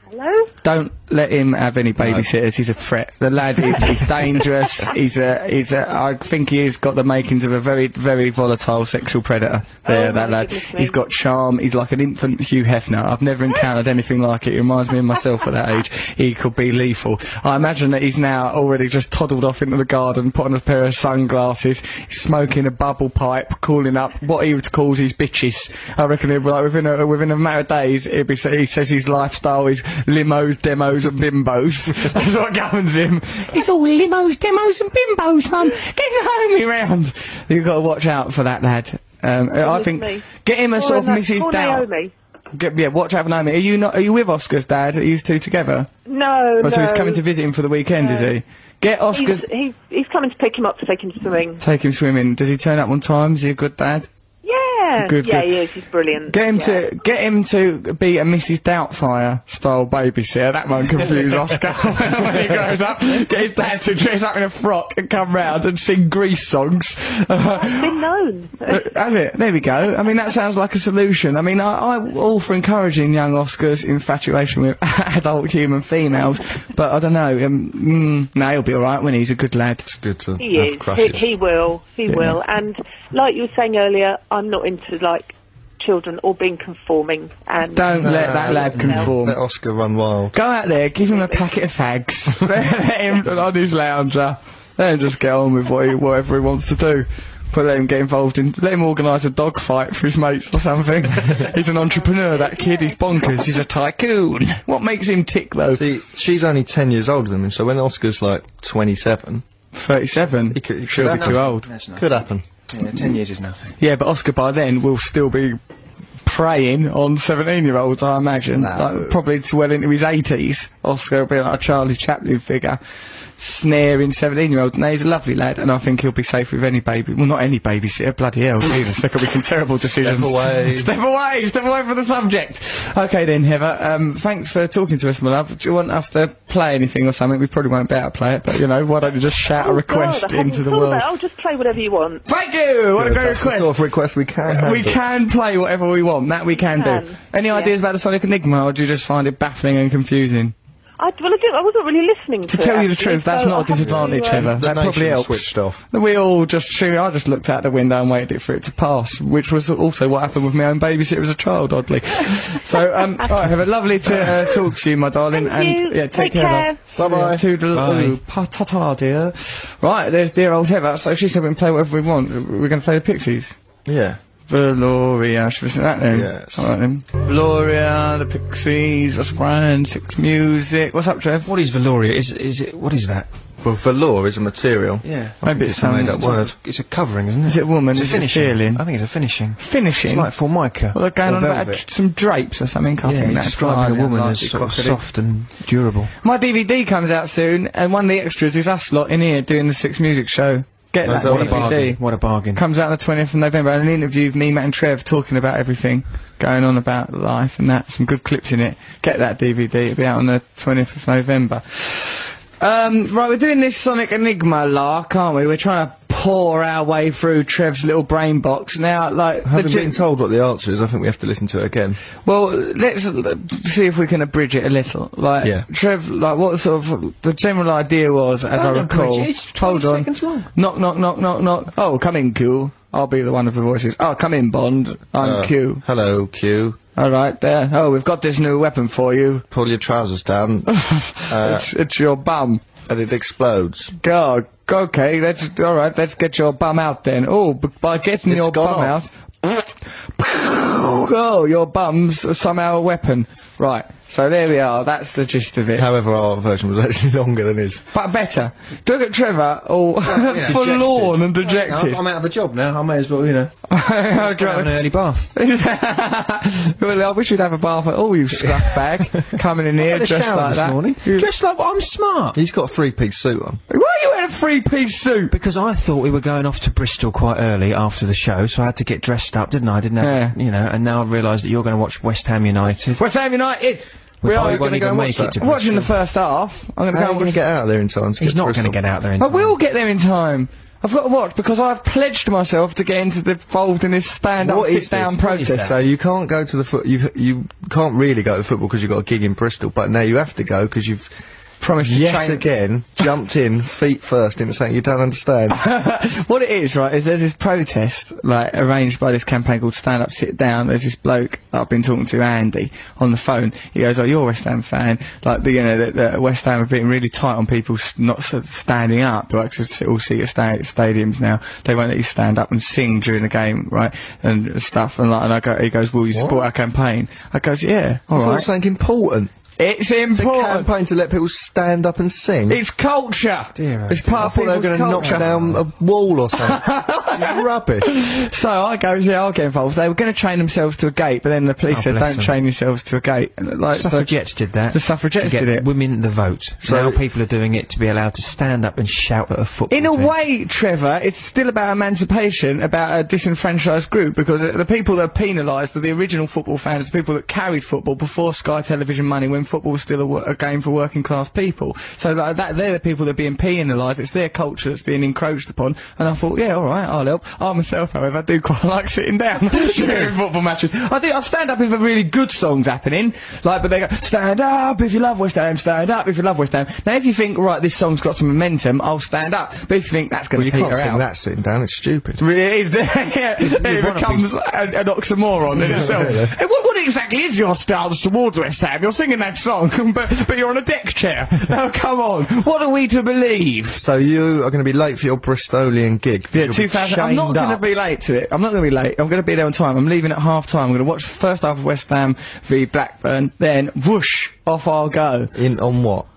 [SPEAKER 8] Hello?
[SPEAKER 1] Don't let him have any babysitters. He's a threat. The lad is he's dangerous. He's a he's a. I think he has got the makings of a very very volatile sexual predator. There, that lad. He's got charm. He's like an infant Hugh Hefner. I've never encountered anything like it. It reminds me of myself at that age. He could be lethal. I imagine that he's now already just toddled off into the garden, put on a pair of sunglasses, smoking a bubble pipe, calling up what he would calls his bitches. I reckon he'll be like within a within a matter of days. He'll be, he says his lifestyle is limos, demos, and bimbos. That's what governs him. It's all limos, demos, and bimbos, mum. Get the homie round. You've got to watch out for that lad. Um, I think
[SPEAKER 12] me.
[SPEAKER 1] get him a sort of Mrs. Dow.
[SPEAKER 12] Naomi.
[SPEAKER 1] Get, yeah, watch out for Naomi. Are you not? Are you with Oscar's dad? Are you two together?
[SPEAKER 12] No,
[SPEAKER 1] Oh,
[SPEAKER 12] no.
[SPEAKER 1] so he's coming to visit him for the weekend, is he? Get Oscar's.
[SPEAKER 12] He's, he's, he's coming to pick him up to take him swimming.
[SPEAKER 1] Take him swimming. Does he turn up on time? Is he a good dad?
[SPEAKER 12] Yeah.
[SPEAKER 1] Good,
[SPEAKER 12] yeah,
[SPEAKER 1] good.
[SPEAKER 12] he is. He's brilliant.
[SPEAKER 1] Get him to get him to be a Mrs. Doubtfire style babysitter. That won't confuse Oscar when he grows up. Get his dad to dress up in a frock and come round and sing Grease songs.
[SPEAKER 12] Been known.
[SPEAKER 1] That's it. There we go. I mean, that sounds like a solution. I mean, I, I'm all for encouraging young Oscar's infatuation with adult human females, but I don't know. Um, mm, no, he'll be all right when he's a good lad. It's
[SPEAKER 2] good to
[SPEAKER 12] He is. He, he will. He
[SPEAKER 1] Yeah.
[SPEAKER 12] will. And like you were saying earlier, I'm not into like children or being conforming. And
[SPEAKER 1] Don't let that lad conform.
[SPEAKER 2] Let Oscar run wild.
[SPEAKER 1] Go out there, give him a packet of fags. let him on his lounger. Let him just get on with what he, whatever he wants to do. But let him get involved in, let him organise a dog fight for his mates or something. he's an entrepreneur, that kid. He's bonkers. He's a tycoon. What makes him tick though?
[SPEAKER 2] See, she's only 10 years older than him, so when Oscar's like 27.
[SPEAKER 1] 37?
[SPEAKER 2] He could, he
[SPEAKER 1] She'll
[SPEAKER 2] could
[SPEAKER 1] be too
[SPEAKER 2] happen.
[SPEAKER 1] old.
[SPEAKER 6] That's nice.
[SPEAKER 2] Could happen.
[SPEAKER 6] Yeah, ten years is nothing.
[SPEAKER 1] Yeah, but Oscar by then will still be preying on 17 year olds, I imagine. Like, probably to well into his 80s. Oscar will be like a Charlie Chaplin figure, snaring 17 year olds. Now, he's a lovely lad, and I think he'll be safe with any baby. Well, not any babysitter, bloody hell, Jesus. There could be some terrible decisions.
[SPEAKER 2] away.
[SPEAKER 1] Step away, step away from the subject. Okay then, Heather, um, thanks for talking to us, my love. Do you want us to play anything or something? We probably won't be able to play it, but you know, why don't you just shout a request
[SPEAKER 12] Oh, God, I
[SPEAKER 1] into
[SPEAKER 12] hadn't
[SPEAKER 1] the
[SPEAKER 12] thought
[SPEAKER 1] world?
[SPEAKER 12] about it. I'll just play whatever you want.
[SPEAKER 1] Thank you! What a
[SPEAKER 2] Good,
[SPEAKER 1] great
[SPEAKER 2] that's the
[SPEAKER 1] request!
[SPEAKER 2] sort of request we can handle.
[SPEAKER 1] We can play whatever we want. That we can, do.
[SPEAKER 12] Can,
[SPEAKER 1] Any ideas about the Sonic Enigma, or do you just find it baffling and confusing?
[SPEAKER 12] I, well, I, didn't, I wasn't really listening to,
[SPEAKER 1] To tell
[SPEAKER 12] it,
[SPEAKER 1] you the
[SPEAKER 12] actually,
[SPEAKER 1] truth, that's
[SPEAKER 12] so I
[SPEAKER 1] not a
[SPEAKER 12] haven't
[SPEAKER 1] disadvantage,
[SPEAKER 12] really, um,
[SPEAKER 1] Heather.
[SPEAKER 2] The
[SPEAKER 1] That probably
[SPEAKER 2] nation
[SPEAKER 1] helps.
[SPEAKER 2] switched off.
[SPEAKER 1] We all just, surely I just looked out the window and waited for it to pass, which was also what happened with my own babysitter as a child, oddly. so, um, alright, Heather, lovely to uh, talk to you, my darling,
[SPEAKER 12] Thank
[SPEAKER 1] and
[SPEAKER 12] you.
[SPEAKER 1] yeah, take,
[SPEAKER 12] Take
[SPEAKER 1] care.
[SPEAKER 2] care. Bye-bye.
[SPEAKER 1] Bye.
[SPEAKER 6] Bye.
[SPEAKER 1] Ooh, pa ta ta, dear. Right, there's dear old Heather. So she said we can play whatever we want. We're going to play the Pixies.
[SPEAKER 2] Yeah.
[SPEAKER 1] Gloria, should we sing that then?
[SPEAKER 2] Yes.
[SPEAKER 1] All right then. Gloria, the Pixies, Russ Bryan, Six Music. What's up, Trev?
[SPEAKER 6] What is Veloria? Is is it? What is that?
[SPEAKER 2] Well, velour is a material.
[SPEAKER 6] Yeah.
[SPEAKER 1] Maybe it
[SPEAKER 2] It's a made
[SPEAKER 1] sounds.
[SPEAKER 2] up word.
[SPEAKER 6] It's a covering, isn't it?
[SPEAKER 1] Is it woman?
[SPEAKER 6] It's a
[SPEAKER 1] Is it
[SPEAKER 6] finishing.
[SPEAKER 1] feeling?
[SPEAKER 6] I think it's a finishing. It's
[SPEAKER 1] Finishing.
[SPEAKER 6] like formica.
[SPEAKER 1] well, they're going
[SPEAKER 6] or
[SPEAKER 1] on about
[SPEAKER 6] velvet.
[SPEAKER 1] some drapes or something. I
[SPEAKER 6] Yeah,
[SPEAKER 1] think
[SPEAKER 6] it's
[SPEAKER 1] that's
[SPEAKER 6] describing a
[SPEAKER 1] quite
[SPEAKER 6] woman
[SPEAKER 1] unlikely
[SPEAKER 6] as sort of
[SPEAKER 1] cockadoo.
[SPEAKER 6] soft and durable.
[SPEAKER 1] My DVD comes out soon, and one of the extras is us lot in here doing the Six Music show. Get
[SPEAKER 2] Oh,
[SPEAKER 1] that
[SPEAKER 2] is that what
[SPEAKER 6] What a bargain.
[SPEAKER 1] DVD.
[SPEAKER 6] What a bargain.
[SPEAKER 1] Comes out on the 20th of November, and an interview of me, Matt, and Trev talking about everything going on about life and that. Some good clips in it. Get that DVD. It'll be out on the 20th of November. Um, right, we're doing this Sonic Enigma lark, aren't we? We're trying to pour our way through Trev's little brain box. Now, like,
[SPEAKER 2] Having
[SPEAKER 1] legit-
[SPEAKER 2] been told what the answer is, I think we have to listen to it again.
[SPEAKER 1] well, let's l- see if we can abridge it a little. Like,
[SPEAKER 2] Yeah.
[SPEAKER 1] Trev, like, what sort of the general idea was, as I recall, hold on, knock, knock, knock, knock, knock. Oh, come in, Q. I'll be the one of the voices. Oh, come in, Bond. I'm
[SPEAKER 2] Uh,
[SPEAKER 1] Q.
[SPEAKER 2] Hello, Q.
[SPEAKER 1] All right, there. Oh, we've got this new weapon for you.
[SPEAKER 2] Pull your trousers down, uh,
[SPEAKER 1] it's, it's your bum.
[SPEAKER 2] and it explodes.
[SPEAKER 1] God. Okay, let's all right. Let's get your bum out then. Oh, b- by getting
[SPEAKER 2] It's
[SPEAKER 1] your bum
[SPEAKER 2] gone
[SPEAKER 1] out. Oh, your bum's somehow a weapon. Right. So there we are. That's the gist of it.
[SPEAKER 2] However, our version was actually longer than his.
[SPEAKER 1] But better. Look at Trevor, all
[SPEAKER 6] yeah.
[SPEAKER 1] forlorn and dejected.
[SPEAKER 6] I'm out of a job now. I may as well, you know,
[SPEAKER 1] Okay.
[SPEAKER 6] have an early bath.
[SPEAKER 1] well, I wish you'd have a bath at all, you scruff bag. Coming in here
[SPEAKER 6] Had a
[SPEAKER 1] dressed
[SPEAKER 6] shower
[SPEAKER 1] like
[SPEAKER 6] this
[SPEAKER 1] that.
[SPEAKER 6] morning.
[SPEAKER 1] You-
[SPEAKER 6] Dressed like I'm smart.
[SPEAKER 2] He's got a three-piece suit on.
[SPEAKER 1] Why are you wearing a three-piece suit?
[SPEAKER 6] Because I thought we were going off to Bristol quite early after the show, so I had to get dressed up, didn't I? I didn't have, you know, and now I've realised that you're going to watch West Ham United.
[SPEAKER 1] West Ham United. We
[SPEAKER 6] Which
[SPEAKER 1] are
[SPEAKER 6] we
[SPEAKER 1] going
[SPEAKER 6] won't
[SPEAKER 1] to go
[SPEAKER 6] even
[SPEAKER 1] and
[SPEAKER 6] make
[SPEAKER 1] watch
[SPEAKER 6] it
[SPEAKER 1] that.
[SPEAKER 6] to
[SPEAKER 1] I'm watching the first half. I'm going to
[SPEAKER 2] How
[SPEAKER 1] go
[SPEAKER 2] are
[SPEAKER 1] and
[SPEAKER 2] we going
[SPEAKER 1] watch.
[SPEAKER 2] to get out of there in time? to
[SPEAKER 6] He's
[SPEAKER 2] get to
[SPEAKER 6] not going to
[SPEAKER 2] Bristol?
[SPEAKER 6] get out there in
[SPEAKER 1] I
[SPEAKER 6] time.
[SPEAKER 1] will get there in time. I've got to watch because I've pledged myself to get into the, involved in this stand-up,
[SPEAKER 2] What is
[SPEAKER 1] sit-down
[SPEAKER 2] this?
[SPEAKER 1] protest.
[SPEAKER 2] So you can't go to the foot. You you can't really go to the football because you've got a gig in Bristol, but now you have to go because you've
[SPEAKER 1] promised.
[SPEAKER 2] Yes,
[SPEAKER 1] train-
[SPEAKER 2] again, jumped in feet first into something you don't understand.
[SPEAKER 1] what it is, right, is there's this protest, like, arranged by this campaign called Stand Up, Sit Down. There's this bloke that I've been talking to, Andy, on the phone. He goes, oh, you're a West Ham fan. Like, the, you know, the, the West Ham are being really tight on people s- not s- standing up. Like, 'cause all seat at sta- stadiums now, they won't let you stand up and sing during the game, right, and stuff. And, like, and I go, he goes, will you support our campaign? I goes, yeah,
[SPEAKER 2] I thought it
[SPEAKER 1] alright.
[SPEAKER 2] was something important.
[SPEAKER 1] It's important.
[SPEAKER 2] It's a campaign to let people stand up and sing.
[SPEAKER 1] It's culture. It's
[SPEAKER 2] I
[SPEAKER 1] part
[SPEAKER 2] thought they were
[SPEAKER 1] of people's
[SPEAKER 2] going to knock
[SPEAKER 1] culture.
[SPEAKER 2] down a wall or something. rubbish.
[SPEAKER 1] So I go, yeah, I'll get involved. They were going to train themselves to a gate, but then the police
[SPEAKER 6] Oh,
[SPEAKER 1] said,
[SPEAKER 6] bless
[SPEAKER 1] don't
[SPEAKER 6] them.
[SPEAKER 1] train yourselves to a gate. And, like, so-
[SPEAKER 6] Suffragettes did that.
[SPEAKER 1] The suffragettes
[SPEAKER 6] to get
[SPEAKER 1] did it.
[SPEAKER 6] Women the vote. now people are doing it to be allowed to stand up and shout at a football.
[SPEAKER 1] in a way, Trevor, it's still about emancipation, about a disenfranchised group, because uh, the people that are penalised are the original football fans, the people that carried football before Sky Television money, when football was still a, wo- a game for working class people. So like, that, they're the people that are being penalised. It's their culture that's being encroached upon. And I thought, yeah, all right, I'll help. I myself, however, do quite like sitting down during football matches. I do. I stand up if a really good song's happening. Like, but they go, stand up if you love West Ham, stand up if you love West Ham. Now, if you think, right, this song's got some momentum, I'll stand up. But if you think that's going
[SPEAKER 2] Well,
[SPEAKER 1] to
[SPEAKER 2] you can't
[SPEAKER 1] peter
[SPEAKER 2] sing
[SPEAKER 1] out.
[SPEAKER 2] that sitting down. It's stupid.
[SPEAKER 1] Really, is there? yeah,
[SPEAKER 2] wanna
[SPEAKER 1] it
[SPEAKER 2] be-
[SPEAKER 1] becomes an, an oxymoron in
[SPEAKER 2] Yeah,
[SPEAKER 1] itself.
[SPEAKER 2] really.
[SPEAKER 1] Hey, What, what exactly is your stance towards West Ham? You're singing that song, but, but you're on a deck chair. Now, come on. What are we to believe?
[SPEAKER 2] So you are going to be late for your Bristolian gig. 'cause
[SPEAKER 1] Yeah,
[SPEAKER 2] you'll be
[SPEAKER 1] 2000. I'm not
[SPEAKER 2] chained
[SPEAKER 1] going to
[SPEAKER 2] up.
[SPEAKER 1] be late to it. I'm not going to be late. I'm going to be there on time. I'm leaving at half time. I'm going to watch the first half of West Ham v Blackburn. Then whoosh, off I'll go.
[SPEAKER 2] In on what?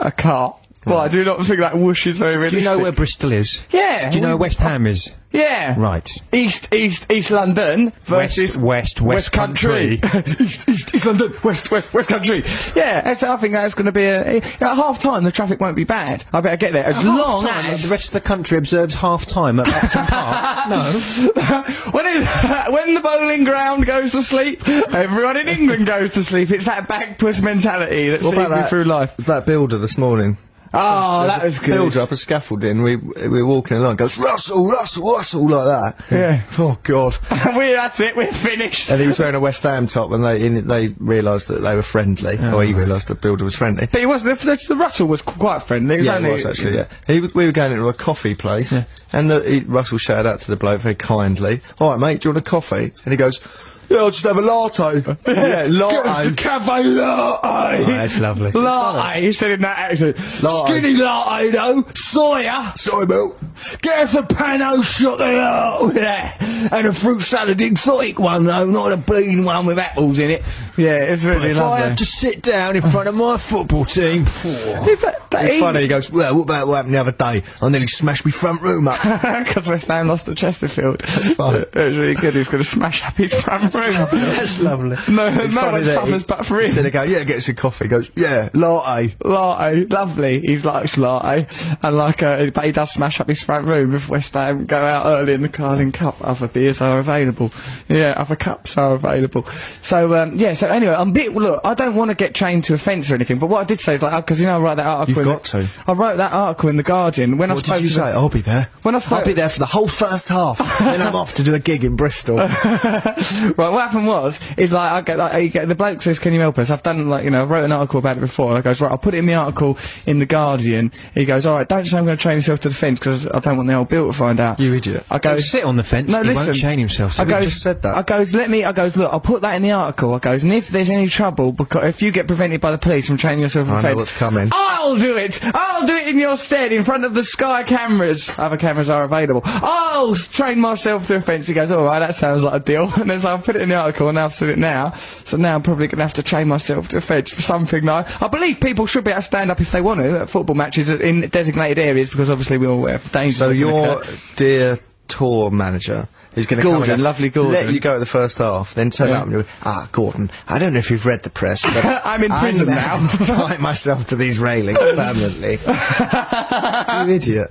[SPEAKER 1] A car. Well, I do not think that whoosh is very
[SPEAKER 6] Do
[SPEAKER 1] realistic.
[SPEAKER 6] you know where Bristol is?
[SPEAKER 1] Yeah.
[SPEAKER 6] Do you know where
[SPEAKER 1] we-
[SPEAKER 6] West Ham is?
[SPEAKER 1] Yeah.
[SPEAKER 6] Right.
[SPEAKER 1] East, East, East London versus
[SPEAKER 6] West, West, West,
[SPEAKER 1] Country. east, east, East London, West, West, West Country. Yeah, and so I think that's going to be a, at half time. The traffic won't be bad. I better get there as long
[SPEAKER 6] Half-time,
[SPEAKER 1] as
[SPEAKER 6] the rest of the country observes half time at Upton Park.
[SPEAKER 1] when, it, when the bowling ground goes to sleep, everyone in England goes to sleep. It's that backpuss mentality that
[SPEAKER 2] What
[SPEAKER 1] sees
[SPEAKER 2] about
[SPEAKER 1] me
[SPEAKER 2] that, Ah,
[SPEAKER 1] through life.
[SPEAKER 2] that builder this morning?
[SPEAKER 1] Oh, that was good.
[SPEAKER 2] Builder up a scaffolding. We we were walking along. Goes Russell, Russell, Russell, like that.
[SPEAKER 1] Yeah.
[SPEAKER 2] Oh God.
[SPEAKER 1] we that's it. We're finished.
[SPEAKER 2] And he was wearing a West Ham top, and they in, they realised that they were friendly, or he realised the builder was friendly.
[SPEAKER 1] But he was the, the, the Russell was qu- quite friendly. It was
[SPEAKER 2] yeah,
[SPEAKER 1] only,
[SPEAKER 2] it was actually. Yeah, he, w- we were going into a coffee place, and the, he, Russell shouted out to the bloke very kindly, "All right, mate, do you want a coffee?" And he goes, "Yeah, I'll just have a latte." yeah, latte.
[SPEAKER 1] Cafe latte.
[SPEAKER 6] Oh, that's lovely.
[SPEAKER 1] Latte, he said in that accent.
[SPEAKER 2] Latte.
[SPEAKER 1] Skinny latte though, Sawyer.
[SPEAKER 2] Sorry, Bill.
[SPEAKER 1] Get us a pano shot there, oh, yeah. And a fruit salad exotic one though, not a bean one with apples in it. Yeah, it's really
[SPEAKER 6] If I
[SPEAKER 1] lovely.
[SPEAKER 6] have to sit down in front of my football team,
[SPEAKER 1] Is that, that
[SPEAKER 2] It's
[SPEAKER 1] he-
[SPEAKER 2] funny. He goes, "Well, what about what happened the other day? I nearly smashed my front room up."
[SPEAKER 1] Because West Ham lost to Chesterfield.
[SPEAKER 2] funny.
[SPEAKER 1] It was really good. He was going to smash up his front room. That's lovely. No,
[SPEAKER 2] It's
[SPEAKER 1] no
[SPEAKER 2] funny
[SPEAKER 1] one
[SPEAKER 2] that
[SPEAKER 1] suffers
[SPEAKER 2] he-
[SPEAKER 1] but for him.
[SPEAKER 2] Instead of going, "Yeah, get us a coffee," he goes, "Yeah, latte."
[SPEAKER 1] Latte, lovely. He likes latte, and like, uh, but he does smash up his front room if West Ham go out early in the Carling Cup. Other beers are available. Yeah, other cups are available. So um, yeah. So anyway, I'm bit. Look, I don't want to get chained to a fence or anything. But what I did say is like, because you know, I write that article.
[SPEAKER 2] You've
[SPEAKER 1] in the-
[SPEAKER 2] got to.
[SPEAKER 1] I wrote that article in the Guardian when I
[SPEAKER 2] What
[SPEAKER 1] spoke
[SPEAKER 2] did
[SPEAKER 1] to
[SPEAKER 2] you say? I'll be there.
[SPEAKER 1] when I spoke.
[SPEAKER 2] I'll be there for the whole first half. then I'm off to do a gig in Bristol.
[SPEAKER 1] right, what happened was, is like, I get, like, I get, the bloke says, can you help us? I've done, like, you know, I wrote an article about it before, and I goes, right, I'll put it in the article in The Guardian. He goes, alright, don't say I'm going to train yourself to the fence, because I don't want the old Bill to find out.
[SPEAKER 2] you idiot.
[SPEAKER 1] I go,
[SPEAKER 6] sit on the fence.
[SPEAKER 1] No,
[SPEAKER 6] he
[SPEAKER 1] listen.
[SPEAKER 6] won't chain himself. to
[SPEAKER 1] I
[SPEAKER 6] it.
[SPEAKER 1] goes,
[SPEAKER 2] just said that.
[SPEAKER 1] I goes, let me, I goes, look, I'll put that in the article. I goes, and if there's any trouble, because if you get prevented by the police from training yourself on
[SPEAKER 2] I
[SPEAKER 1] the
[SPEAKER 2] know
[SPEAKER 1] fence,
[SPEAKER 2] what's coming.
[SPEAKER 1] I'll do it. I'll do it in your stead, in front of the sky cameras. Other cameras are available. I'll s- train myself to a fence. He goes, all right, that sounds like a deal. And then so I put it in the article, and I've said it now. So now I'm probably going to have to train myself to a fence for something. That I, I believe people should be able to stand up if they want to at football matches in designated areas because obviously we're aware of the danger.
[SPEAKER 2] So
[SPEAKER 1] that can
[SPEAKER 2] your
[SPEAKER 1] occur.
[SPEAKER 2] dear tour manager is going to
[SPEAKER 1] Gordon, lovely Gordon.
[SPEAKER 2] Let you go at the first half, then turn
[SPEAKER 1] Yeah.
[SPEAKER 2] up and you ah, Gordon, I don't know if you've read the press, but
[SPEAKER 1] I'm in prison
[SPEAKER 2] I'm
[SPEAKER 1] now.
[SPEAKER 2] bound to tie myself to these railings permanently. you idiot.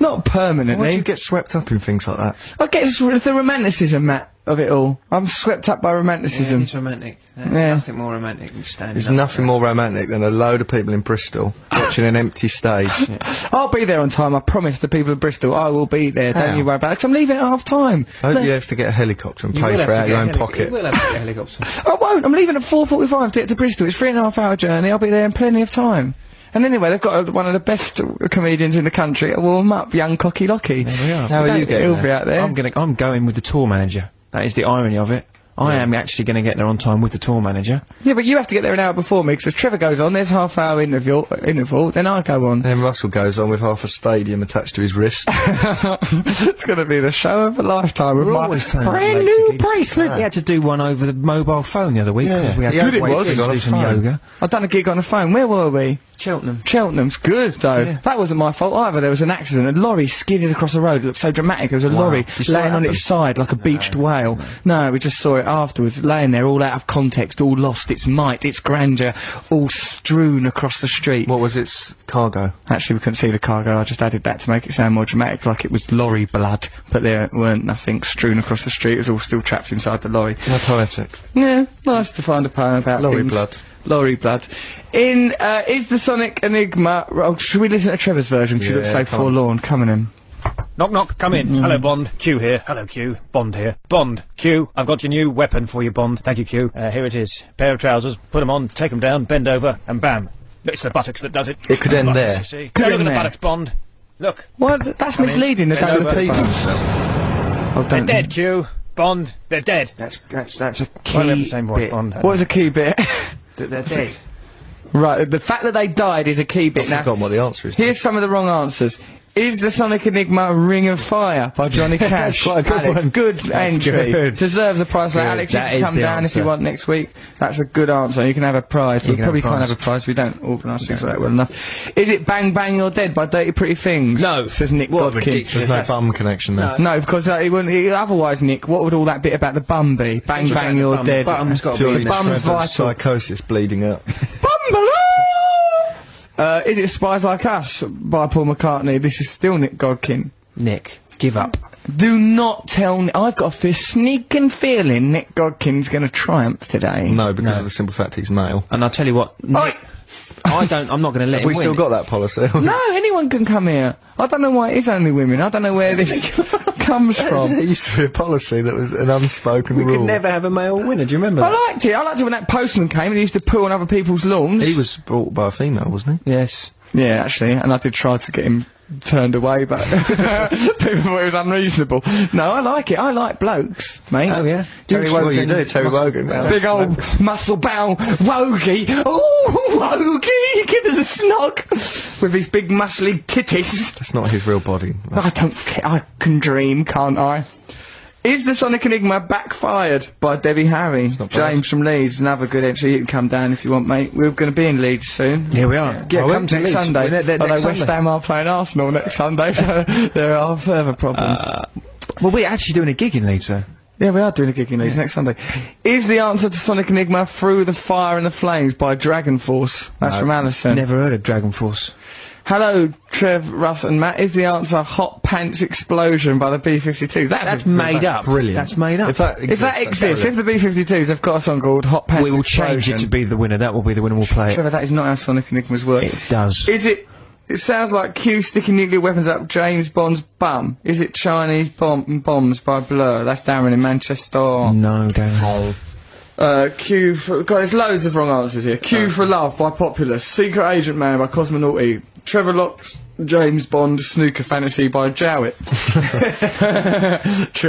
[SPEAKER 1] Not
[SPEAKER 2] Why
[SPEAKER 1] permanently.
[SPEAKER 2] do you get swept up in things like that?
[SPEAKER 1] I guess it's the romanticism, Matt. of it all. I'm swept up by romanticism.
[SPEAKER 6] it's romantic. There's
[SPEAKER 1] Yeah.
[SPEAKER 6] nothing more romantic than standing
[SPEAKER 2] There's
[SPEAKER 6] up.
[SPEAKER 2] nothing more romantic than a load of people in Bristol watching an empty stage.
[SPEAKER 1] I'll be there on time. I promise the people of Bristol. I will be there. Don't
[SPEAKER 2] How?
[SPEAKER 1] you worry about it. i I'm leaving at half time.
[SPEAKER 2] I hope you have to get a helicopter and pay for it out of your own pocket.
[SPEAKER 6] will have to get a helicopter.
[SPEAKER 1] I won't. I'm leaving at 4:45 to get to Bristol. It's three and a half hour journey. I'll be there in plenty of time. And anyway, they've got uh, one of the best comedians in the country to warm up, young Cocky Locky. There
[SPEAKER 6] we are.
[SPEAKER 1] How are you getting? He'll be out there.
[SPEAKER 6] I'm going I'm going with the tour manager. That is the irony of it. I am actually going to get there on time with the tour manager.
[SPEAKER 1] Yeah, but you have to get there an hour before me because if Trevor goes on, there's half hour interval, interval, then I go on.
[SPEAKER 2] Then Russell goes on with half a stadium attached to his wrist.
[SPEAKER 1] it's going to be the show of a lifetime with
[SPEAKER 6] We're
[SPEAKER 1] my
[SPEAKER 6] always turning up late
[SPEAKER 1] brand
[SPEAKER 6] to
[SPEAKER 1] new
[SPEAKER 6] gigs.
[SPEAKER 1] bracelet.
[SPEAKER 6] We had to do one over the mobile phone the other week.
[SPEAKER 1] Yeah.
[SPEAKER 6] 'cause we had
[SPEAKER 1] Yeah,
[SPEAKER 6] to
[SPEAKER 1] good it
[SPEAKER 6] wait
[SPEAKER 1] was.
[SPEAKER 6] to
[SPEAKER 1] It was on
[SPEAKER 6] do
[SPEAKER 1] a
[SPEAKER 6] some
[SPEAKER 1] phone.
[SPEAKER 6] yoga.
[SPEAKER 1] I've done a gig on the phone. Where were we?
[SPEAKER 6] Cheltenham.
[SPEAKER 1] Cheltenham's good though.
[SPEAKER 6] Yeah.
[SPEAKER 1] That wasn't my fault either. There was an accident. A lorry skidded across the road. It looked so dramatic. There was a
[SPEAKER 2] Wow.
[SPEAKER 1] lorry
[SPEAKER 2] You saw
[SPEAKER 1] laying
[SPEAKER 2] it
[SPEAKER 1] on its side like a beached whale. No. we just saw it afterwards, laying there all out of context, all lost its might, its grandeur, all strewn across the street.
[SPEAKER 2] What was its cargo?
[SPEAKER 1] Actually, we couldn't see the cargo. I just added that to make it sound more dramatic, like it was lorry blood. But there weren't nothing strewn across the street. It was all still trapped inside the lorry.
[SPEAKER 2] How poetic.
[SPEAKER 1] Yeah, nice to find a poem about
[SPEAKER 2] Lorry
[SPEAKER 1] things.
[SPEAKER 2] blood.
[SPEAKER 1] Lorry blood. In uh, is the Sonic Enigma? Oh, should we listen to Trevor's version? 'Cause She
[SPEAKER 10] Yeah,
[SPEAKER 1] looks so
[SPEAKER 10] come on.
[SPEAKER 1] forlorn. Coming in.
[SPEAKER 10] Knock, knock, come in.
[SPEAKER 1] Mm.
[SPEAKER 6] Mm-hmm.
[SPEAKER 10] Hello, Bond. Q here. Hello, Q. Bond here. Bond. Q, I've got your new weapon for you, Bond. Thank you, Q. Uh, here it is. Pair of trousers. Put 'em on, take 'em down, bend over, and bam. It's the buttocks that does it.
[SPEAKER 2] It could
[SPEAKER 10] The
[SPEAKER 2] end
[SPEAKER 10] buttocks,
[SPEAKER 2] there.
[SPEAKER 10] You see.
[SPEAKER 1] Could
[SPEAKER 10] Now look
[SPEAKER 1] end
[SPEAKER 10] at the
[SPEAKER 1] there.
[SPEAKER 10] buttocks, Bond. Look.
[SPEAKER 1] Well, th- that's
[SPEAKER 10] Come in.
[SPEAKER 1] misleading. They
[SPEAKER 10] Bend
[SPEAKER 1] don't
[SPEAKER 10] over.
[SPEAKER 1] look
[SPEAKER 10] Bond.
[SPEAKER 1] Oh,
[SPEAKER 10] They're
[SPEAKER 6] Um,
[SPEAKER 1] don't.
[SPEAKER 10] dead, Q. Bond. They're dead.
[SPEAKER 6] That's that's that's a key
[SPEAKER 10] Well, we have the same voice,
[SPEAKER 6] bit.
[SPEAKER 10] Bond.
[SPEAKER 1] What was a key bit?
[SPEAKER 6] That they're dead.
[SPEAKER 1] right. The fact that they died is a key bit.
[SPEAKER 2] I've
[SPEAKER 1] now,
[SPEAKER 2] forgotten what the answer is.
[SPEAKER 1] here's some of the wrong answers. Is the Sonic Enigma Ring of Fire by Johnny Cash?
[SPEAKER 2] That's quite a good
[SPEAKER 1] Alex,
[SPEAKER 2] one.
[SPEAKER 1] Good
[SPEAKER 2] That's
[SPEAKER 1] entry.
[SPEAKER 2] good.
[SPEAKER 1] Deserves a prize. for
[SPEAKER 2] Good.
[SPEAKER 1] Alex, you
[SPEAKER 2] That
[SPEAKER 1] can
[SPEAKER 2] is
[SPEAKER 1] come
[SPEAKER 2] the
[SPEAKER 1] down if
[SPEAKER 2] answer.
[SPEAKER 1] you want next week. That's a good answer. You can have a prize.
[SPEAKER 6] You
[SPEAKER 1] We
[SPEAKER 6] can have a
[SPEAKER 1] probably can't
[SPEAKER 6] prize.
[SPEAKER 1] have a prize. We don't organise things like that well enough. Is it Bang Bang You're Dead by Dirty Pretty Things? No. Says Nick
[SPEAKER 6] What a
[SPEAKER 1] Godkin.
[SPEAKER 6] ridiculous-
[SPEAKER 2] There's no
[SPEAKER 6] That's-
[SPEAKER 2] bum connection there.
[SPEAKER 1] No, because uh, he wouldn't. He, otherwise, Nick, what would all that bit about the bum be? Bang Bang You're
[SPEAKER 6] bum.
[SPEAKER 1] Dead.
[SPEAKER 6] Bum's got to be
[SPEAKER 2] Purely
[SPEAKER 6] in there.
[SPEAKER 1] Bum's
[SPEAKER 2] Trevor's
[SPEAKER 1] vital.
[SPEAKER 2] psychosis bleeding out.
[SPEAKER 1] Bumbaloo! Uh, is it Spies Like Us by Paul McCartney? This is still Nick Godkin.
[SPEAKER 6] Nick, give up.
[SPEAKER 1] Do not tell me. I've got this sneaking feeling Nick Godkin's going to triumph today.
[SPEAKER 2] No, because
[SPEAKER 6] No.
[SPEAKER 2] of the simple fact he's male.
[SPEAKER 6] And I'll tell you what, Nick, I don't. I'm not going to
[SPEAKER 2] Have
[SPEAKER 6] let him
[SPEAKER 2] we
[SPEAKER 6] win.
[SPEAKER 2] still got that policy?
[SPEAKER 1] No, anyone can come here. I don't know why it is only women. I don't know where this comes
[SPEAKER 2] There
[SPEAKER 1] from.
[SPEAKER 2] used to be a policy that was an unspoken
[SPEAKER 6] we
[SPEAKER 2] rule.
[SPEAKER 6] could never have a male winner. Do you remember?
[SPEAKER 1] I
[SPEAKER 6] That?
[SPEAKER 1] liked it. I liked it when that postman came and he used to poo on other people's lawns.
[SPEAKER 2] He was brought by a female, wasn't he?
[SPEAKER 6] Yes.
[SPEAKER 1] Yeah, actually, and I did try to get him turned away, but people thought it was unreasonable. No, I like it. I like blokes, mate.
[SPEAKER 6] Oh yeah.
[SPEAKER 2] Terry Wogan. you do, Terry Wogan.
[SPEAKER 1] Big old muscle bound Wogie. Ooh, Wogie! Give us a snog! With his big muscly titties.
[SPEAKER 2] That's not his real body.
[SPEAKER 1] I don't care. I can dream, can't I? Is the Sonic Enigma backfired by Debbie Harry?
[SPEAKER 2] not bad.
[SPEAKER 1] James from Leeds, another good entry. You can come down if you want, mate. We're going to be in Leeds soon.
[SPEAKER 6] Here we are.
[SPEAKER 1] Yeah,
[SPEAKER 6] Are we?
[SPEAKER 1] come to next
[SPEAKER 6] Leeds.
[SPEAKER 1] Sunday.
[SPEAKER 6] We're there- there
[SPEAKER 1] Although
[SPEAKER 6] next
[SPEAKER 1] West
[SPEAKER 6] Sunday.
[SPEAKER 1] Ham are playing Arsenal next Sunday, so there are further problems.
[SPEAKER 6] Uh, well, we're actually doing a gig in Leeds, though.
[SPEAKER 1] yeah, we are doing a gig in Leeds next Sunday. Is the answer to Sonic Enigma Through the Fire and the Flames by Dragon Force? That's
[SPEAKER 2] No.
[SPEAKER 1] from Alison.
[SPEAKER 6] Never heard of Dragon Force.
[SPEAKER 1] Hello, Trev, Russ and Matt. Is the answer Hot Pants Explosion by the B-52s? That's,
[SPEAKER 6] That's
[SPEAKER 1] a-
[SPEAKER 6] made up.
[SPEAKER 2] Brilliant.
[SPEAKER 6] That's made up.
[SPEAKER 2] If that
[SPEAKER 1] If
[SPEAKER 2] exists,
[SPEAKER 1] that
[SPEAKER 2] that's
[SPEAKER 1] exists, if
[SPEAKER 2] brilliant.
[SPEAKER 1] the B-52s have got a song called Hot Pants
[SPEAKER 6] we will
[SPEAKER 1] Explosion...
[SPEAKER 6] change it to be the winner. That will be the winner. We'll play it.
[SPEAKER 1] Trevor, that is not how Sonic Enigmas work.
[SPEAKER 6] It does.
[SPEAKER 1] Is it? It sounds like Q sticking nuclear weapons up James Bond's bum. Is it Chinese bomb bombs by Blur? That's Darren in Manchester.
[SPEAKER 6] Oh, No, Darren.
[SPEAKER 1] Uh, Q for God, there's loads of wrong answers here. Q for Love by Populous. Secret Agent Man by Cosmonauty. Trevor Locke's James Bond Snooker Fantasy by Jowett.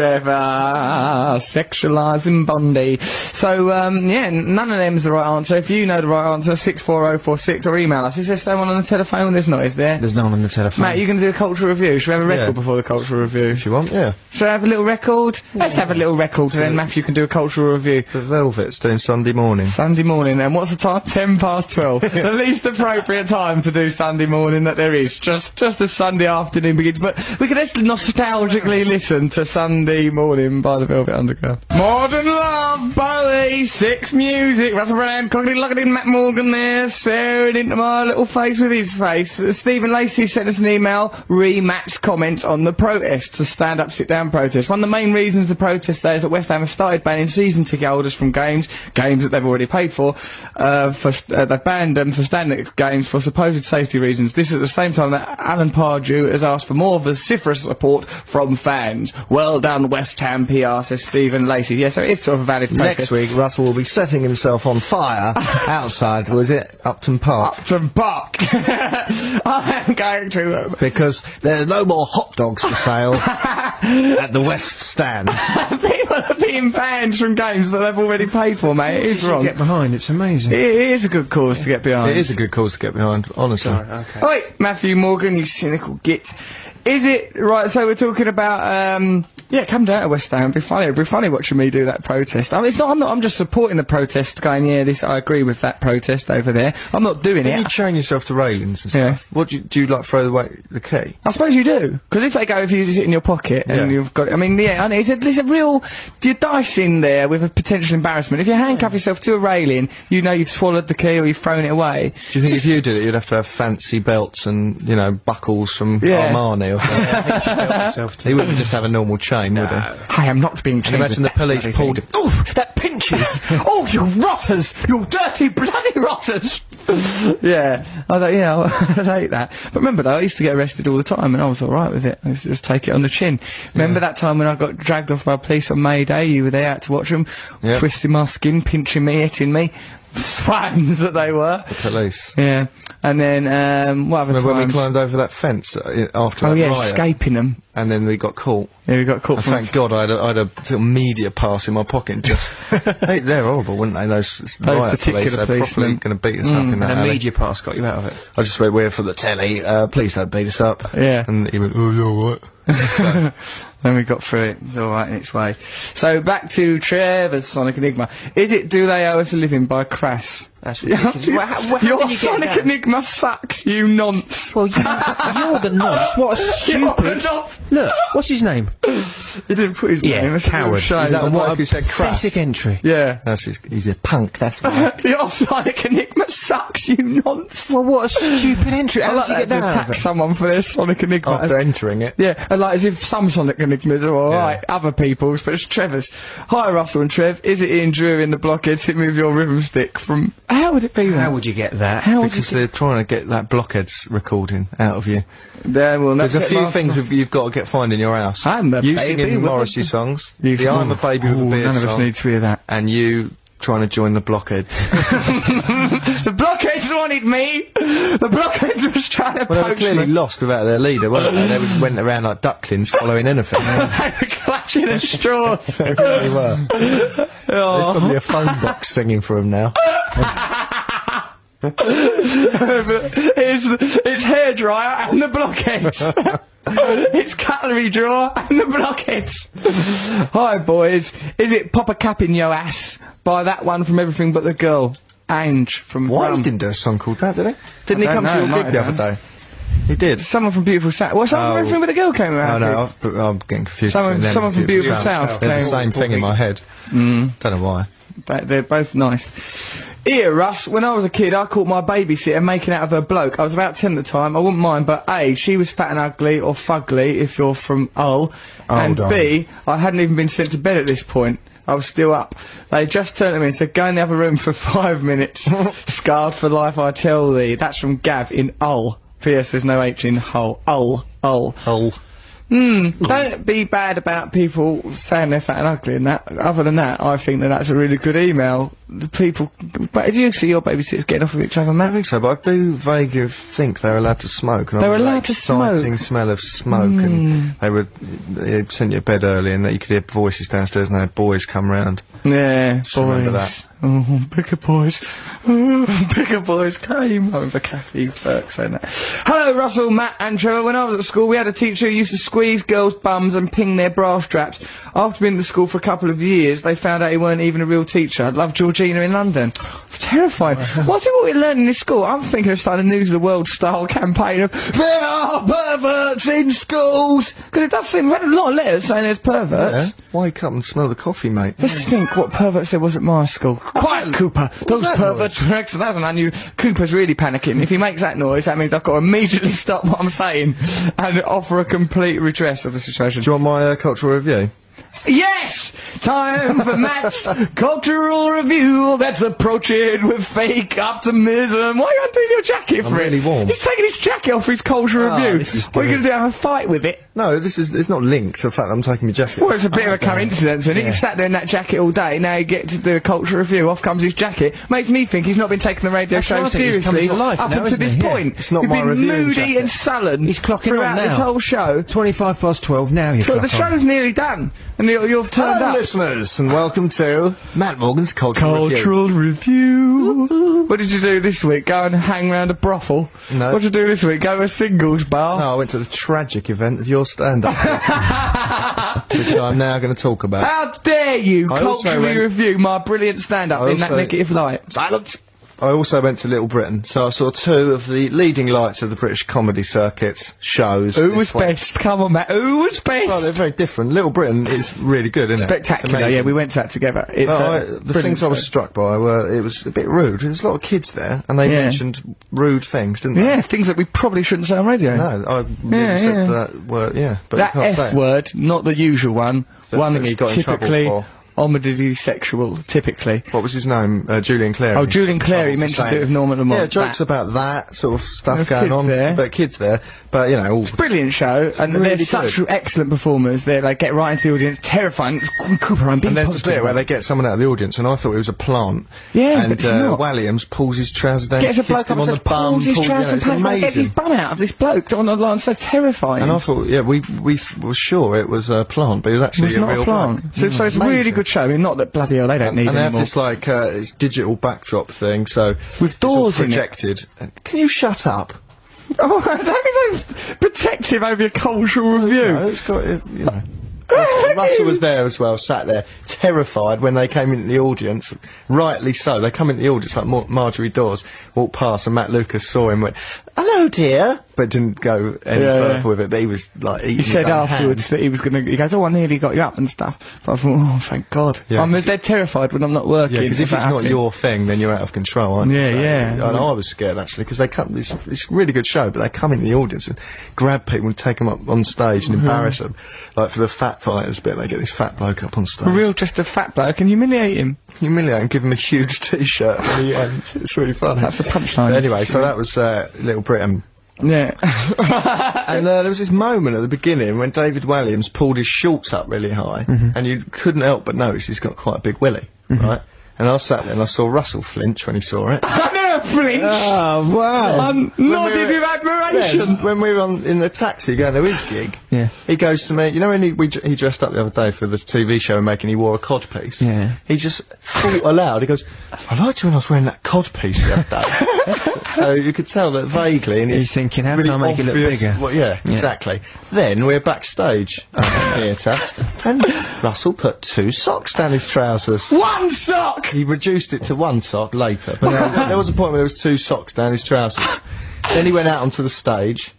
[SPEAKER 1] Trevor sexualizing Bondy. So um, yeah, n- none of them's the right answer. If you know the right answer, six four zero four six or email us. Is there someone on the telephone? There's not, is there?
[SPEAKER 6] There's no one on the telephone.
[SPEAKER 1] Matt, you can do a cultural review. Should we have a record
[SPEAKER 2] Yeah.
[SPEAKER 1] before the cultural review?
[SPEAKER 2] If you want, yeah.
[SPEAKER 1] Should I have a little record? Let's have a little record, and then Matthew can do a cultural review.
[SPEAKER 2] The Velvet's doing Sunday morning.
[SPEAKER 1] Sunday morning, and what's the time? Ten past twelve. the least appropriate time to do Sunday morning that there is. Just just just as Sunday afternoon begins. But we can just nostalgically listen to Sunday morning by the Velvet Underground. Modern Love, Bowie, Six Music, Russell Brand, Cockney Luckety, Matt Morgan there, staring into my little face with his face. Uh, Stephen Lacey sent us an email, rematch comments on the protests, the stand up, sit down protest. One of the main reasons the protest there is that West Ham have started banning season ticket holders from games, games that they've already paid for, uh, for uh, they've banned them for stand up games for supposed safety reasons. This is at the same time that Alan Pardew has asked for more vociferous support from fans. Well done, West Ham PR, says Stephen Lacey. Yeah, so it's sort of a valid protest.
[SPEAKER 2] Next week, Russell will be setting himself on fire outside, was it, Upton Park?
[SPEAKER 1] Upton Park! I am going to... um,
[SPEAKER 2] Because there are no more hot dogs for sale at the West Stand.
[SPEAKER 1] People are being banned from games that they've already paid for, mate. It is wrong.
[SPEAKER 6] Get behind, it's amazing.
[SPEAKER 1] It is a good cause to get behind.
[SPEAKER 2] It is a good cause to get behind, honestly.
[SPEAKER 1] Oi, Matthew Morgan, you cynical git. Is it right? So we're talking about um, yeah, come down to West Ham. It'd be funny. It'd be funny watching me do that protest. I mean, it's not. I'm not. I'm just supporting the protest, going yeah, this. I agree with that protest over there. I'm not doing
[SPEAKER 2] When you
[SPEAKER 1] it.
[SPEAKER 2] chain yourself to railings and stuff, what do you, do you like throw away the key?
[SPEAKER 1] I suppose you do, because if they go, if you sit in your pocket and
[SPEAKER 2] Yeah.
[SPEAKER 1] you've got, I mean, yeah, and it's a, there's a real, you're dicing there with a potential embarrassment. If you handcuff yourself to a railing, you know you've swallowed the key or you've thrown it away.
[SPEAKER 2] Do you think if you did it, you'd have to have fancy belts and, you know, buckles from
[SPEAKER 1] Yeah.
[SPEAKER 2] Armani or something? he wouldn't just have a normal chain, would he?
[SPEAKER 1] I am not being.
[SPEAKER 2] Can you Uh, imagine the police pulled him?
[SPEAKER 1] Oh, that pinches! oh, you rotters! You dirty bloody rotters! yeah, I don't, yeah, I'd hate that. But remember though, I used to get arrested all the time and I was alright with it. I used to just take it on the chin. Remember that time when I got dragged off by police on May Day? You were there out to watch them,
[SPEAKER 2] Yeah.
[SPEAKER 1] twisting my skin, pinching me, hitting me. Swans that they were.
[SPEAKER 2] The police.
[SPEAKER 1] Yeah. And then, um, what other
[SPEAKER 2] Remember when we
[SPEAKER 1] times?
[SPEAKER 2] climbed over that fence uh, after
[SPEAKER 1] Oh
[SPEAKER 2] that
[SPEAKER 1] yeah,
[SPEAKER 2] riot?
[SPEAKER 1] escaping them.
[SPEAKER 2] And then we got caught.
[SPEAKER 1] Yeah, we got caught
[SPEAKER 2] And
[SPEAKER 1] from
[SPEAKER 2] thank God I had a, I had a sort of media pass in my pocket. And just they, they're horrible, weren't they? Those, s-
[SPEAKER 1] Those
[SPEAKER 2] riot
[SPEAKER 1] particular
[SPEAKER 2] police, they're probably
[SPEAKER 1] policemen.
[SPEAKER 2] going to beat us
[SPEAKER 1] Mm.
[SPEAKER 2] up in that
[SPEAKER 6] And a
[SPEAKER 2] alley.
[SPEAKER 6] media pass got you out of it.
[SPEAKER 2] I just went, we're for the telly. Uh, please don't beat us up.
[SPEAKER 1] Yeah.
[SPEAKER 2] And he went, oh, you're all right.
[SPEAKER 1] then we got through it. It was alright in its way. So back to Trevor's Sonic Enigma. Is it Do They Owe Us a Living by Crash?
[SPEAKER 6] That's ridiculous. Well, how- well, how
[SPEAKER 1] Your
[SPEAKER 6] did you get
[SPEAKER 1] Sonic
[SPEAKER 6] that?
[SPEAKER 1] Enigma sucks, you nonce. Well,
[SPEAKER 6] You're the nonce. What a stupid. Look, what's his name?
[SPEAKER 1] You didn't put his
[SPEAKER 6] Yeah,
[SPEAKER 1] name. It's a real
[SPEAKER 6] Howard.
[SPEAKER 1] shame.
[SPEAKER 2] Is that the
[SPEAKER 6] What
[SPEAKER 2] bloke
[SPEAKER 6] a
[SPEAKER 2] who said crass?
[SPEAKER 6] pathetic entry.
[SPEAKER 1] Yeah.
[SPEAKER 2] That's his, he's a punk, that's why.
[SPEAKER 1] Your Sonic Enigma sucks, you nonce.
[SPEAKER 6] Well, what a stupid entry.
[SPEAKER 1] I
[SPEAKER 6] How
[SPEAKER 1] like
[SPEAKER 6] did you
[SPEAKER 1] that
[SPEAKER 6] get
[SPEAKER 1] to
[SPEAKER 6] that out
[SPEAKER 1] attack
[SPEAKER 6] of it?
[SPEAKER 1] someone for their Sonic Enigma.
[SPEAKER 2] After entering it.
[SPEAKER 1] Yeah, and like as if some Sonic Enigmas are alright, other people's, but it's Trevor's. Hi Russell and Trev, is it Ian Drew in the blockheads hit me with your rhythm stick from, how would it be that?
[SPEAKER 6] How would you get that?
[SPEAKER 1] How would you
[SPEAKER 2] Because they're trying to get that blockheads recording out of you.
[SPEAKER 1] There, well,
[SPEAKER 2] There's a few things we've, you've got to get find in your house.
[SPEAKER 1] I'm a
[SPEAKER 2] you
[SPEAKER 1] baby
[SPEAKER 2] singing
[SPEAKER 1] with
[SPEAKER 2] Morrissey
[SPEAKER 1] a-
[SPEAKER 2] songs,
[SPEAKER 1] You-
[SPEAKER 2] the I'm a baby with a
[SPEAKER 1] Ooh,
[SPEAKER 2] beard
[SPEAKER 1] None of us
[SPEAKER 2] song,
[SPEAKER 1] need to hear that.
[SPEAKER 2] and you trying to join the blockheads.
[SPEAKER 1] the blockheads wanted me. The blockheads was trying to
[SPEAKER 2] Well, they were
[SPEAKER 1] poach
[SPEAKER 2] clearly
[SPEAKER 1] me.
[SPEAKER 2] lost without their leader, weren't they? They was, went around like ducklings following anything. weren't
[SPEAKER 1] they were clutching at straws.
[SPEAKER 2] they? They really were. There's
[SPEAKER 1] Oh.
[SPEAKER 2] probably a phone box singing for him now.
[SPEAKER 1] it's, it's hair dryer and the blockheads. it's cutlery drawer and the blockheads. Hi boys, is it pop a cap in your ass by that one from Everything But the Girl, Ange from
[SPEAKER 2] Why he
[SPEAKER 1] Brum.
[SPEAKER 2] didn't do a song called that, did he? Didn't he
[SPEAKER 1] I
[SPEAKER 2] come
[SPEAKER 1] don't
[SPEAKER 2] to your
[SPEAKER 1] know,
[SPEAKER 2] gig the
[SPEAKER 1] might have
[SPEAKER 2] other day? He did.
[SPEAKER 1] Someone from Beautiful South. Well, someone
[SPEAKER 2] Oh.
[SPEAKER 1] from Everything But the Girl came
[SPEAKER 2] Oh
[SPEAKER 1] around.
[SPEAKER 2] no, I've, put- I'm getting confused.
[SPEAKER 1] Someone-
[SPEAKER 2] between them
[SPEAKER 1] someone
[SPEAKER 2] and
[SPEAKER 1] from
[SPEAKER 2] Beautiful
[SPEAKER 1] Beautiful South
[SPEAKER 2] They're the
[SPEAKER 1] came-
[SPEAKER 2] same thing in my head.
[SPEAKER 1] Mm.
[SPEAKER 2] Don't know why.
[SPEAKER 1] But they're both nice. Here, Russ, when I was a kid, I caught my babysitter making out of her bloke. I was about 10 at the time. I wouldn't mind, but A, she was fat and ugly, or fugly, if you're from Hull. and
[SPEAKER 6] darling.
[SPEAKER 1] B, I hadn't even been sent to bed at this point. I was still up. They just turned to me and said, go in the other room for five minutes. Scarred for life, I tell thee. That's from Gav in Hull. P.S. There's no H in Hull. Hull. Hull.
[SPEAKER 2] Hull.
[SPEAKER 1] Hmm. Don't be bad about people saying they're fat and ugly and that. Other than that, I think that that's a really good email. The people, but do you see your babysitters getting off of each other,
[SPEAKER 2] I
[SPEAKER 1] Matt?
[SPEAKER 2] think so, but I do vaguely think they're allowed to smoke. And I
[SPEAKER 1] They're
[SPEAKER 2] remember that
[SPEAKER 1] allowed to smoke. Hmm.
[SPEAKER 2] Exciting smell of smoke, and they would they sent you to bed early, and you could hear voices downstairs, and they had boys come round.
[SPEAKER 1] Yeah, boys.
[SPEAKER 2] remember that.
[SPEAKER 1] Oh, bigger boys. Oh, bigger boys came home for Kathy Burke saying that. Hello, Russell, Matt, and Trevor. When I was at school, we had a teacher who used to squeeze squeeze girls' bums and ping their bra straps. After being at the school for a couple of years, they found out he weren't even a real teacher. I love Georgina in London. Terrifying. What's it what we learn in this school? I'm thinking of starting a News of the World style campaign of there are perverts in schools because it does seem we've had a lot of letters saying there's perverts.
[SPEAKER 2] Why come and smell the coffee, mate?
[SPEAKER 1] Let's think what perverts there was at my school. Quiet, Cooper. Those perverts were excellent. That's an unusual. Cooper's really panicking. If he makes that noise, that means I've got to immediately stop what I'm saying and offer a complete redress of the situation.
[SPEAKER 2] Do you want my uh, cultural review?
[SPEAKER 1] Yes! Time for Matt's cultural review that's approaching with fake optimism. Why are you undoing your jacket for
[SPEAKER 2] I'm
[SPEAKER 1] it?
[SPEAKER 2] really warm.
[SPEAKER 1] He's taking his jacket off for his cultural
[SPEAKER 2] Ah,
[SPEAKER 1] review.
[SPEAKER 2] this is
[SPEAKER 1] What are you going
[SPEAKER 2] good.
[SPEAKER 1] to do? Have a fight with it?
[SPEAKER 2] No, this is it's not linked to the fact that I'm taking my jacket.
[SPEAKER 1] Well, it's a bit of a coincidence, isn't it? You sat there in that jacket all day, now you get to do a cultural review, off comes his jacket. Makes me think he's not been taking the radio
[SPEAKER 6] That's
[SPEAKER 1] show
[SPEAKER 6] what I think, he's come
[SPEAKER 1] seriously
[SPEAKER 6] to life
[SPEAKER 1] up
[SPEAKER 6] now,
[SPEAKER 1] until
[SPEAKER 6] isn't
[SPEAKER 1] this
[SPEAKER 6] he? Yeah.
[SPEAKER 1] point.
[SPEAKER 6] It's not
[SPEAKER 1] You've
[SPEAKER 6] my
[SPEAKER 1] been
[SPEAKER 6] reviewing
[SPEAKER 1] moody
[SPEAKER 6] jacket.
[SPEAKER 1] and sullen
[SPEAKER 6] He's clocking
[SPEAKER 1] throughout
[SPEAKER 6] on now.
[SPEAKER 1] this whole show.
[SPEAKER 6] 25 past 12 now, you
[SPEAKER 1] So the show's nearly done, and you, you've turned
[SPEAKER 6] Oh,
[SPEAKER 2] Hello,
[SPEAKER 1] up.
[SPEAKER 2] listeners, and welcome to Matt Morgan's cultural, review.
[SPEAKER 1] Cultural review. What did you do this week? Go and hang round a brothel?
[SPEAKER 2] No.
[SPEAKER 1] What did you do this week? Go to a singles bar?
[SPEAKER 2] No, Oh, I went to the tragic event of your stand-up, which I'm now going to talk about.
[SPEAKER 1] How dare you
[SPEAKER 2] I also
[SPEAKER 1] culturally
[SPEAKER 2] went-
[SPEAKER 1] review my brilliant stand-up
[SPEAKER 2] I
[SPEAKER 1] in that
[SPEAKER 2] also-
[SPEAKER 1] negative light?
[SPEAKER 2] Silence. I also went to Little Britain, so I saw two of the leading lights of the British comedy circuits shows.
[SPEAKER 1] Who
[SPEAKER 2] this
[SPEAKER 1] was
[SPEAKER 2] way.
[SPEAKER 1] best? Come on, Matt. Who was best?
[SPEAKER 2] Well, they're very different. Little Britain is really good, isn't it? It's
[SPEAKER 1] Spectacular. Yeah,
[SPEAKER 2] amazing.
[SPEAKER 1] we went to that together. It's,
[SPEAKER 2] Well, I,
[SPEAKER 1] uh,
[SPEAKER 2] the
[SPEAKER 1] brilliant
[SPEAKER 2] things I was
[SPEAKER 1] show.
[SPEAKER 2] struck by were it was a bit rude. There's a lot of kids there, and they
[SPEAKER 1] Yeah.
[SPEAKER 2] mentioned rude things, didn't they?
[SPEAKER 1] Yeah, things that we probably shouldn't say on radio.
[SPEAKER 2] No, I really
[SPEAKER 1] Yeah,
[SPEAKER 2] said
[SPEAKER 1] yeah.
[SPEAKER 2] that word. Yeah, but
[SPEAKER 1] that
[SPEAKER 2] you can't say
[SPEAKER 1] F
[SPEAKER 2] it.
[SPEAKER 1] word, not the usual one.
[SPEAKER 2] That-
[SPEAKER 1] one
[SPEAKER 2] that's
[SPEAKER 1] that
[SPEAKER 2] got in trouble
[SPEAKER 1] typically
[SPEAKER 2] for.
[SPEAKER 1] omedy sexual, typically.
[SPEAKER 2] What was his name? Uh, Julian Clary.
[SPEAKER 1] Oh, Julian Clary
[SPEAKER 2] Someone
[SPEAKER 1] mentioned
[SPEAKER 2] saying-
[SPEAKER 1] it with Norman Lamont.
[SPEAKER 2] Yeah, jokes
[SPEAKER 1] That.
[SPEAKER 2] about that sort of stuff
[SPEAKER 1] There's
[SPEAKER 2] going
[SPEAKER 1] kids
[SPEAKER 2] on.
[SPEAKER 1] there.
[SPEAKER 2] But kids there, but you know, all
[SPEAKER 1] Brilliant show, and
[SPEAKER 2] really
[SPEAKER 1] they're
[SPEAKER 2] good.
[SPEAKER 1] such excellent performers. They like get right into the audience, terrifying. It's Cooper, I'm being
[SPEAKER 2] And there's this
[SPEAKER 1] positive.
[SPEAKER 2] bit where they get someone out of the audience, and I thought it was a plant.
[SPEAKER 1] Yeah,
[SPEAKER 2] and
[SPEAKER 1] but it's
[SPEAKER 2] uh,
[SPEAKER 1] not.
[SPEAKER 2] Williams pulls his trousers down,
[SPEAKER 1] Gets a
[SPEAKER 2] kissed
[SPEAKER 1] bloke
[SPEAKER 2] him
[SPEAKER 1] up
[SPEAKER 2] on the
[SPEAKER 1] and
[SPEAKER 2] bum.
[SPEAKER 1] pulls his
[SPEAKER 2] pulled- you know,
[SPEAKER 1] trousers and
[SPEAKER 2] it's
[SPEAKER 1] pants down, gets his
[SPEAKER 2] amazing.
[SPEAKER 1] bum out of this bloke on the line. So terrifying.
[SPEAKER 2] And I thought, yeah, we we were sure it was a plant, but it was actually
[SPEAKER 1] It's
[SPEAKER 2] a
[SPEAKER 1] not
[SPEAKER 2] real
[SPEAKER 1] a plant.
[SPEAKER 2] plant.
[SPEAKER 1] So, so it's a really
[SPEAKER 2] Amazing.
[SPEAKER 1] good show. I mean, not that bloody hell they don't need
[SPEAKER 2] and they have
[SPEAKER 1] anymore.
[SPEAKER 2] this like uh, it's digital backdrop thing, so
[SPEAKER 1] With doors in it.
[SPEAKER 2] projected. Uh, Can you shut up?
[SPEAKER 1] Oh, don't be so protective over your cultural review.
[SPEAKER 2] No, it's got uh, you know. Russell was there as well, sat there, terrified when they came into the audience. Rightly so. They come into the audience like Mar- Marjorie Dawes walked past, and Matt Lucas saw him, went, "Hello, dear," but didn't go any
[SPEAKER 1] Yeah,
[SPEAKER 2] further
[SPEAKER 1] yeah.
[SPEAKER 2] with it. But he was like, eating
[SPEAKER 1] He
[SPEAKER 2] his
[SPEAKER 1] said
[SPEAKER 2] own
[SPEAKER 1] afterwards
[SPEAKER 2] hand.
[SPEAKER 1] that he was going to. He goes, "Oh, I nearly got you up and stuff." But I thought, "Oh, thank God."
[SPEAKER 2] Yeah,
[SPEAKER 1] I'm they're terrified when I'm not working.
[SPEAKER 2] Yeah, because if
[SPEAKER 1] that
[SPEAKER 2] it's not
[SPEAKER 1] happening.
[SPEAKER 2] your thing, then you're out of control, aren't you?
[SPEAKER 1] Yeah, yeah.
[SPEAKER 2] And I was scared actually because they come. It's, it's a really good show, but they come into the audience and grab people and take them up on stage and embarrass them. Like for the fat fighters bit, they get this fat bloke up on stage,
[SPEAKER 1] For real, just a fat bloke and humiliate him.
[SPEAKER 2] humiliate him, give him a huge t-shirt when he ends. It's really funny.
[SPEAKER 1] That's the punchline.
[SPEAKER 2] But anyway, so that was uh, Little Britain.
[SPEAKER 1] Yeah.
[SPEAKER 2] And uh, there was this moment at the beginning when David Williams pulled his shorts up really high,
[SPEAKER 1] Mm-hmm.
[SPEAKER 2] and you couldn't help but notice he's got quite a big willy, right? And I sat there and I saw Russell flinch when he saw it.
[SPEAKER 1] I never flinch.
[SPEAKER 2] Oh wow!
[SPEAKER 1] I'm nodded with admiration.
[SPEAKER 2] Then, when we were on, in the taxi going to his gig,
[SPEAKER 3] Yeah.
[SPEAKER 2] he goes to me. You know when he, we, he dressed up the other day for the TV show and making he wore a cod piece.
[SPEAKER 3] Yeah.
[SPEAKER 2] He just thought aloud. He goes, "I liked you when I was wearing that cod piece the other day." so you could tell that vaguely. And
[SPEAKER 6] He's thinking, how can I make it look bigger?
[SPEAKER 2] Well, yeah, exactly. Then we're backstage at the theatre, and Russell put two socks down his trousers.
[SPEAKER 1] One sock.
[SPEAKER 2] He reduced it to one sock later, but there, there was a point where there was two socks down his trousers. then he went out onto the stage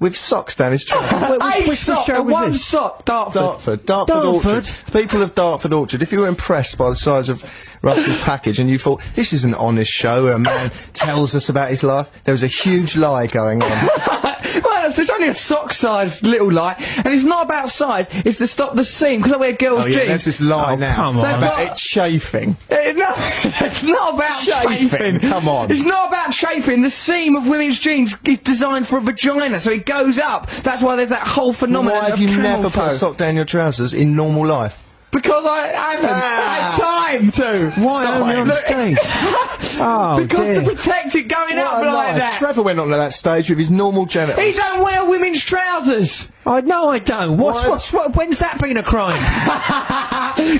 [SPEAKER 2] with socks down his trousers.
[SPEAKER 1] a sock. and one sock. Dartford.
[SPEAKER 2] Dartford, Dartford, Orchard. People of Dartford Orchard, if you were impressed by the size of Russell's package and you thought, this is an honest show where a man tells us about his life, there was a huge lie going on.
[SPEAKER 1] well, so it's only a sock-sized little lie, and it's not about size. It's to stop the seam because I wear girls'
[SPEAKER 2] Oh, yeah,
[SPEAKER 1] jeans.
[SPEAKER 2] there's this lie
[SPEAKER 1] Oh,
[SPEAKER 2] now
[SPEAKER 1] come on.
[SPEAKER 2] about
[SPEAKER 1] They've
[SPEAKER 2] it
[SPEAKER 1] got-
[SPEAKER 2] chafing.
[SPEAKER 1] Eh, no, it's not about
[SPEAKER 2] Chafing,
[SPEAKER 1] chafing.
[SPEAKER 2] come on.
[SPEAKER 1] It's not about chafing. The seam of women's jeans is designed for a vagina, so it goes up. That's why there's that whole phenomenon
[SPEAKER 2] Why
[SPEAKER 1] of
[SPEAKER 2] have you
[SPEAKER 1] camel
[SPEAKER 2] never put
[SPEAKER 1] toe.
[SPEAKER 2] a sock down your trousers in normal life?
[SPEAKER 1] Because I haven't
[SPEAKER 2] Ah.
[SPEAKER 1] had time to.
[SPEAKER 2] Why aren't you on
[SPEAKER 1] Look,
[SPEAKER 2] stage?
[SPEAKER 3] Oh,
[SPEAKER 1] because
[SPEAKER 3] dear.
[SPEAKER 1] to protect it going
[SPEAKER 2] What
[SPEAKER 1] up like
[SPEAKER 2] a lie.
[SPEAKER 1] that.
[SPEAKER 2] Trevor went onto that stage with his normal genitals.
[SPEAKER 1] he don't wear women's trousers.
[SPEAKER 3] I no, I don't. What's
[SPEAKER 2] Why-
[SPEAKER 3] what's what, when's that been a crime?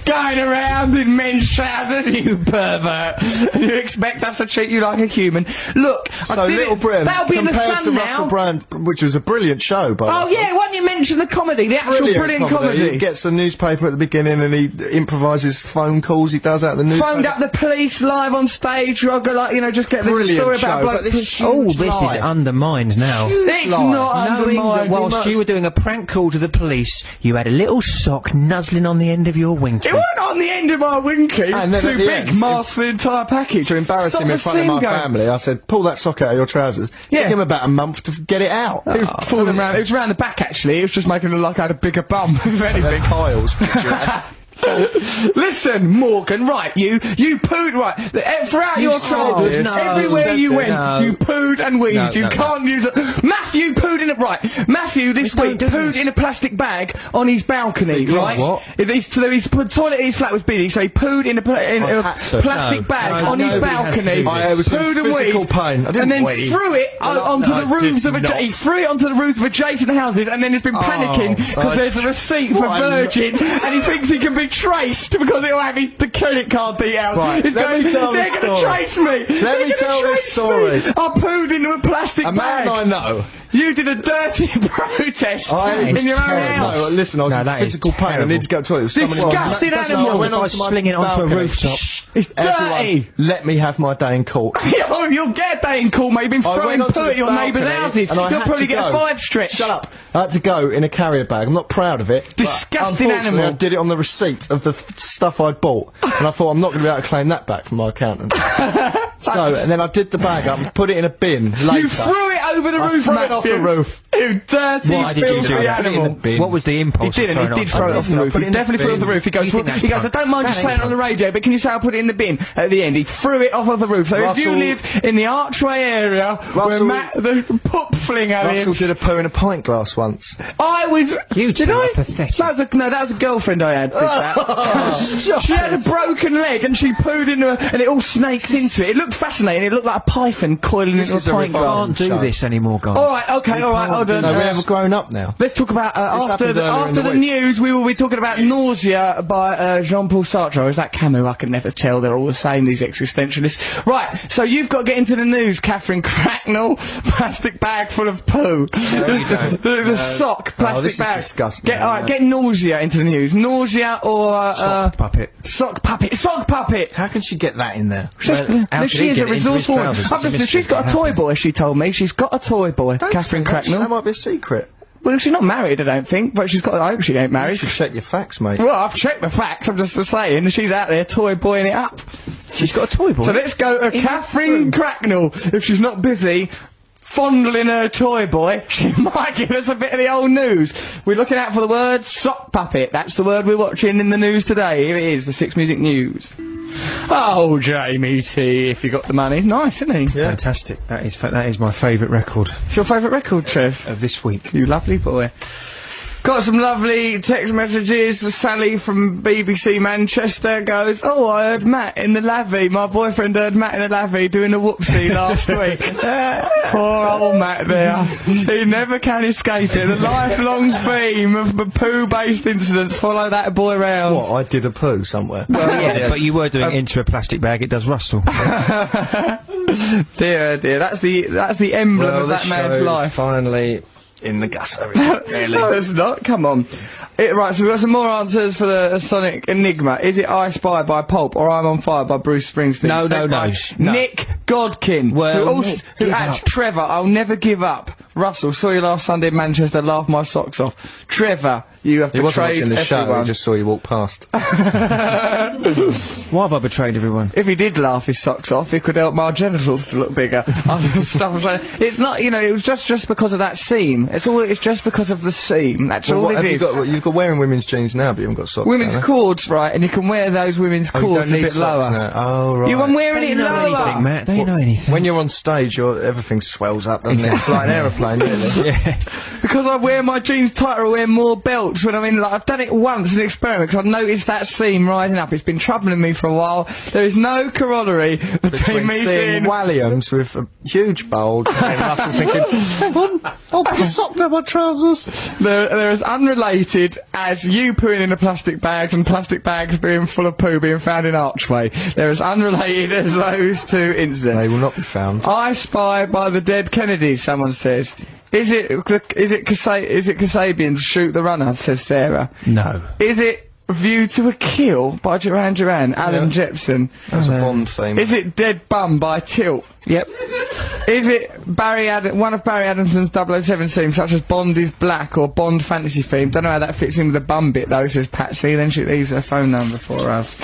[SPEAKER 1] Going around in men's trousers, you pervert. And you expect us to treat you like a human. Look,
[SPEAKER 2] So
[SPEAKER 1] I did
[SPEAKER 2] Little
[SPEAKER 1] it.
[SPEAKER 2] Britain
[SPEAKER 1] That'll be in the
[SPEAKER 2] compared
[SPEAKER 1] sun
[SPEAKER 2] to
[SPEAKER 1] now.
[SPEAKER 2] Russell Brand, which was a brilliant show, by
[SPEAKER 1] Oh
[SPEAKER 2] the way.
[SPEAKER 1] yeah, why didn't you mention the comedy, the actual brilliant, comedy?
[SPEAKER 2] He gets the newspaper at the beginning and he improvises phone calls. He does out of the newspaper.
[SPEAKER 1] Phoned up the police live on stage. I go like, you know, just get this
[SPEAKER 2] Brilliant
[SPEAKER 1] story
[SPEAKER 2] show,
[SPEAKER 1] about a bloke.
[SPEAKER 2] but this
[SPEAKER 6] All
[SPEAKER 2] huge
[SPEAKER 6] this is
[SPEAKER 2] lie.
[SPEAKER 6] undermined now.
[SPEAKER 1] It's not
[SPEAKER 6] Knowing that
[SPEAKER 1] undermined.
[SPEAKER 6] whilst
[SPEAKER 1] must-
[SPEAKER 6] you were doing a prank call to the police, you had a little sock nuzzling on the end of your winky.
[SPEAKER 1] It wasn't on the end of my winky. It
[SPEAKER 2] And
[SPEAKER 1] was
[SPEAKER 2] then
[SPEAKER 1] too
[SPEAKER 2] at the
[SPEAKER 1] big.
[SPEAKER 2] end,
[SPEAKER 1] masked the entire package.
[SPEAKER 2] to embarrass
[SPEAKER 1] Stop
[SPEAKER 2] him in
[SPEAKER 1] the
[SPEAKER 2] front of my
[SPEAKER 1] scene going-
[SPEAKER 2] family. I said, pull that sock out of your trousers. Give him about a month to get it out.
[SPEAKER 1] It
[SPEAKER 6] Oh,
[SPEAKER 1] was falling round. It was round the back actually. It was just making it look like I had a bigger bum, if anything.
[SPEAKER 2] Kyle's
[SPEAKER 1] Listen, Morgan, right, you, you pooed, right, th- throughout
[SPEAKER 2] You
[SPEAKER 1] your
[SPEAKER 2] said
[SPEAKER 1] childhood,
[SPEAKER 2] this.
[SPEAKER 1] everywhere
[SPEAKER 2] No,
[SPEAKER 1] you
[SPEAKER 2] no,
[SPEAKER 1] went,
[SPEAKER 2] no.
[SPEAKER 1] you pooed and weed,
[SPEAKER 2] No,
[SPEAKER 1] you
[SPEAKER 2] no, no.
[SPEAKER 1] can't use it. Matthew pooed in a, right, Matthew this week pooed in a plastic bag on his balcony,
[SPEAKER 2] Because
[SPEAKER 1] right?
[SPEAKER 2] what?
[SPEAKER 1] It- His, so his p- toilet in his flat was busy, so he pooed in a, pla- in
[SPEAKER 2] I
[SPEAKER 1] a
[SPEAKER 2] had to.
[SPEAKER 1] plastic
[SPEAKER 2] No.
[SPEAKER 1] bag
[SPEAKER 2] No,
[SPEAKER 1] on his
[SPEAKER 2] nobody has to do
[SPEAKER 1] balcony,
[SPEAKER 2] this. I was in
[SPEAKER 1] pooed and
[SPEAKER 2] physical
[SPEAKER 1] weed,
[SPEAKER 2] pain. I didn't
[SPEAKER 1] and then
[SPEAKER 2] weed.
[SPEAKER 1] threw it o-
[SPEAKER 2] Well,
[SPEAKER 1] onto
[SPEAKER 2] no,
[SPEAKER 1] the
[SPEAKER 2] I did
[SPEAKER 1] roofs of, adja-
[SPEAKER 2] not. Oh,
[SPEAKER 1] he threw it onto the roofs of adjacent houses, and then he's been panicking because
[SPEAKER 2] I-
[SPEAKER 1] there's a receipt for
[SPEAKER 2] What a
[SPEAKER 1] Virgin, and he thinks he can be traced because it'll have his the credit card details.
[SPEAKER 2] Right,
[SPEAKER 1] He's
[SPEAKER 2] let
[SPEAKER 1] going,
[SPEAKER 2] me tell
[SPEAKER 1] they're
[SPEAKER 2] this
[SPEAKER 1] going to
[SPEAKER 2] story.
[SPEAKER 1] trace me.
[SPEAKER 2] Let
[SPEAKER 1] they're
[SPEAKER 2] me
[SPEAKER 1] gonna
[SPEAKER 2] tell this
[SPEAKER 1] trace
[SPEAKER 2] story.
[SPEAKER 1] Me. I pooed into a plastic
[SPEAKER 2] A
[SPEAKER 1] bag.
[SPEAKER 2] man I know.
[SPEAKER 1] You did a dirty protest
[SPEAKER 2] I
[SPEAKER 1] in
[SPEAKER 2] was
[SPEAKER 1] your own
[SPEAKER 2] Oh, terrible.
[SPEAKER 1] house.
[SPEAKER 2] No, Oh, listen, I was in physical pain. I need to go to the toilet. Somebody-
[SPEAKER 1] Disgusting
[SPEAKER 2] That's
[SPEAKER 1] animal.
[SPEAKER 2] how I went
[SPEAKER 1] I
[SPEAKER 2] onto
[SPEAKER 1] was
[SPEAKER 2] my
[SPEAKER 1] slinging it onto a
[SPEAKER 2] balcony.
[SPEAKER 1] rooftop. It's dirty.
[SPEAKER 2] Everyone, let me have my day in court.
[SPEAKER 1] oh, you'll get that in court, mate. You've been
[SPEAKER 2] I
[SPEAKER 1] throwing
[SPEAKER 2] went onto
[SPEAKER 1] poo
[SPEAKER 2] the
[SPEAKER 1] at your neighbours'
[SPEAKER 2] balcony
[SPEAKER 1] houses.
[SPEAKER 2] and
[SPEAKER 1] You'll
[SPEAKER 2] I had
[SPEAKER 1] probably
[SPEAKER 2] to
[SPEAKER 1] get a
[SPEAKER 2] go.
[SPEAKER 1] five stretch.
[SPEAKER 2] Shut up. I had to go in a carrier bag. I'm not proud of it. but
[SPEAKER 1] Disgusting
[SPEAKER 2] unfortunately,
[SPEAKER 1] animal.
[SPEAKER 2] I did it on the receipt of the f- stuff I'd bought. And I thought, I'm not going to be able to claim that back from my accountant. so, and then I did the bag up and put it in a bin later.
[SPEAKER 1] You threw it over the
[SPEAKER 2] I
[SPEAKER 1] roof,
[SPEAKER 2] threw it off the
[SPEAKER 1] Matthew.
[SPEAKER 2] roof.
[SPEAKER 1] You dirty,
[SPEAKER 6] Why did you
[SPEAKER 1] filthy
[SPEAKER 6] do that?
[SPEAKER 1] animal.
[SPEAKER 6] What was the
[SPEAKER 1] He
[SPEAKER 6] impulse? of
[SPEAKER 1] didn't. He
[SPEAKER 6] throwing
[SPEAKER 1] did throw it
[SPEAKER 6] onto
[SPEAKER 1] off the
[SPEAKER 6] I
[SPEAKER 1] roof.
[SPEAKER 6] put
[SPEAKER 1] He
[SPEAKER 6] it in the
[SPEAKER 1] definitely threw it off the
[SPEAKER 6] bin.
[SPEAKER 1] roof. He goes,
[SPEAKER 6] You think
[SPEAKER 1] well,
[SPEAKER 6] that's
[SPEAKER 1] he goes, I
[SPEAKER 6] punk?
[SPEAKER 1] don't mind you
[SPEAKER 6] That
[SPEAKER 1] saying
[SPEAKER 6] ain't
[SPEAKER 1] it on the radio, but can you say I put it in the bin at the end? He threw it off of the roof. So if you
[SPEAKER 2] Russell-
[SPEAKER 1] live in the archway area where
[SPEAKER 2] Russell-
[SPEAKER 1] Matt the poop flinger
[SPEAKER 2] Russell
[SPEAKER 1] lives,
[SPEAKER 2] did a poo in a pint glass once.
[SPEAKER 1] I was.
[SPEAKER 6] You
[SPEAKER 1] did
[SPEAKER 6] two are
[SPEAKER 1] I?
[SPEAKER 6] pathetic.
[SPEAKER 1] That was a, no, that was a girlfriend I had. did that. she had a broken leg and she pooed into a, and it all snaked into it. It looked fascinating. It looked like a python coiling
[SPEAKER 2] This is
[SPEAKER 1] into
[SPEAKER 2] a
[SPEAKER 1] a pint
[SPEAKER 2] revolving
[SPEAKER 1] glass.
[SPEAKER 6] Can't do
[SPEAKER 2] Show.
[SPEAKER 6] this anymore, guys.
[SPEAKER 1] All right, okay, all right, hold on.
[SPEAKER 2] No, we
[SPEAKER 1] Uh,
[SPEAKER 2] have grown up now.
[SPEAKER 1] Let's talk about uh,
[SPEAKER 2] This
[SPEAKER 1] after
[SPEAKER 2] happened
[SPEAKER 1] the,
[SPEAKER 2] earlier in
[SPEAKER 1] after
[SPEAKER 2] the
[SPEAKER 1] the,
[SPEAKER 2] week.
[SPEAKER 1] news. We will be talking about nausea by uh, Jean-Paul Sartre. Or is that Camus? I can never tell. They're all the same. These existentialists. Right. So you've got to get into the news. Catherine Cracknell, plastic bag full of poo. the the sock, plastic
[SPEAKER 2] Oh, this is
[SPEAKER 1] bag.
[SPEAKER 2] disgusting.
[SPEAKER 1] Get all right. Get nausea into the news. Nausea or uh, sock
[SPEAKER 6] puppet.
[SPEAKER 1] Sock puppet. Sock puppet.
[SPEAKER 2] How can she get that in there?
[SPEAKER 1] Just,
[SPEAKER 6] how
[SPEAKER 1] no,
[SPEAKER 6] did
[SPEAKER 1] she
[SPEAKER 6] he
[SPEAKER 1] is
[SPEAKER 6] get
[SPEAKER 1] a
[SPEAKER 6] it into his
[SPEAKER 1] resourceful. woman.
[SPEAKER 6] trousers?
[SPEAKER 1] I've
[SPEAKER 6] That's a
[SPEAKER 1] listened- She's
[SPEAKER 6] mystery.
[SPEAKER 1] got a toy boy. She told me she's got a toy boy. Catherine Cracknell.
[SPEAKER 2] That might be a secret.
[SPEAKER 1] Well, she's not married, I don't think, but she's got. I hope she ain't
[SPEAKER 2] You
[SPEAKER 1] married.
[SPEAKER 2] should check your facts, mate.
[SPEAKER 1] Well, I've checked the facts. I'm just saying she's out there toy boying it up.
[SPEAKER 2] She's got a toy boy.
[SPEAKER 1] So let's go to Catherine Cracknell. If she's not busy fondling her toy boy, she might give us a bit of the old news. We're looking out for the word sock puppet. That's the word we're watching in the news today. Here it is, the Six Music News. Oh, Jamie T, if you got the money, nice, isn't he?
[SPEAKER 2] Yeah.
[SPEAKER 6] Fantastic. That is fa- that is my favourite record
[SPEAKER 1] It's your favourite record, Trev.
[SPEAKER 6] of this week.
[SPEAKER 1] You lovely boy. Got some lovely text messages. Sally from BBC Manchester goes, Oh, I heard Matt in the lavvy. My boyfriend heard Matt in the lavvy doing a whoopsie last week. Poor old Matt there. He never can escape it. The lifelong theme of the poo based incidents follow that boy round.
[SPEAKER 2] What? I did a poo somewhere.
[SPEAKER 6] Well, yeah, but you were doing it into a plastic bag. It does rustle.
[SPEAKER 1] dear, oh dear. That's the, that's the emblem
[SPEAKER 2] Well,
[SPEAKER 1] of
[SPEAKER 2] this
[SPEAKER 1] that man's
[SPEAKER 2] show
[SPEAKER 1] life.
[SPEAKER 2] Finally, in the gutter. isn't it, really?
[SPEAKER 1] No, it's not. Come on. It, right, so we've got some more answers for the Sonic Enigma. Is it I Spy by Pulp or I'm on Fire by Bruce Springsteen?
[SPEAKER 6] No,
[SPEAKER 1] Sent
[SPEAKER 6] no, no.
[SPEAKER 1] by
[SPEAKER 6] No.
[SPEAKER 1] Nick Godkin.
[SPEAKER 6] Well,
[SPEAKER 1] who
[SPEAKER 6] Nick,
[SPEAKER 1] also, who
[SPEAKER 6] give
[SPEAKER 1] adds
[SPEAKER 6] up.
[SPEAKER 1] Trevor, I'll never give up. Russell, saw you last Sunday in Manchester, laughed my socks off. Trevor, you have
[SPEAKER 2] He wasn't
[SPEAKER 1] betrayed
[SPEAKER 2] watching the show. He
[SPEAKER 1] everyone.
[SPEAKER 2] just saw you walk past.
[SPEAKER 6] Why have I betrayed everyone?
[SPEAKER 1] If he did laugh his socks off, it could help my genitals to look bigger. Other stuff like It's not, you know, it was just, just because of that seam. It's all, it's just because of the seam. That's
[SPEAKER 2] Well,
[SPEAKER 1] all
[SPEAKER 2] what
[SPEAKER 1] it is.
[SPEAKER 2] have you got? You've got wearing women's jeans now, but you haven't got socks.
[SPEAKER 1] women's
[SPEAKER 2] have you?
[SPEAKER 1] cords, right, and you can wear those women's
[SPEAKER 2] Oh, you
[SPEAKER 1] cords
[SPEAKER 2] don't
[SPEAKER 1] a
[SPEAKER 2] need
[SPEAKER 1] bit
[SPEAKER 2] socks
[SPEAKER 1] lower.
[SPEAKER 2] Now. Oh right.
[SPEAKER 1] You were wearing it
[SPEAKER 6] Don't know
[SPEAKER 1] lower.
[SPEAKER 6] anything, Matt. Don't
[SPEAKER 2] Well,
[SPEAKER 6] know anything.
[SPEAKER 2] When you're on stage, your everything swells up, doesn't it?
[SPEAKER 1] It's like an
[SPEAKER 2] plane, really.
[SPEAKER 1] yeah. Because I wear my jeans tighter, I wear more belts when I'm in. Like I've done it once in an experiment 'cause I noticed that seam rising up. It's been troubling me for a while. There is no corollary between,
[SPEAKER 2] Between
[SPEAKER 1] me
[SPEAKER 2] seeing
[SPEAKER 1] seeing.
[SPEAKER 2] Williams with a huge bulge and Russell thinking, hang on, I'll put a sock down my trousers.
[SPEAKER 1] They're, they're as unrelated as you pooing in the plastic bags and plastic bags being full of poo being found in Archway. They're as unrelated as those two incidents.
[SPEAKER 2] They will not be found.
[SPEAKER 1] I spy by the dead Kennedys, someone says. Is it, is it, Casa- is it Kasabian's Shoot the Runner, says Sarah.
[SPEAKER 6] No.
[SPEAKER 1] Is it View to a Kill by Duran Duran, Alan Jepson?
[SPEAKER 2] That's a Bond theme.
[SPEAKER 1] Oh, Is it Dead Bum by Tilt? Yep. is it Barry Ad- one of Barry Adamson's 007 themes, such as Bond is Black or Bond Fantasy theme? Don't know how that fits in with the bum bit though, says Patsy, then she leaves her phone number for us.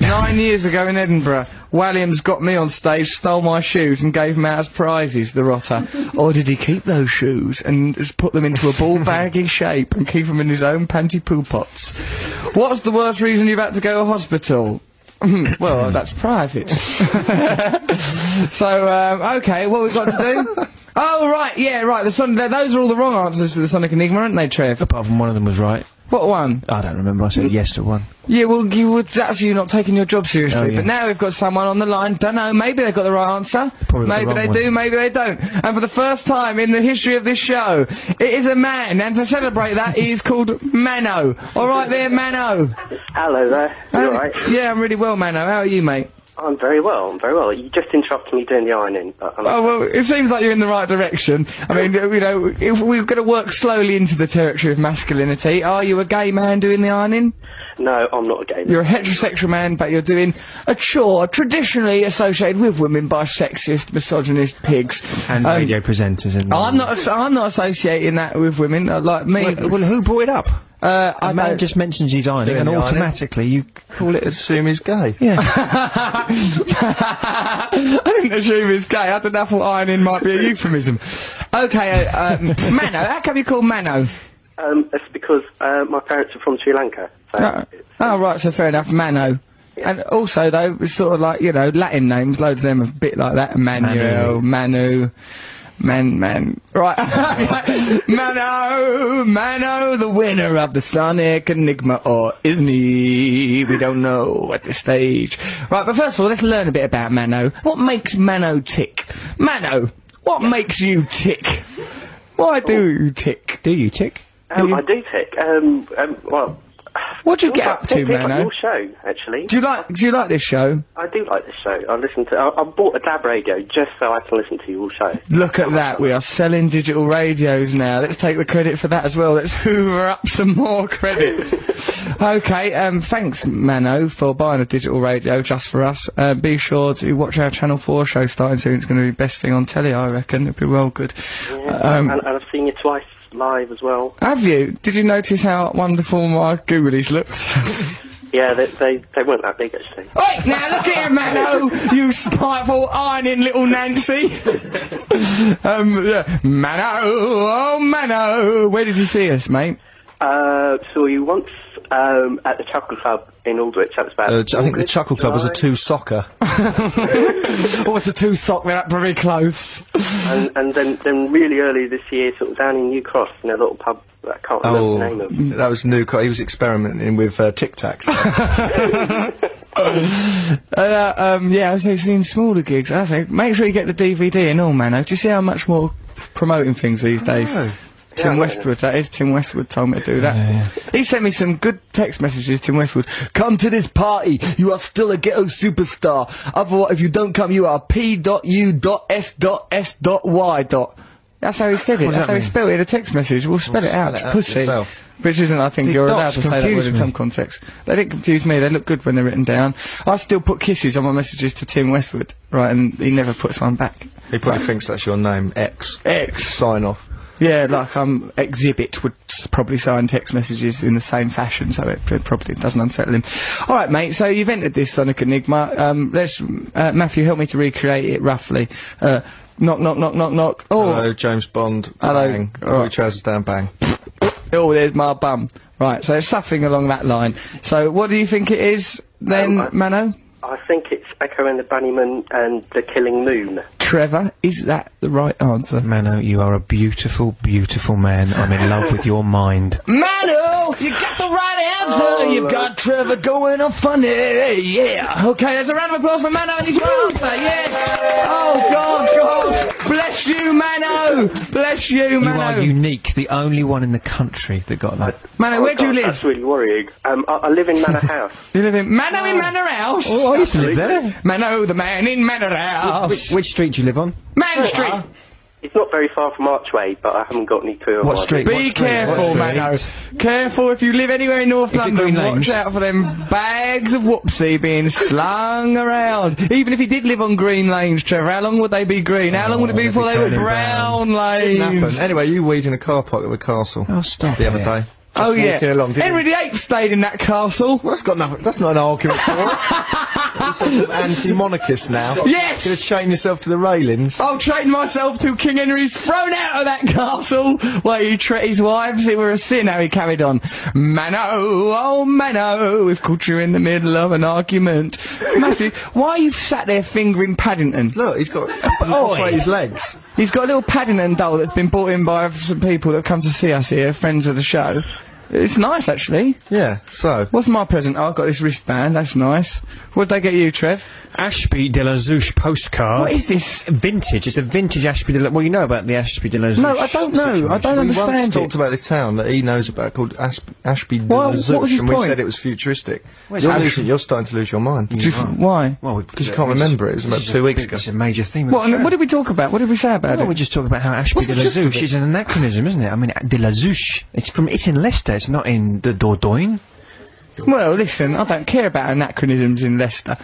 [SPEAKER 1] Nine years ago in Edinburgh, Williams got me on stage, stole my shoes and gave them out as prizes, the rotter. or did he keep those shoes and just put them into a ball baggy shape and keep them in his own panty poo pots? What's the worst reason you've had to go to hospital? Mm-hmm. well, that's private. so, um, okay, what we've got to do? oh, right, yeah, right, the Sun- th- those are all the wrong answers to the Sonic Enigma, aren't they, Trev?
[SPEAKER 6] Apart from one of them was right.
[SPEAKER 1] What one?
[SPEAKER 6] I don't remember. I said yes to one.
[SPEAKER 1] Yeah, well, you were actually not taking your job seriously.
[SPEAKER 6] Oh, yeah.
[SPEAKER 1] But now we've got someone on the line. Don't know. Maybe they've got the right answer.
[SPEAKER 6] Probably the
[SPEAKER 1] maybe
[SPEAKER 6] wrong
[SPEAKER 1] they
[SPEAKER 6] one.
[SPEAKER 1] do. Maybe they don't. And for the first time in the history of this show, it is a man. And to celebrate that, he is called Mano. All right, there, Mano.
[SPEAKER 14] Hello there. You
[SPEAKER 1] How's it-
[SPEAKER 14] alright?
[SPEAKER 1] Yeah, I'm really well, Mano. How are you, mate?
[SPEAKER 14] I'm very well. I'm very well. You just interrupted me doing the ironing, but I'm
[SPEAKER 1] Oh well, it seems like you're in the right direction. I mean, you know, if we're going to work slowly into the territory of masculinity. Are you a gay man doing the ironing?
[SPEAKER 14] no, I'm not a gay. man.
[SPEAKER 1] You're a heterosexual man, but you're doing a chore traditionally associated with women by sexist, misogynist pigs.
[SPEAKER 6] And
[SPEAKER 1] Um,
[SPEAKER 6] radio presenters and.
[SPEAKER 1] I'm not. ass- I'm not associating that with women. uh, Like me.
[SPEAKER 6] Well, well, who brought it up?
[SPEAKER 1] Uh,
[SPEAKER 6] A
[SPEAKER 1] I
[SPEAKER 6] man
[SPEAKER 1] don't-
[SPEAKER 6] just mentions he's ironing,
[SPEAKER 1] Doing
[SPEAKER 6] and
[SPEAKER 1] the ironing.
[SPEAKER 6] automatically you
[SPEAKER 2] Call it assume he's gay.
[SPEAKER 6] Yeah.
[SPEAKER 1] I didn't assume it's gay. I thought that thought ironing might be a euphemism. Okay, uh, um, Mano. How come you called Mano?
[SPEAKER 14] Um, that's because uh, my parents are from Sri Lanka. So
[SPEAKER 1] Uh, oh, right, so fair enough, Mano. And also, though, it's sort of like, you know, Latin names, loads of them are a bit like that. Manuel, Manu, Man, Man. Right. Mano, Mano, the winner of the Sonic Enigma, or isn't he? We don't know at this stage. Right, but first of all, let's learn a bit about Mano. What makes Mano tick? Mano, what makes you tick? Why do you tick?
[SPEAKER 6] Oh. Do you tick?
[SPEAKER 14] um, I do tick. Um, um, well,
[SPEAKER 1] What do you
[SPEAKER 14] I
[SPEAKER 1] get
[SPEAKER 14] was
[SPEAKER 1] up to,
[SPEAKER 14] particularly like
[SPEAKER 1] Mano?
[SPEAKER 14] Your show, actually.
[SPEAKER 1] Do you like, do you like this show?
[SPEAKER 14] I do like this show. I listen to. I, I bought a DAB radio just so I can listen to your show.
[SPEAKER 1] Look at that, we are selling digital radios now. Let's take the credit for that as well. Let's hoover up some more credit. okay, um, thanks, Mano, for buying a digital radio just for us. Uh, be sure to watch our Channel 4 show starting soon. It's going to be best thing on telly, I reckon. It'll be well good. Um,
[SPEAKER 14] and, and I've seen you twice live as well.
[SPEAKER 1] have you? Did you notice how wonderful my Googlies looked?
[SPEAKER 14] Yeah, they they, they weren't that big actually.
[SPEAKER 1] Wait, now look here, Mano, you spiteful, ironing little Nancy. um, yeah. Mano, oh Mano, where did you see us, mate?
[SPEAKER 14] Uh, saw you once um, at the Chuckle Club in Aldwych. That was about.
[SPEAKER 2] Uh, I think the Chuckle Club was a two socker.
[SPEAKER 1] oh, it's a two sock. They're up very close.
[SPEAKER 14] and and then then really early this year, sort of down in New Cross in a little pub that I can't remember
[SPEAKER 2] Oh,
[SPEAKER 14] the name of.
[SPEAKER 2] that was new. Co- he was experimenting with uh, Tic Tacs.
[SPEAKER 1] Uh, um, yeah, I was just seeing smaller gigs. I say, make sure you get the DVD and all, Mano. Do you see how much more promoting things these days? Tim Westwood, that is Tim Westwood told me to do that. He sent me some good text messages, Tim Westwood. Come to this party, you are still a ghetto superstar. Otherwise, if you don't come, you are P.U.S.S.Y. That's how he said it.
[SPEAKER 6] What
[SPEAKER 1] That's
[SPEAKER 6] does that
[SPEAKER 1] how he
[SPEAKER 6] mean?
[SPEAKER 1] spelled it in a text message. We'll spell it out,
[SPEAKER 2] spell it out
[SPEAKER 1] pussy.
[SPEAKER 2] yourself.
[SPEAKER 1] Which isn't, I think,
[SPEAKER 6] The
[SPEAKER 1] you're allowed
[SPEAKER 6] dots
[SPEAKER 1] to say that word
[SPEAKER 6] confuse
[SPEAKER 1] in
[SPEAKER 6] me.
[SPEAKER 1] some context. They didn't confuse me, they look good when they're written down. I still put kisses on my messages to Tim Westwood, right, and he never puts one back.
[SPEAKER 2] he probably thinks that's your name, X.
[SPEAKER 1] X.
[SPEAKER 2] Sign off.
[SPEAKER 1] Yeah, like um, Exhibit would s- probably sign text messages in the same fashion, so it, it probably doesn't unsettle him. All right, mate. So you've entered this Sonic Enigma. Um, let's, uh, Matthew, help me to recreate it roughly. Uh, knock, knock, knock, knock, knock. Oh,
[SPEAKER 2] Hello, James Bond.
[SPEAKER 1] Hello.
[SPEAKER 2] Bang.
[SPEAKER 1] All right.
[SPEAKER 2] Blue trousers down, bang.
[SPEAKER 1] oh, there's my bum. Right. So it's something along that line. So what do you think it is then,
[SPEAKER 14] Um, I-
[SPEAKER 1] Mano?
[SPEAKER 6] Oh, I think it's Echo and the Bunnymen and The Killing Moon.
[SPEAKER 1] Trevor, is that the right answer?
[SPEAKER 3] Mano, you are a beautiful, beautiful man. I'm in love with your mind.
[SPEAKER 1] Mano, you got the Oh, right answer. You've got Trevor going on funny. Yeah. Okay, there's a round of applause for Mano and his right answer. Yes. Oh God, God, bless you, Mano. Bless you,
[SPEAKER 3] You are
[SPEAKER 1] Mano.
[SPEAKER 3] unique, the only one in the country that got that.
[SPEAKER 1] Mano, where do you
[SPEAKER 6] God,
[SPEAKER 1] live?
[SPEAKER 6] That's really worrying. Um, I, I live in Manor House.
[SPEAKER 1] You live in Mano in Manor House.
[SPEAKER 6] Oh, I used to live there.
[SPEAKER 1] Mano, the man in Manor House.
[SPEAKER 3] Which, Oh, which street do you live on?
[SPEAKER 1] Man Street.
[SPEAKER 6] It's not very far from Archway, but I haven't got any clue. on
[SPEAKER 3] What street?
[SPEAKER 1] Be
[SPEAKER 3] What street? What
[SPEAKER 1] careful,
[SPEAKER 3] street?
[SPEAKER 1] Mano. Careful if you live anywhere in North
[SPEAKER 3] Is it
[SPEAKER 1] London.
[SPEAKER 3] Green
[SPEAKER 1] Watch
[SPEAKER 3] Lanes?
[SPEAKER 1] out for them bags of whoopsie being slung around. Even if he did live on green lanes, Trevor, how long would they be green? How long would it be
[SPEAKER 2] Oh, they'd
[SPEAKER 1] before
[SPEAKER 2] be
[SPEAKER 1] they were
[SPEAKER 2] turning
[SPEAKER 1] brown,
[SPEAKER 2] Didn't
[SPEAKER 1] lanes?
[SPEAKER 2] happen. Anyway, you weed in a car park at the castle.
[SPEAKER 3] Oh, stop.
[SPEAKER 2] The other day. Just
[SPEAKER 1] Oh yeah,
[SPEAKER 2] walking along, didn't
[SPEAKER 1] Henry VIII stayed in that castle.
[SPEAKER 2] Well, that's got nothing. That's not an argument for it. You're such an anti-monarchist now.
[SPEAKER 1] Yes!
[SPEAKER 2] You're gonna chain yourself to the railings.
[SPEAKER 1] I'll train myself till King Henry's thrown out of that castle where he treat his wives. It were a sin how he carried on. Mano, oh Mano, we've caught you in the middle of an argument. Matthew, why are you sat there fingering Paddington?
[SPEAKER 2] Look, he's got operate his legs.
[SPEAKER 1] He's got a little Paddington doll that's been brought in by some people that come to see us here, friends of the show. It's nice actually.
[SPEAKER 2] Yeah. So
[SPEAKER 1] What's my present? Oh, I've got this wristband. That's nice. What'd they get you, Trev?
[SPEAKER 3] Ashby de la Zouche postcard.
[SPEAKER 1] What is this?
[SPEAKER 3] Vintage. It's a vintage Ashby de la... Well, you know about the Ashby de la Zouche.
[SPEAKER 1] No, I don't know. I don't
[SPEAKER 2] we once
[SPEAKER 1] understand
[SPEAKER 2] talked
[SPEAKER 1] it.
[SPEAKER 2] about this town that he knows about called Ash- Ashby de
[SPEAKER 1] Why-
[SPEAKER 2] la
[SPEAKER 1] what was
[SPEAKER 2] Zouche,
[SPEAKER 1] his
[SPEAKER 2] and we
[SPEAKER 1] point?
[SPEAKER 2] said it was futuristic.
[SPEAKER 3] Where's
[SPEAKER 2] you're
[SPEAKER 3] Ash-
[SPEAKER 2] losing. You're starting to lose your mind.
[SPEAKER 1] Do you f- why?
[SPEAKER 3] Well,
[SPEAKER 2] Because you can't remember it. It was about two weeks ago.
[SPEAKER 3] It's a major theme. of
[SPEAKER 1] What,
[SPEAKER 3] the show.
[SPEAKER 1] what did we talk about? What did we say about
[SPEAKER 3] Well,
[SPEAKER 1] it?
[SPEAKER 3] we just talk about how Ashby
[SPEAKER 2] What's
[SPEAKER 3] de
[SPEAKER 2] the
[SPEAKER 3] la
[SPEAKER 2] gist of
[SPEAKER 3] Zouche
[SPEAKER 2] it?
[SPEAKER 3] is an anachronism, isn't it? I mean, de la Zouche. It's from... It's in Leicester. It's not in the Dordogne.
[SPEAKER 1] Well, listen, I don't care about anachronisms in Leicester.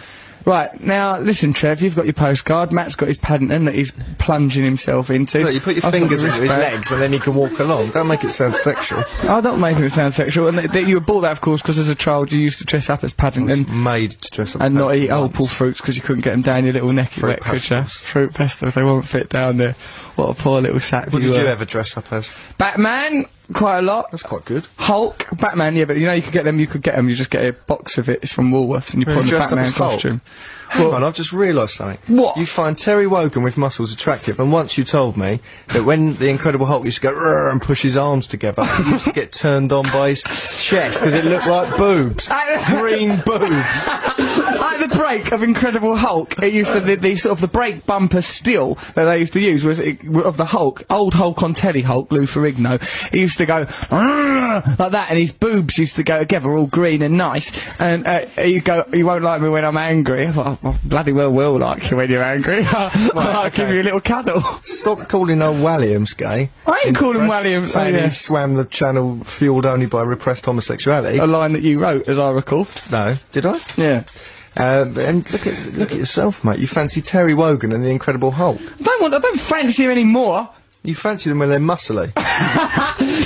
[SPEAKER 1] Right, now, listen, Trev, you've got your postcard. Matt's got his Paddington that he's plunging himself into.
[SPEAKER 2] Look, you put your
[SPEAKER 1] I've got
[SPEAKER 2] fingers
[SPEAKER 1] the
[SPEAKER 2] into his
[SPEAKER 1] wristband.
[SPEAKER 2] legs and then he can walk along. Don't make it sound sexual.
[SPEAKER 1] I Oh, don't make it sound sexual. And th- th- you were bought that, of course, because as a child you used to dress up as Paddington
[SPEAKER 2] Made to dress up.
[SPEAKER 1] and not eat
[SPEAKER 2] once.
[SPEAKER 1] opal fruits because you couldn't get them down your little neck
[SPEAKER 2] Fruit
[SPEAKER 1] in Bedfordshire. Fruit pestles, they won't fit down there. What a poor little sack
[SPEAKER 2] What
[SPEAKER 1] you
[SPEAKER 2] did
[SPEAKER 1] were.
[SPEAKER 2] you uh, ever dress up as?
[SPEAKER 1] Batman, quite a lot.
[SPEAKER 2] That's quite good.
[SPEAKER 1] Hulk, Batman, yeah, but you know you could get them, you could get them, you just get a box of it, it's from Woolworths, and you put
[SPEAKER 2] Really?
[SPEAKER 1] on the
[SPEAKER 2] Dressed up
[SPEAKER 1] Batman
[SPEAKER 2] as Hulk?
[SPEAKER 1] costume.
[SPEAKER 2] Hang on, I've just realised something.
[SPEAKER 1] What?
[SPEAKER 2] You find Terry Wogan with muscles attractive, and once you told me that when the Incredible Hulk used to go "Rrr," and push his arms together, he used to get turned on by his chest because it looked like boobs. Green boobs.
[SPEAKER 1] At the break of Incredible Hulk, it used to the, the sort of the break bumper still that they used to use was it, of the Hulk, old Hulk on telly Hulk, Lou Ferrigno. He used to go "Arrgh," like that, and his boobs used to go together, all green and nice. And uh, he'd go, "You won't like me when I'm angry." I thought, "Oh, I bloody well will like you when you're angry. I'll give you a little cuddle.
[SPEAKER 2] Stop calling old Walliams gay.
[SPEAKER 1] I ain't calling
[SPEAKER 2] Impressed-
[SPEAKER 1] Williams. oh,
[SPEAKER 2] Saying
[SPEAKER 1] yeah.
[SPEAKER 2] he swam the channel fueled only by repressed homosexuality.
[SPEAKER 1] A line that you wrote, as I recall.
[SPEAKER 2] no, did I?
[SPEAKER 1] Yeah.
[SPEAKER 2] Uh, and look at look at yourself, mate. You fancy Terry Wogan and the Incredible Hulk.
[SPEAKER 1] I don't want. I don't fancy him anymore.
[SPEAKER 2] You fancy them when they're muscly.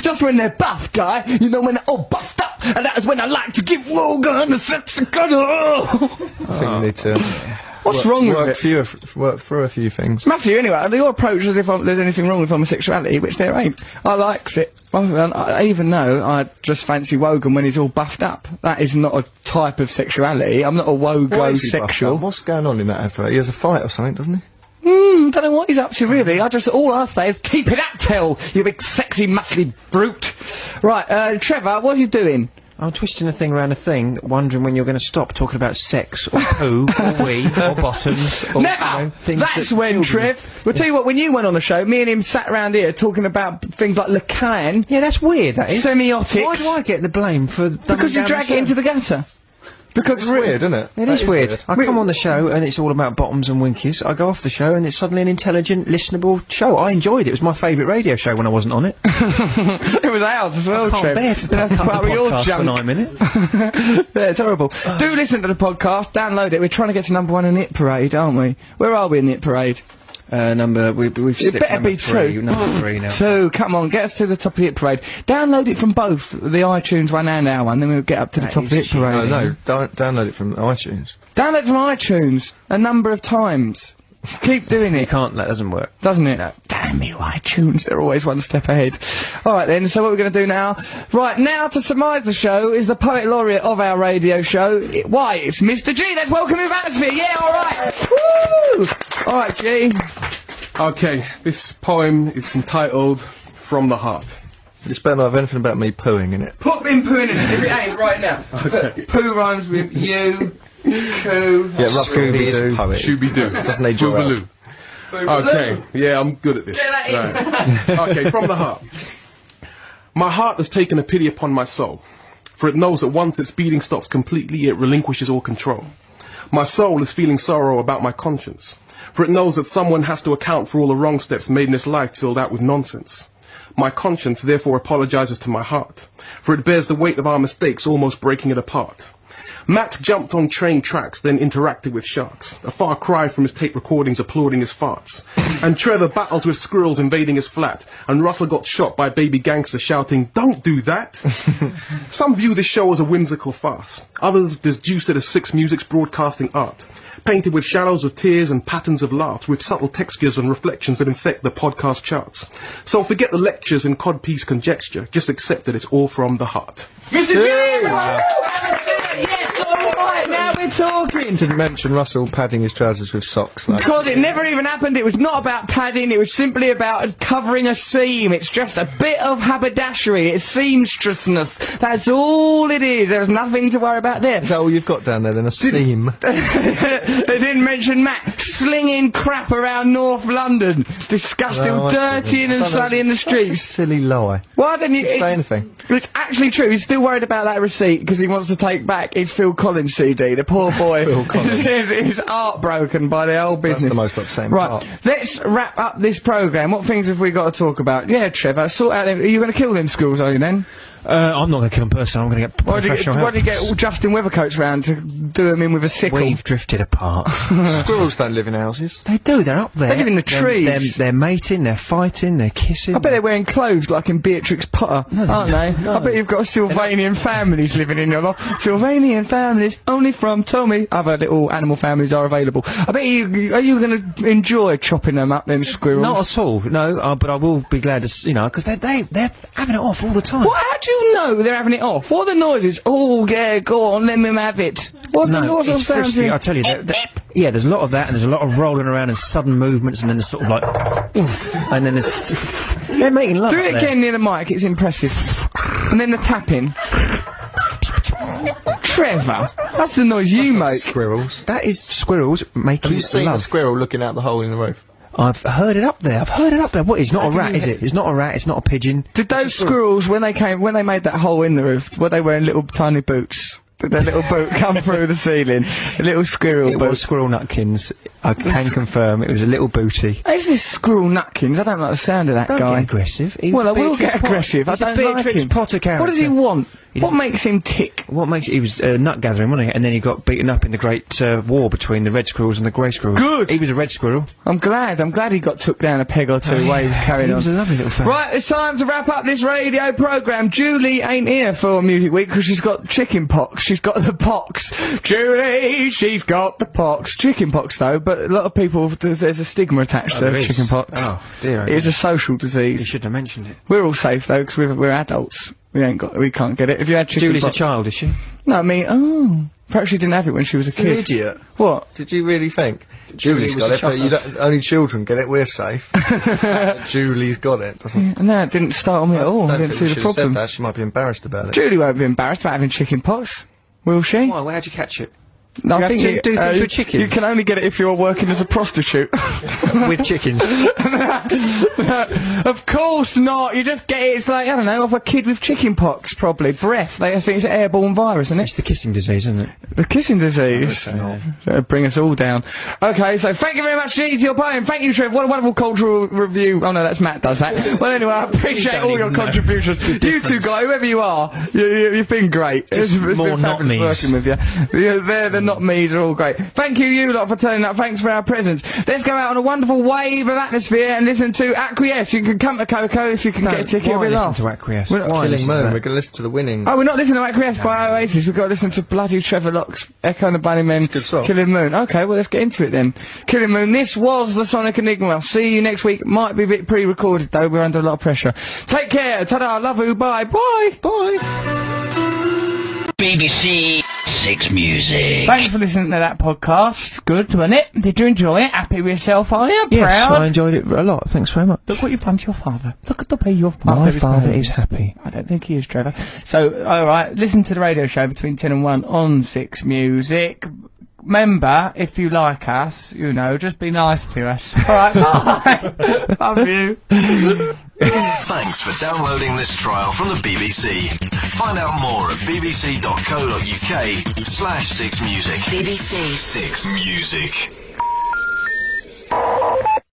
[SPEAKER 1] Just when they're buff, guy. You know when they're all buffed up, and that is when I like to give Wogan a sexy cuddle.
[SPEAKER 2] I think you need to
[SPEAKER 1] What's
[SPEAKER 2] work,
[SPEAKER 1] wrong with
[SPEAKER 2] work
[SPEAKER 1] it?
[SPEAKER 2] fewer f- work through a few things.
[SPEAKER 1] Matthew, anyway, your approach as if I'm, there's anything wrong with homosexuality, which there ain't. I likes it. Well, and I, even though I just fancy Wogan when he's all buffed up. That is not a type of sexuality. I'm not a
[SPEAKER 2] Why is he buffed up?
[SPEAKER 1] Wogo-sexual.
[SPEAKER 2] What's going on in that advert? He has a fight or something, doesn't he?
[SPEAKER 1] Hmm, don't know what he's up to really. I just, all I say is keep it up, Till, you big sexy muscly brute. Right, uh, Trevor, what are you doing?
[SPEAKER 3] I'm twisting a thing around a thing, wondering when you're going to stop talking about sex or poo or wee or bottoms. Or,
[SPEAKER 1] Never!
[SPEAKER 3] you know, things
[SPEAKER 1] That's
[SPEAKER 3] that
[SPEAKER 1] when,
[SPEAKER 3] children-
[SPEAKER 1] Trev. We'll tell you what, when you went on the show, me and him sat around here talking about b- things like Lacan,
[SPEAKER 3] Yeah, that's weird. That is.
[SPEAKER 1] semiotics.
[SPEAKER 3] Why do I get the blame for?
[SPEAKER 1] Because you drag it into the gutter.
[SPEAKER 2] Because it's weird, isn't it?
[SPEAKER 3] It is, weird. I come on the show and it's all about bottoms and winkies. I go off the show and it's suddenly an intelligent, listenable show. I enjoyed it. It was my favourite radio show when I wasn't on it.
[SPEAKER 1] it was ours as well,
[SPEAKER 3] I can't
[SPEAKER 1] Trev.
[SPEAKER 3] bear to
[SPEAKER 1] Didn't have
[SPEAKER 3] back
[SPEAKER 1] to
[SPEAKER 3] up the
[SPEAKER 1] worry all
[SPEAKER 3] podcast for
[SPEAKER 1] junk.
[SPEAKER 3] nine minutes.
[SPEAKER 1] yeah, it's horrible. Do listen to the podcast, download it. We're trying to get to number one in the hit parade, aren't we? Where are we in the hit parade?
[SPEAKER 3] Uh, number we, we've
[SPEAKER 1] It
[SPEAKER 3] slipped
[SPEAKER 1] better
[SPEAKER 3] number
[SPEAKER 1] be
[SPEAKER 3] three.
[SPEAKER 1] two.
[SPEAKER 3] Number three now.
[SPEAKER 1] Two, come on, get us to the top of the hit parade. Download it from both the iTunes one and our one, then we'll get up to the top of the hit parade.
[SPEAKER 2] No, no, don't download it from iTunes.
[SPEAKER 1] Download from iTunes a number of times. Keep doing it. You
[SPEAKER 6] can't. That doesn't work.
[SPEAKER 1] Doesn't it? Damn you, iTunes. They're always one step ahead. All right then. So what we're going to do now? Right now to surmise the show is the poet laureate of our radio show. It- why? It's Mr. G. Let's welcome him out here. Yeah. All right. Woo! All right, G.
[SPEAKER 13] Okay, this poem is entitled From the Heart.
[SPEAKER 2] This better not have anything about me pooing in it.
[SPEAKER 1] Put in poo in it if it ain't right now.
[SPEAKER 13] Okay.
[SPEAKER 1] Poo rhymes with you. Poo.
[SPEAKER 2] Yeah, Russell Lee is a poet.
[SPEAKER 13] Shooby Doo.
[SPEAKER 2] Doesn't he, Joel?
[SPEAKER 13] Boobaloo. Okay, yeah, I'm good at this.
[SPEAKER 1] Get that in.
[SPEAKER 13] Right. okay, from the heart. My heart has taken a pity upon my soul, for it knows that once its beating stops completely, it relinquishes all control. My soul is feeling sorrow about my conscience, for it knows that someone has to account for all the wrong steps made in this life filled out with nonsense. My conscience therefore apologizes to my heart, for it bears the weight of our mistakes almost breaking it apart. Matt jumped on train tracks, then interacted with sharks. A far cry from his tape recordings applauding his farts. and Trevor battled with squirrels invading his flat. And Russell got shot by baby gangster shouting, Don't do that! Some view this show as a whimsical farce. Others deduce it as six music's broadcasting art. Painted with shadows of tears and patterns of laughs, with subtle textures and reflections that infect the podcast charts. So forget the lectures and codpiece conjecture, just accept that it's all from the heart.
[SPEAKER 1] Mr. G. everyone! Yes. All right. Now we're talking.
[SPEAKER 2] Didn't mention Russell padding his trousers with socks. Like.
[SPEAKER 1] God, it never even happened. It was not about padding. It was simply about covering a seam. It's just a bit of haberdashery. It's seamstressness. That's all it is. There's nothing to worry about there.
[SPEAKER 2] Is that all you've got down there then? A seam?
[SPEAKER 1] they didn't mention Matt slinging crap around North London, disgusting,
[SPEAKER 2] No, I
[SPEAKER 1] dirtying
[SPEAKER 2] didn't.
[SPEAKER 1] and slutty in the
[SPEAKER 2] It's
[SPEAKER 1] streets.
[SPEAKER 2] a silly lie.
[SPEAKER 1] Why didn't you
[SPEAKER 2] Didn't say
[SPEAKER 1] it-
[SPEAKER 2] anything.
[SPEAKER 1] It's actually true. He's still worried about that receipt because he wants to take back his Phil Collins CD. The poor boy is, is heartbroken by the whole
[SPEAKER 2] That's
[SPEAKER 1] business.
[SPEAKER 2] the most upsetting
[SPEAKER 1] Right,
[SPEAKER 2] part.
[SPEAKER 1] let's wrap up this program. What things have we got to talk about? Yeah, Trevor, sort out. Them. Are you going to kill them schools? Are you then?
[SPEAKER 6] Uh, I'm not going to kill him personally. I'm going to get
[SPEAKER 1] Why do you,
[SPEAKER 6] professional
[SPEAKER 1] why do you get
[SPEAKER 6] help.
[SPEAKER 1] all Justin Weathercoats round to do them in with a sickle?
[SPEAKER 6] We've drifted apart.
[SPEAKER 2] Squirrels don't live in houses.
[SPEAKER 6] they do. They're up there.
[SPEAKER 1] They live in the
[SPEAKER 6] They're-
[SPEAKER 1] trees.
[SPEAKER 6] They're, they're mating. They're fighting. They're kissing.
[SPEAKER 1] I bet they're wearing clothes like in Beatrix Potter, aren't they? I bet you've got Sylvanian families living in your lot. Sylvanian families only from Tommy. Other little animal families are available. I bet you, you- are you going to enjoy chopping them up, them squirrels?
[SPEAKER 6] Not at all. No, uh, but I will be glad to, s- you know, because they they they're having it off all the time.
[SPEAKER 1] What, how do you know they're having it off? What are the noises? Oh, yeah, go on, let them have it. What are the
[SPEAKER 6] No,
[SPEAKER 1] noises
[SPEAKER 6] it's
[SPEAKER 1] sounds
[SPEAKER 6] frisky.
[SPEAKER 1] in-
[SPEAKER 6] I tell you, that, that- yeah, there's a lot of that, and there's a lot of rolling around and sudden movements, and then there's sort of like, oof, and then there's they're making love.
[SPEAKER 1] Do
[SPEAKER 6] up
[SPEAKER 1] it
[SPEAKER 6] there.
[SPEAKER 1] again near the mic, it's impressive. And then the tapping. Trevor, that's the noise you make.
[SPEAKER 2] Squirrels.
[SPEAKER 6] That is squirrels making
[SPEAKER 2] Have you seen
[SPEAKER 6] love.
[SPEAKER 2] a squirrel looking out the hole in the roof?
[SPEAKER 6] I've heard it up there. I've heard it up there. What? It's not a rat, is it? It's not a rat. It's not a pigeon.
[SPEAKER 1] Did those squirrels, when they came, when they made that hole in the roof, were they wearing little tiny boots? Did their little boot come through the ceiling? A little squirrel
[SPEAKER 6] It
[SPEAKER 1] boot.
[SPEAKER 6] was squirrel nutkins. I can confirm it was a little booty.
[SPEAKER 1] Is this squirrel Nutkins? I don't like the sound of that
[SPEAKER 6] Don't
[SPEAKER 1] guy.
[SPEAKER 6] get aggressive. He was
[SPEAKER 1] well, I will
[SPEAKER 6] Beatrix
[SPEAKER 1] get
[SPEAKER 6] Potter.
[SPEAKER 1] aggressive.
[SPEAKER 6] He's
[SPEAKER 1] I
[SPEAKER 6] a
[SPEAKER 1] don't like
[SPEAKER 6] Beatrix
[SPEAKER 1] him.
[SPEAKER 6] Potter character.
[SPEAKER 1] What does he want?
[SPEAKER 6] He
[SPEAKER 1] what
[SPEAKER 6] doesn't-
[SPEAKER 1] makes him tick?
[SPEAKER 6] What makes he was a nut gathering, wasn't he? And then he got beaten up in the great uh, war between the red squirrels and the grey squirrels.
[SPEAKER 1] Good.
[SPEAKER 6] He was a red squirrel.
[SPEAKER 1] I'm glad. I'm glad he got took down a peg or two while he was carrying
[SPEAKER 6] Oh, He
[SPEAKER 1] on.
[SPEAKER 6] was a lovely little fella.
[SPEAKER 1] Right, it's time to wrap up this radio program. Julie ain't here for Music Week because she's got chicken pox. She's got the pox. Julie, she's got the pox. Chicken pox though, but a lot of people there's, there's a stigma attached to chicken pox.
[SPEAKER 6] Oh dear.
[SPEAKER 1] It is a social
[SPEAKER 6] You
[SPEAKER 1] disease.
[SPEAKER 6] shouldn't have mentioned it.
[SPEAKER 1] We're all safe though because we're, we're adults. We ain't got, we can't get it. If you had chicken
[SPEAKER 6] Julie's a
[SPEAKER 1] pox,
[SPEAKER 6] child, is she?
[SPEAKER 1] no, I mean, oh, perhaps she didn't have it when she was a
[SPEAKER 2] You
[SPEAKER 1] kid.
[SPEAKER 2] idiot.
[SPEAKER 1] What?
[SPEAKER 2] Did you really think? Julie's
[SPEAKER 6] was
[SPEAKER 2] got
[SPEAKER 6] a
[SPEAKER 2] it, but you don't, only children get it. We're safe. Julie's got it. Doesn't
[SPEAKER 1] No, it didn't startle me at all. I
[SPEAKER 2] don't
[SPEAKER 1] didn't
[SPEAKER 2] think
[SPEAKER 1] see
[SPEAKER 2] we
[SPEAKER 1] the
[SPEAKER 2] should have said
[SPEAKER 1] problem.
[SPEAKER 2] that. She might be embarrassed about it.
[SPEAKER 1] Julie won't be embarrassed about having chicken pox, will she?
[SPEAKER 6] Why? How'd you catch it?
[SPEAKER 1] No,
[SPEAKER 6] You have to do things with chickens.
[SPEAKER 1] uh, You can only get it if you're working as a prostitute.
[SPEAKER 6] With chickens.
[SPEAKER 1] of course not. You just get it. It's like I don't know, of a kid with chicken pox, probably breath. They I think it's an airborne virus, isn't
[SPEAKER 6] It's
[SPEAKER 1] it?
[SPEAKER 6] the kissing disease, isn't it?
[SPEAKER 1] The kissing disease. That'll bring us all down. Okay, so thank you very much indeed to your poem. Thank you, Trev. What a wonderful cultural review. Oh no, that's Matt does that. Well, anyway, I appreciate all your contributions. You two guys, whoever you are, you, you, you've been great. It's, it's
[SPEAKER 6] more
[SPEAKER 1] been
[SPEAKER 6] not
[SPEAKER 1] fabulous
[SPEAKER 6] me's.
[SPEAKER 1] working with you. You're- They're the and not me's are all great. Thank you, you lot, for turning up. Thanks for our presents. Let's go out on a wonderful wave of atmosphere and listen to Acquiesce. You can come to Coco if you can get a ticket.
[SPEAKER 6] why
[SPEAKER 1] we'll
[SPEAKER 6] listen
[SPEAKER 1] laugh.
[SPEAKER 6] to Acquiesce?
[SPEAKER 1] We're not
[SPEAKER 6] Why
[SPEAKER 1] killing
[SPEAKER 6] listen to
[SPEAKER 1] Moon.
[SPEAKER 6] that?
[SPEAKER 2] We're going to listen to the winning.
[SPEAKER 1] Oh, we're not listening to Acquiesce by Oasis. We've got to listen to bloody Trevor Locke's Echo and the Bunnymen, Killing Moon. Okay, well, let's get into it then. Killing Moon, this was the Sonic Enigma. See you next week. Might be a bit pre-recorded, though. We're under a lot of pressure. Take care. Ta-da. Love you. Bye. Bye. Bye.
[SPEAKER 15] BBC Six Music.
[SPEAKER 1] Thanks for listening to that podcast. Good, wasn't it? Did you enjoy it? Happy with yourself, are you?
[SPEAKER 3] Yes,
[SPEAKER 1] Proud?
[SPEAKER 3] I enjoyed it a lot. Thanks very much.
[SPEAKER 1] Look what you've done to your father. Look at the way your father
[SPEAKER 3] My
[SPEAKER 1] is
[SPEAKER 3] father
[SPEAKER 1] behaving.
[SPEAKER 3] is happy.
[SPEAKER 1] I don't think he is, Trevor. So, alright, listen to the radio show between 10 and 1 on 6 Music. Remember, if you like us, you know, just be nice to us. Alright, bye! Love you.
[SPEAKER 5] Thanks for downloading this trial from the BBC. Find out more at bbc.co.uk slash 6music. BBC 6 Music.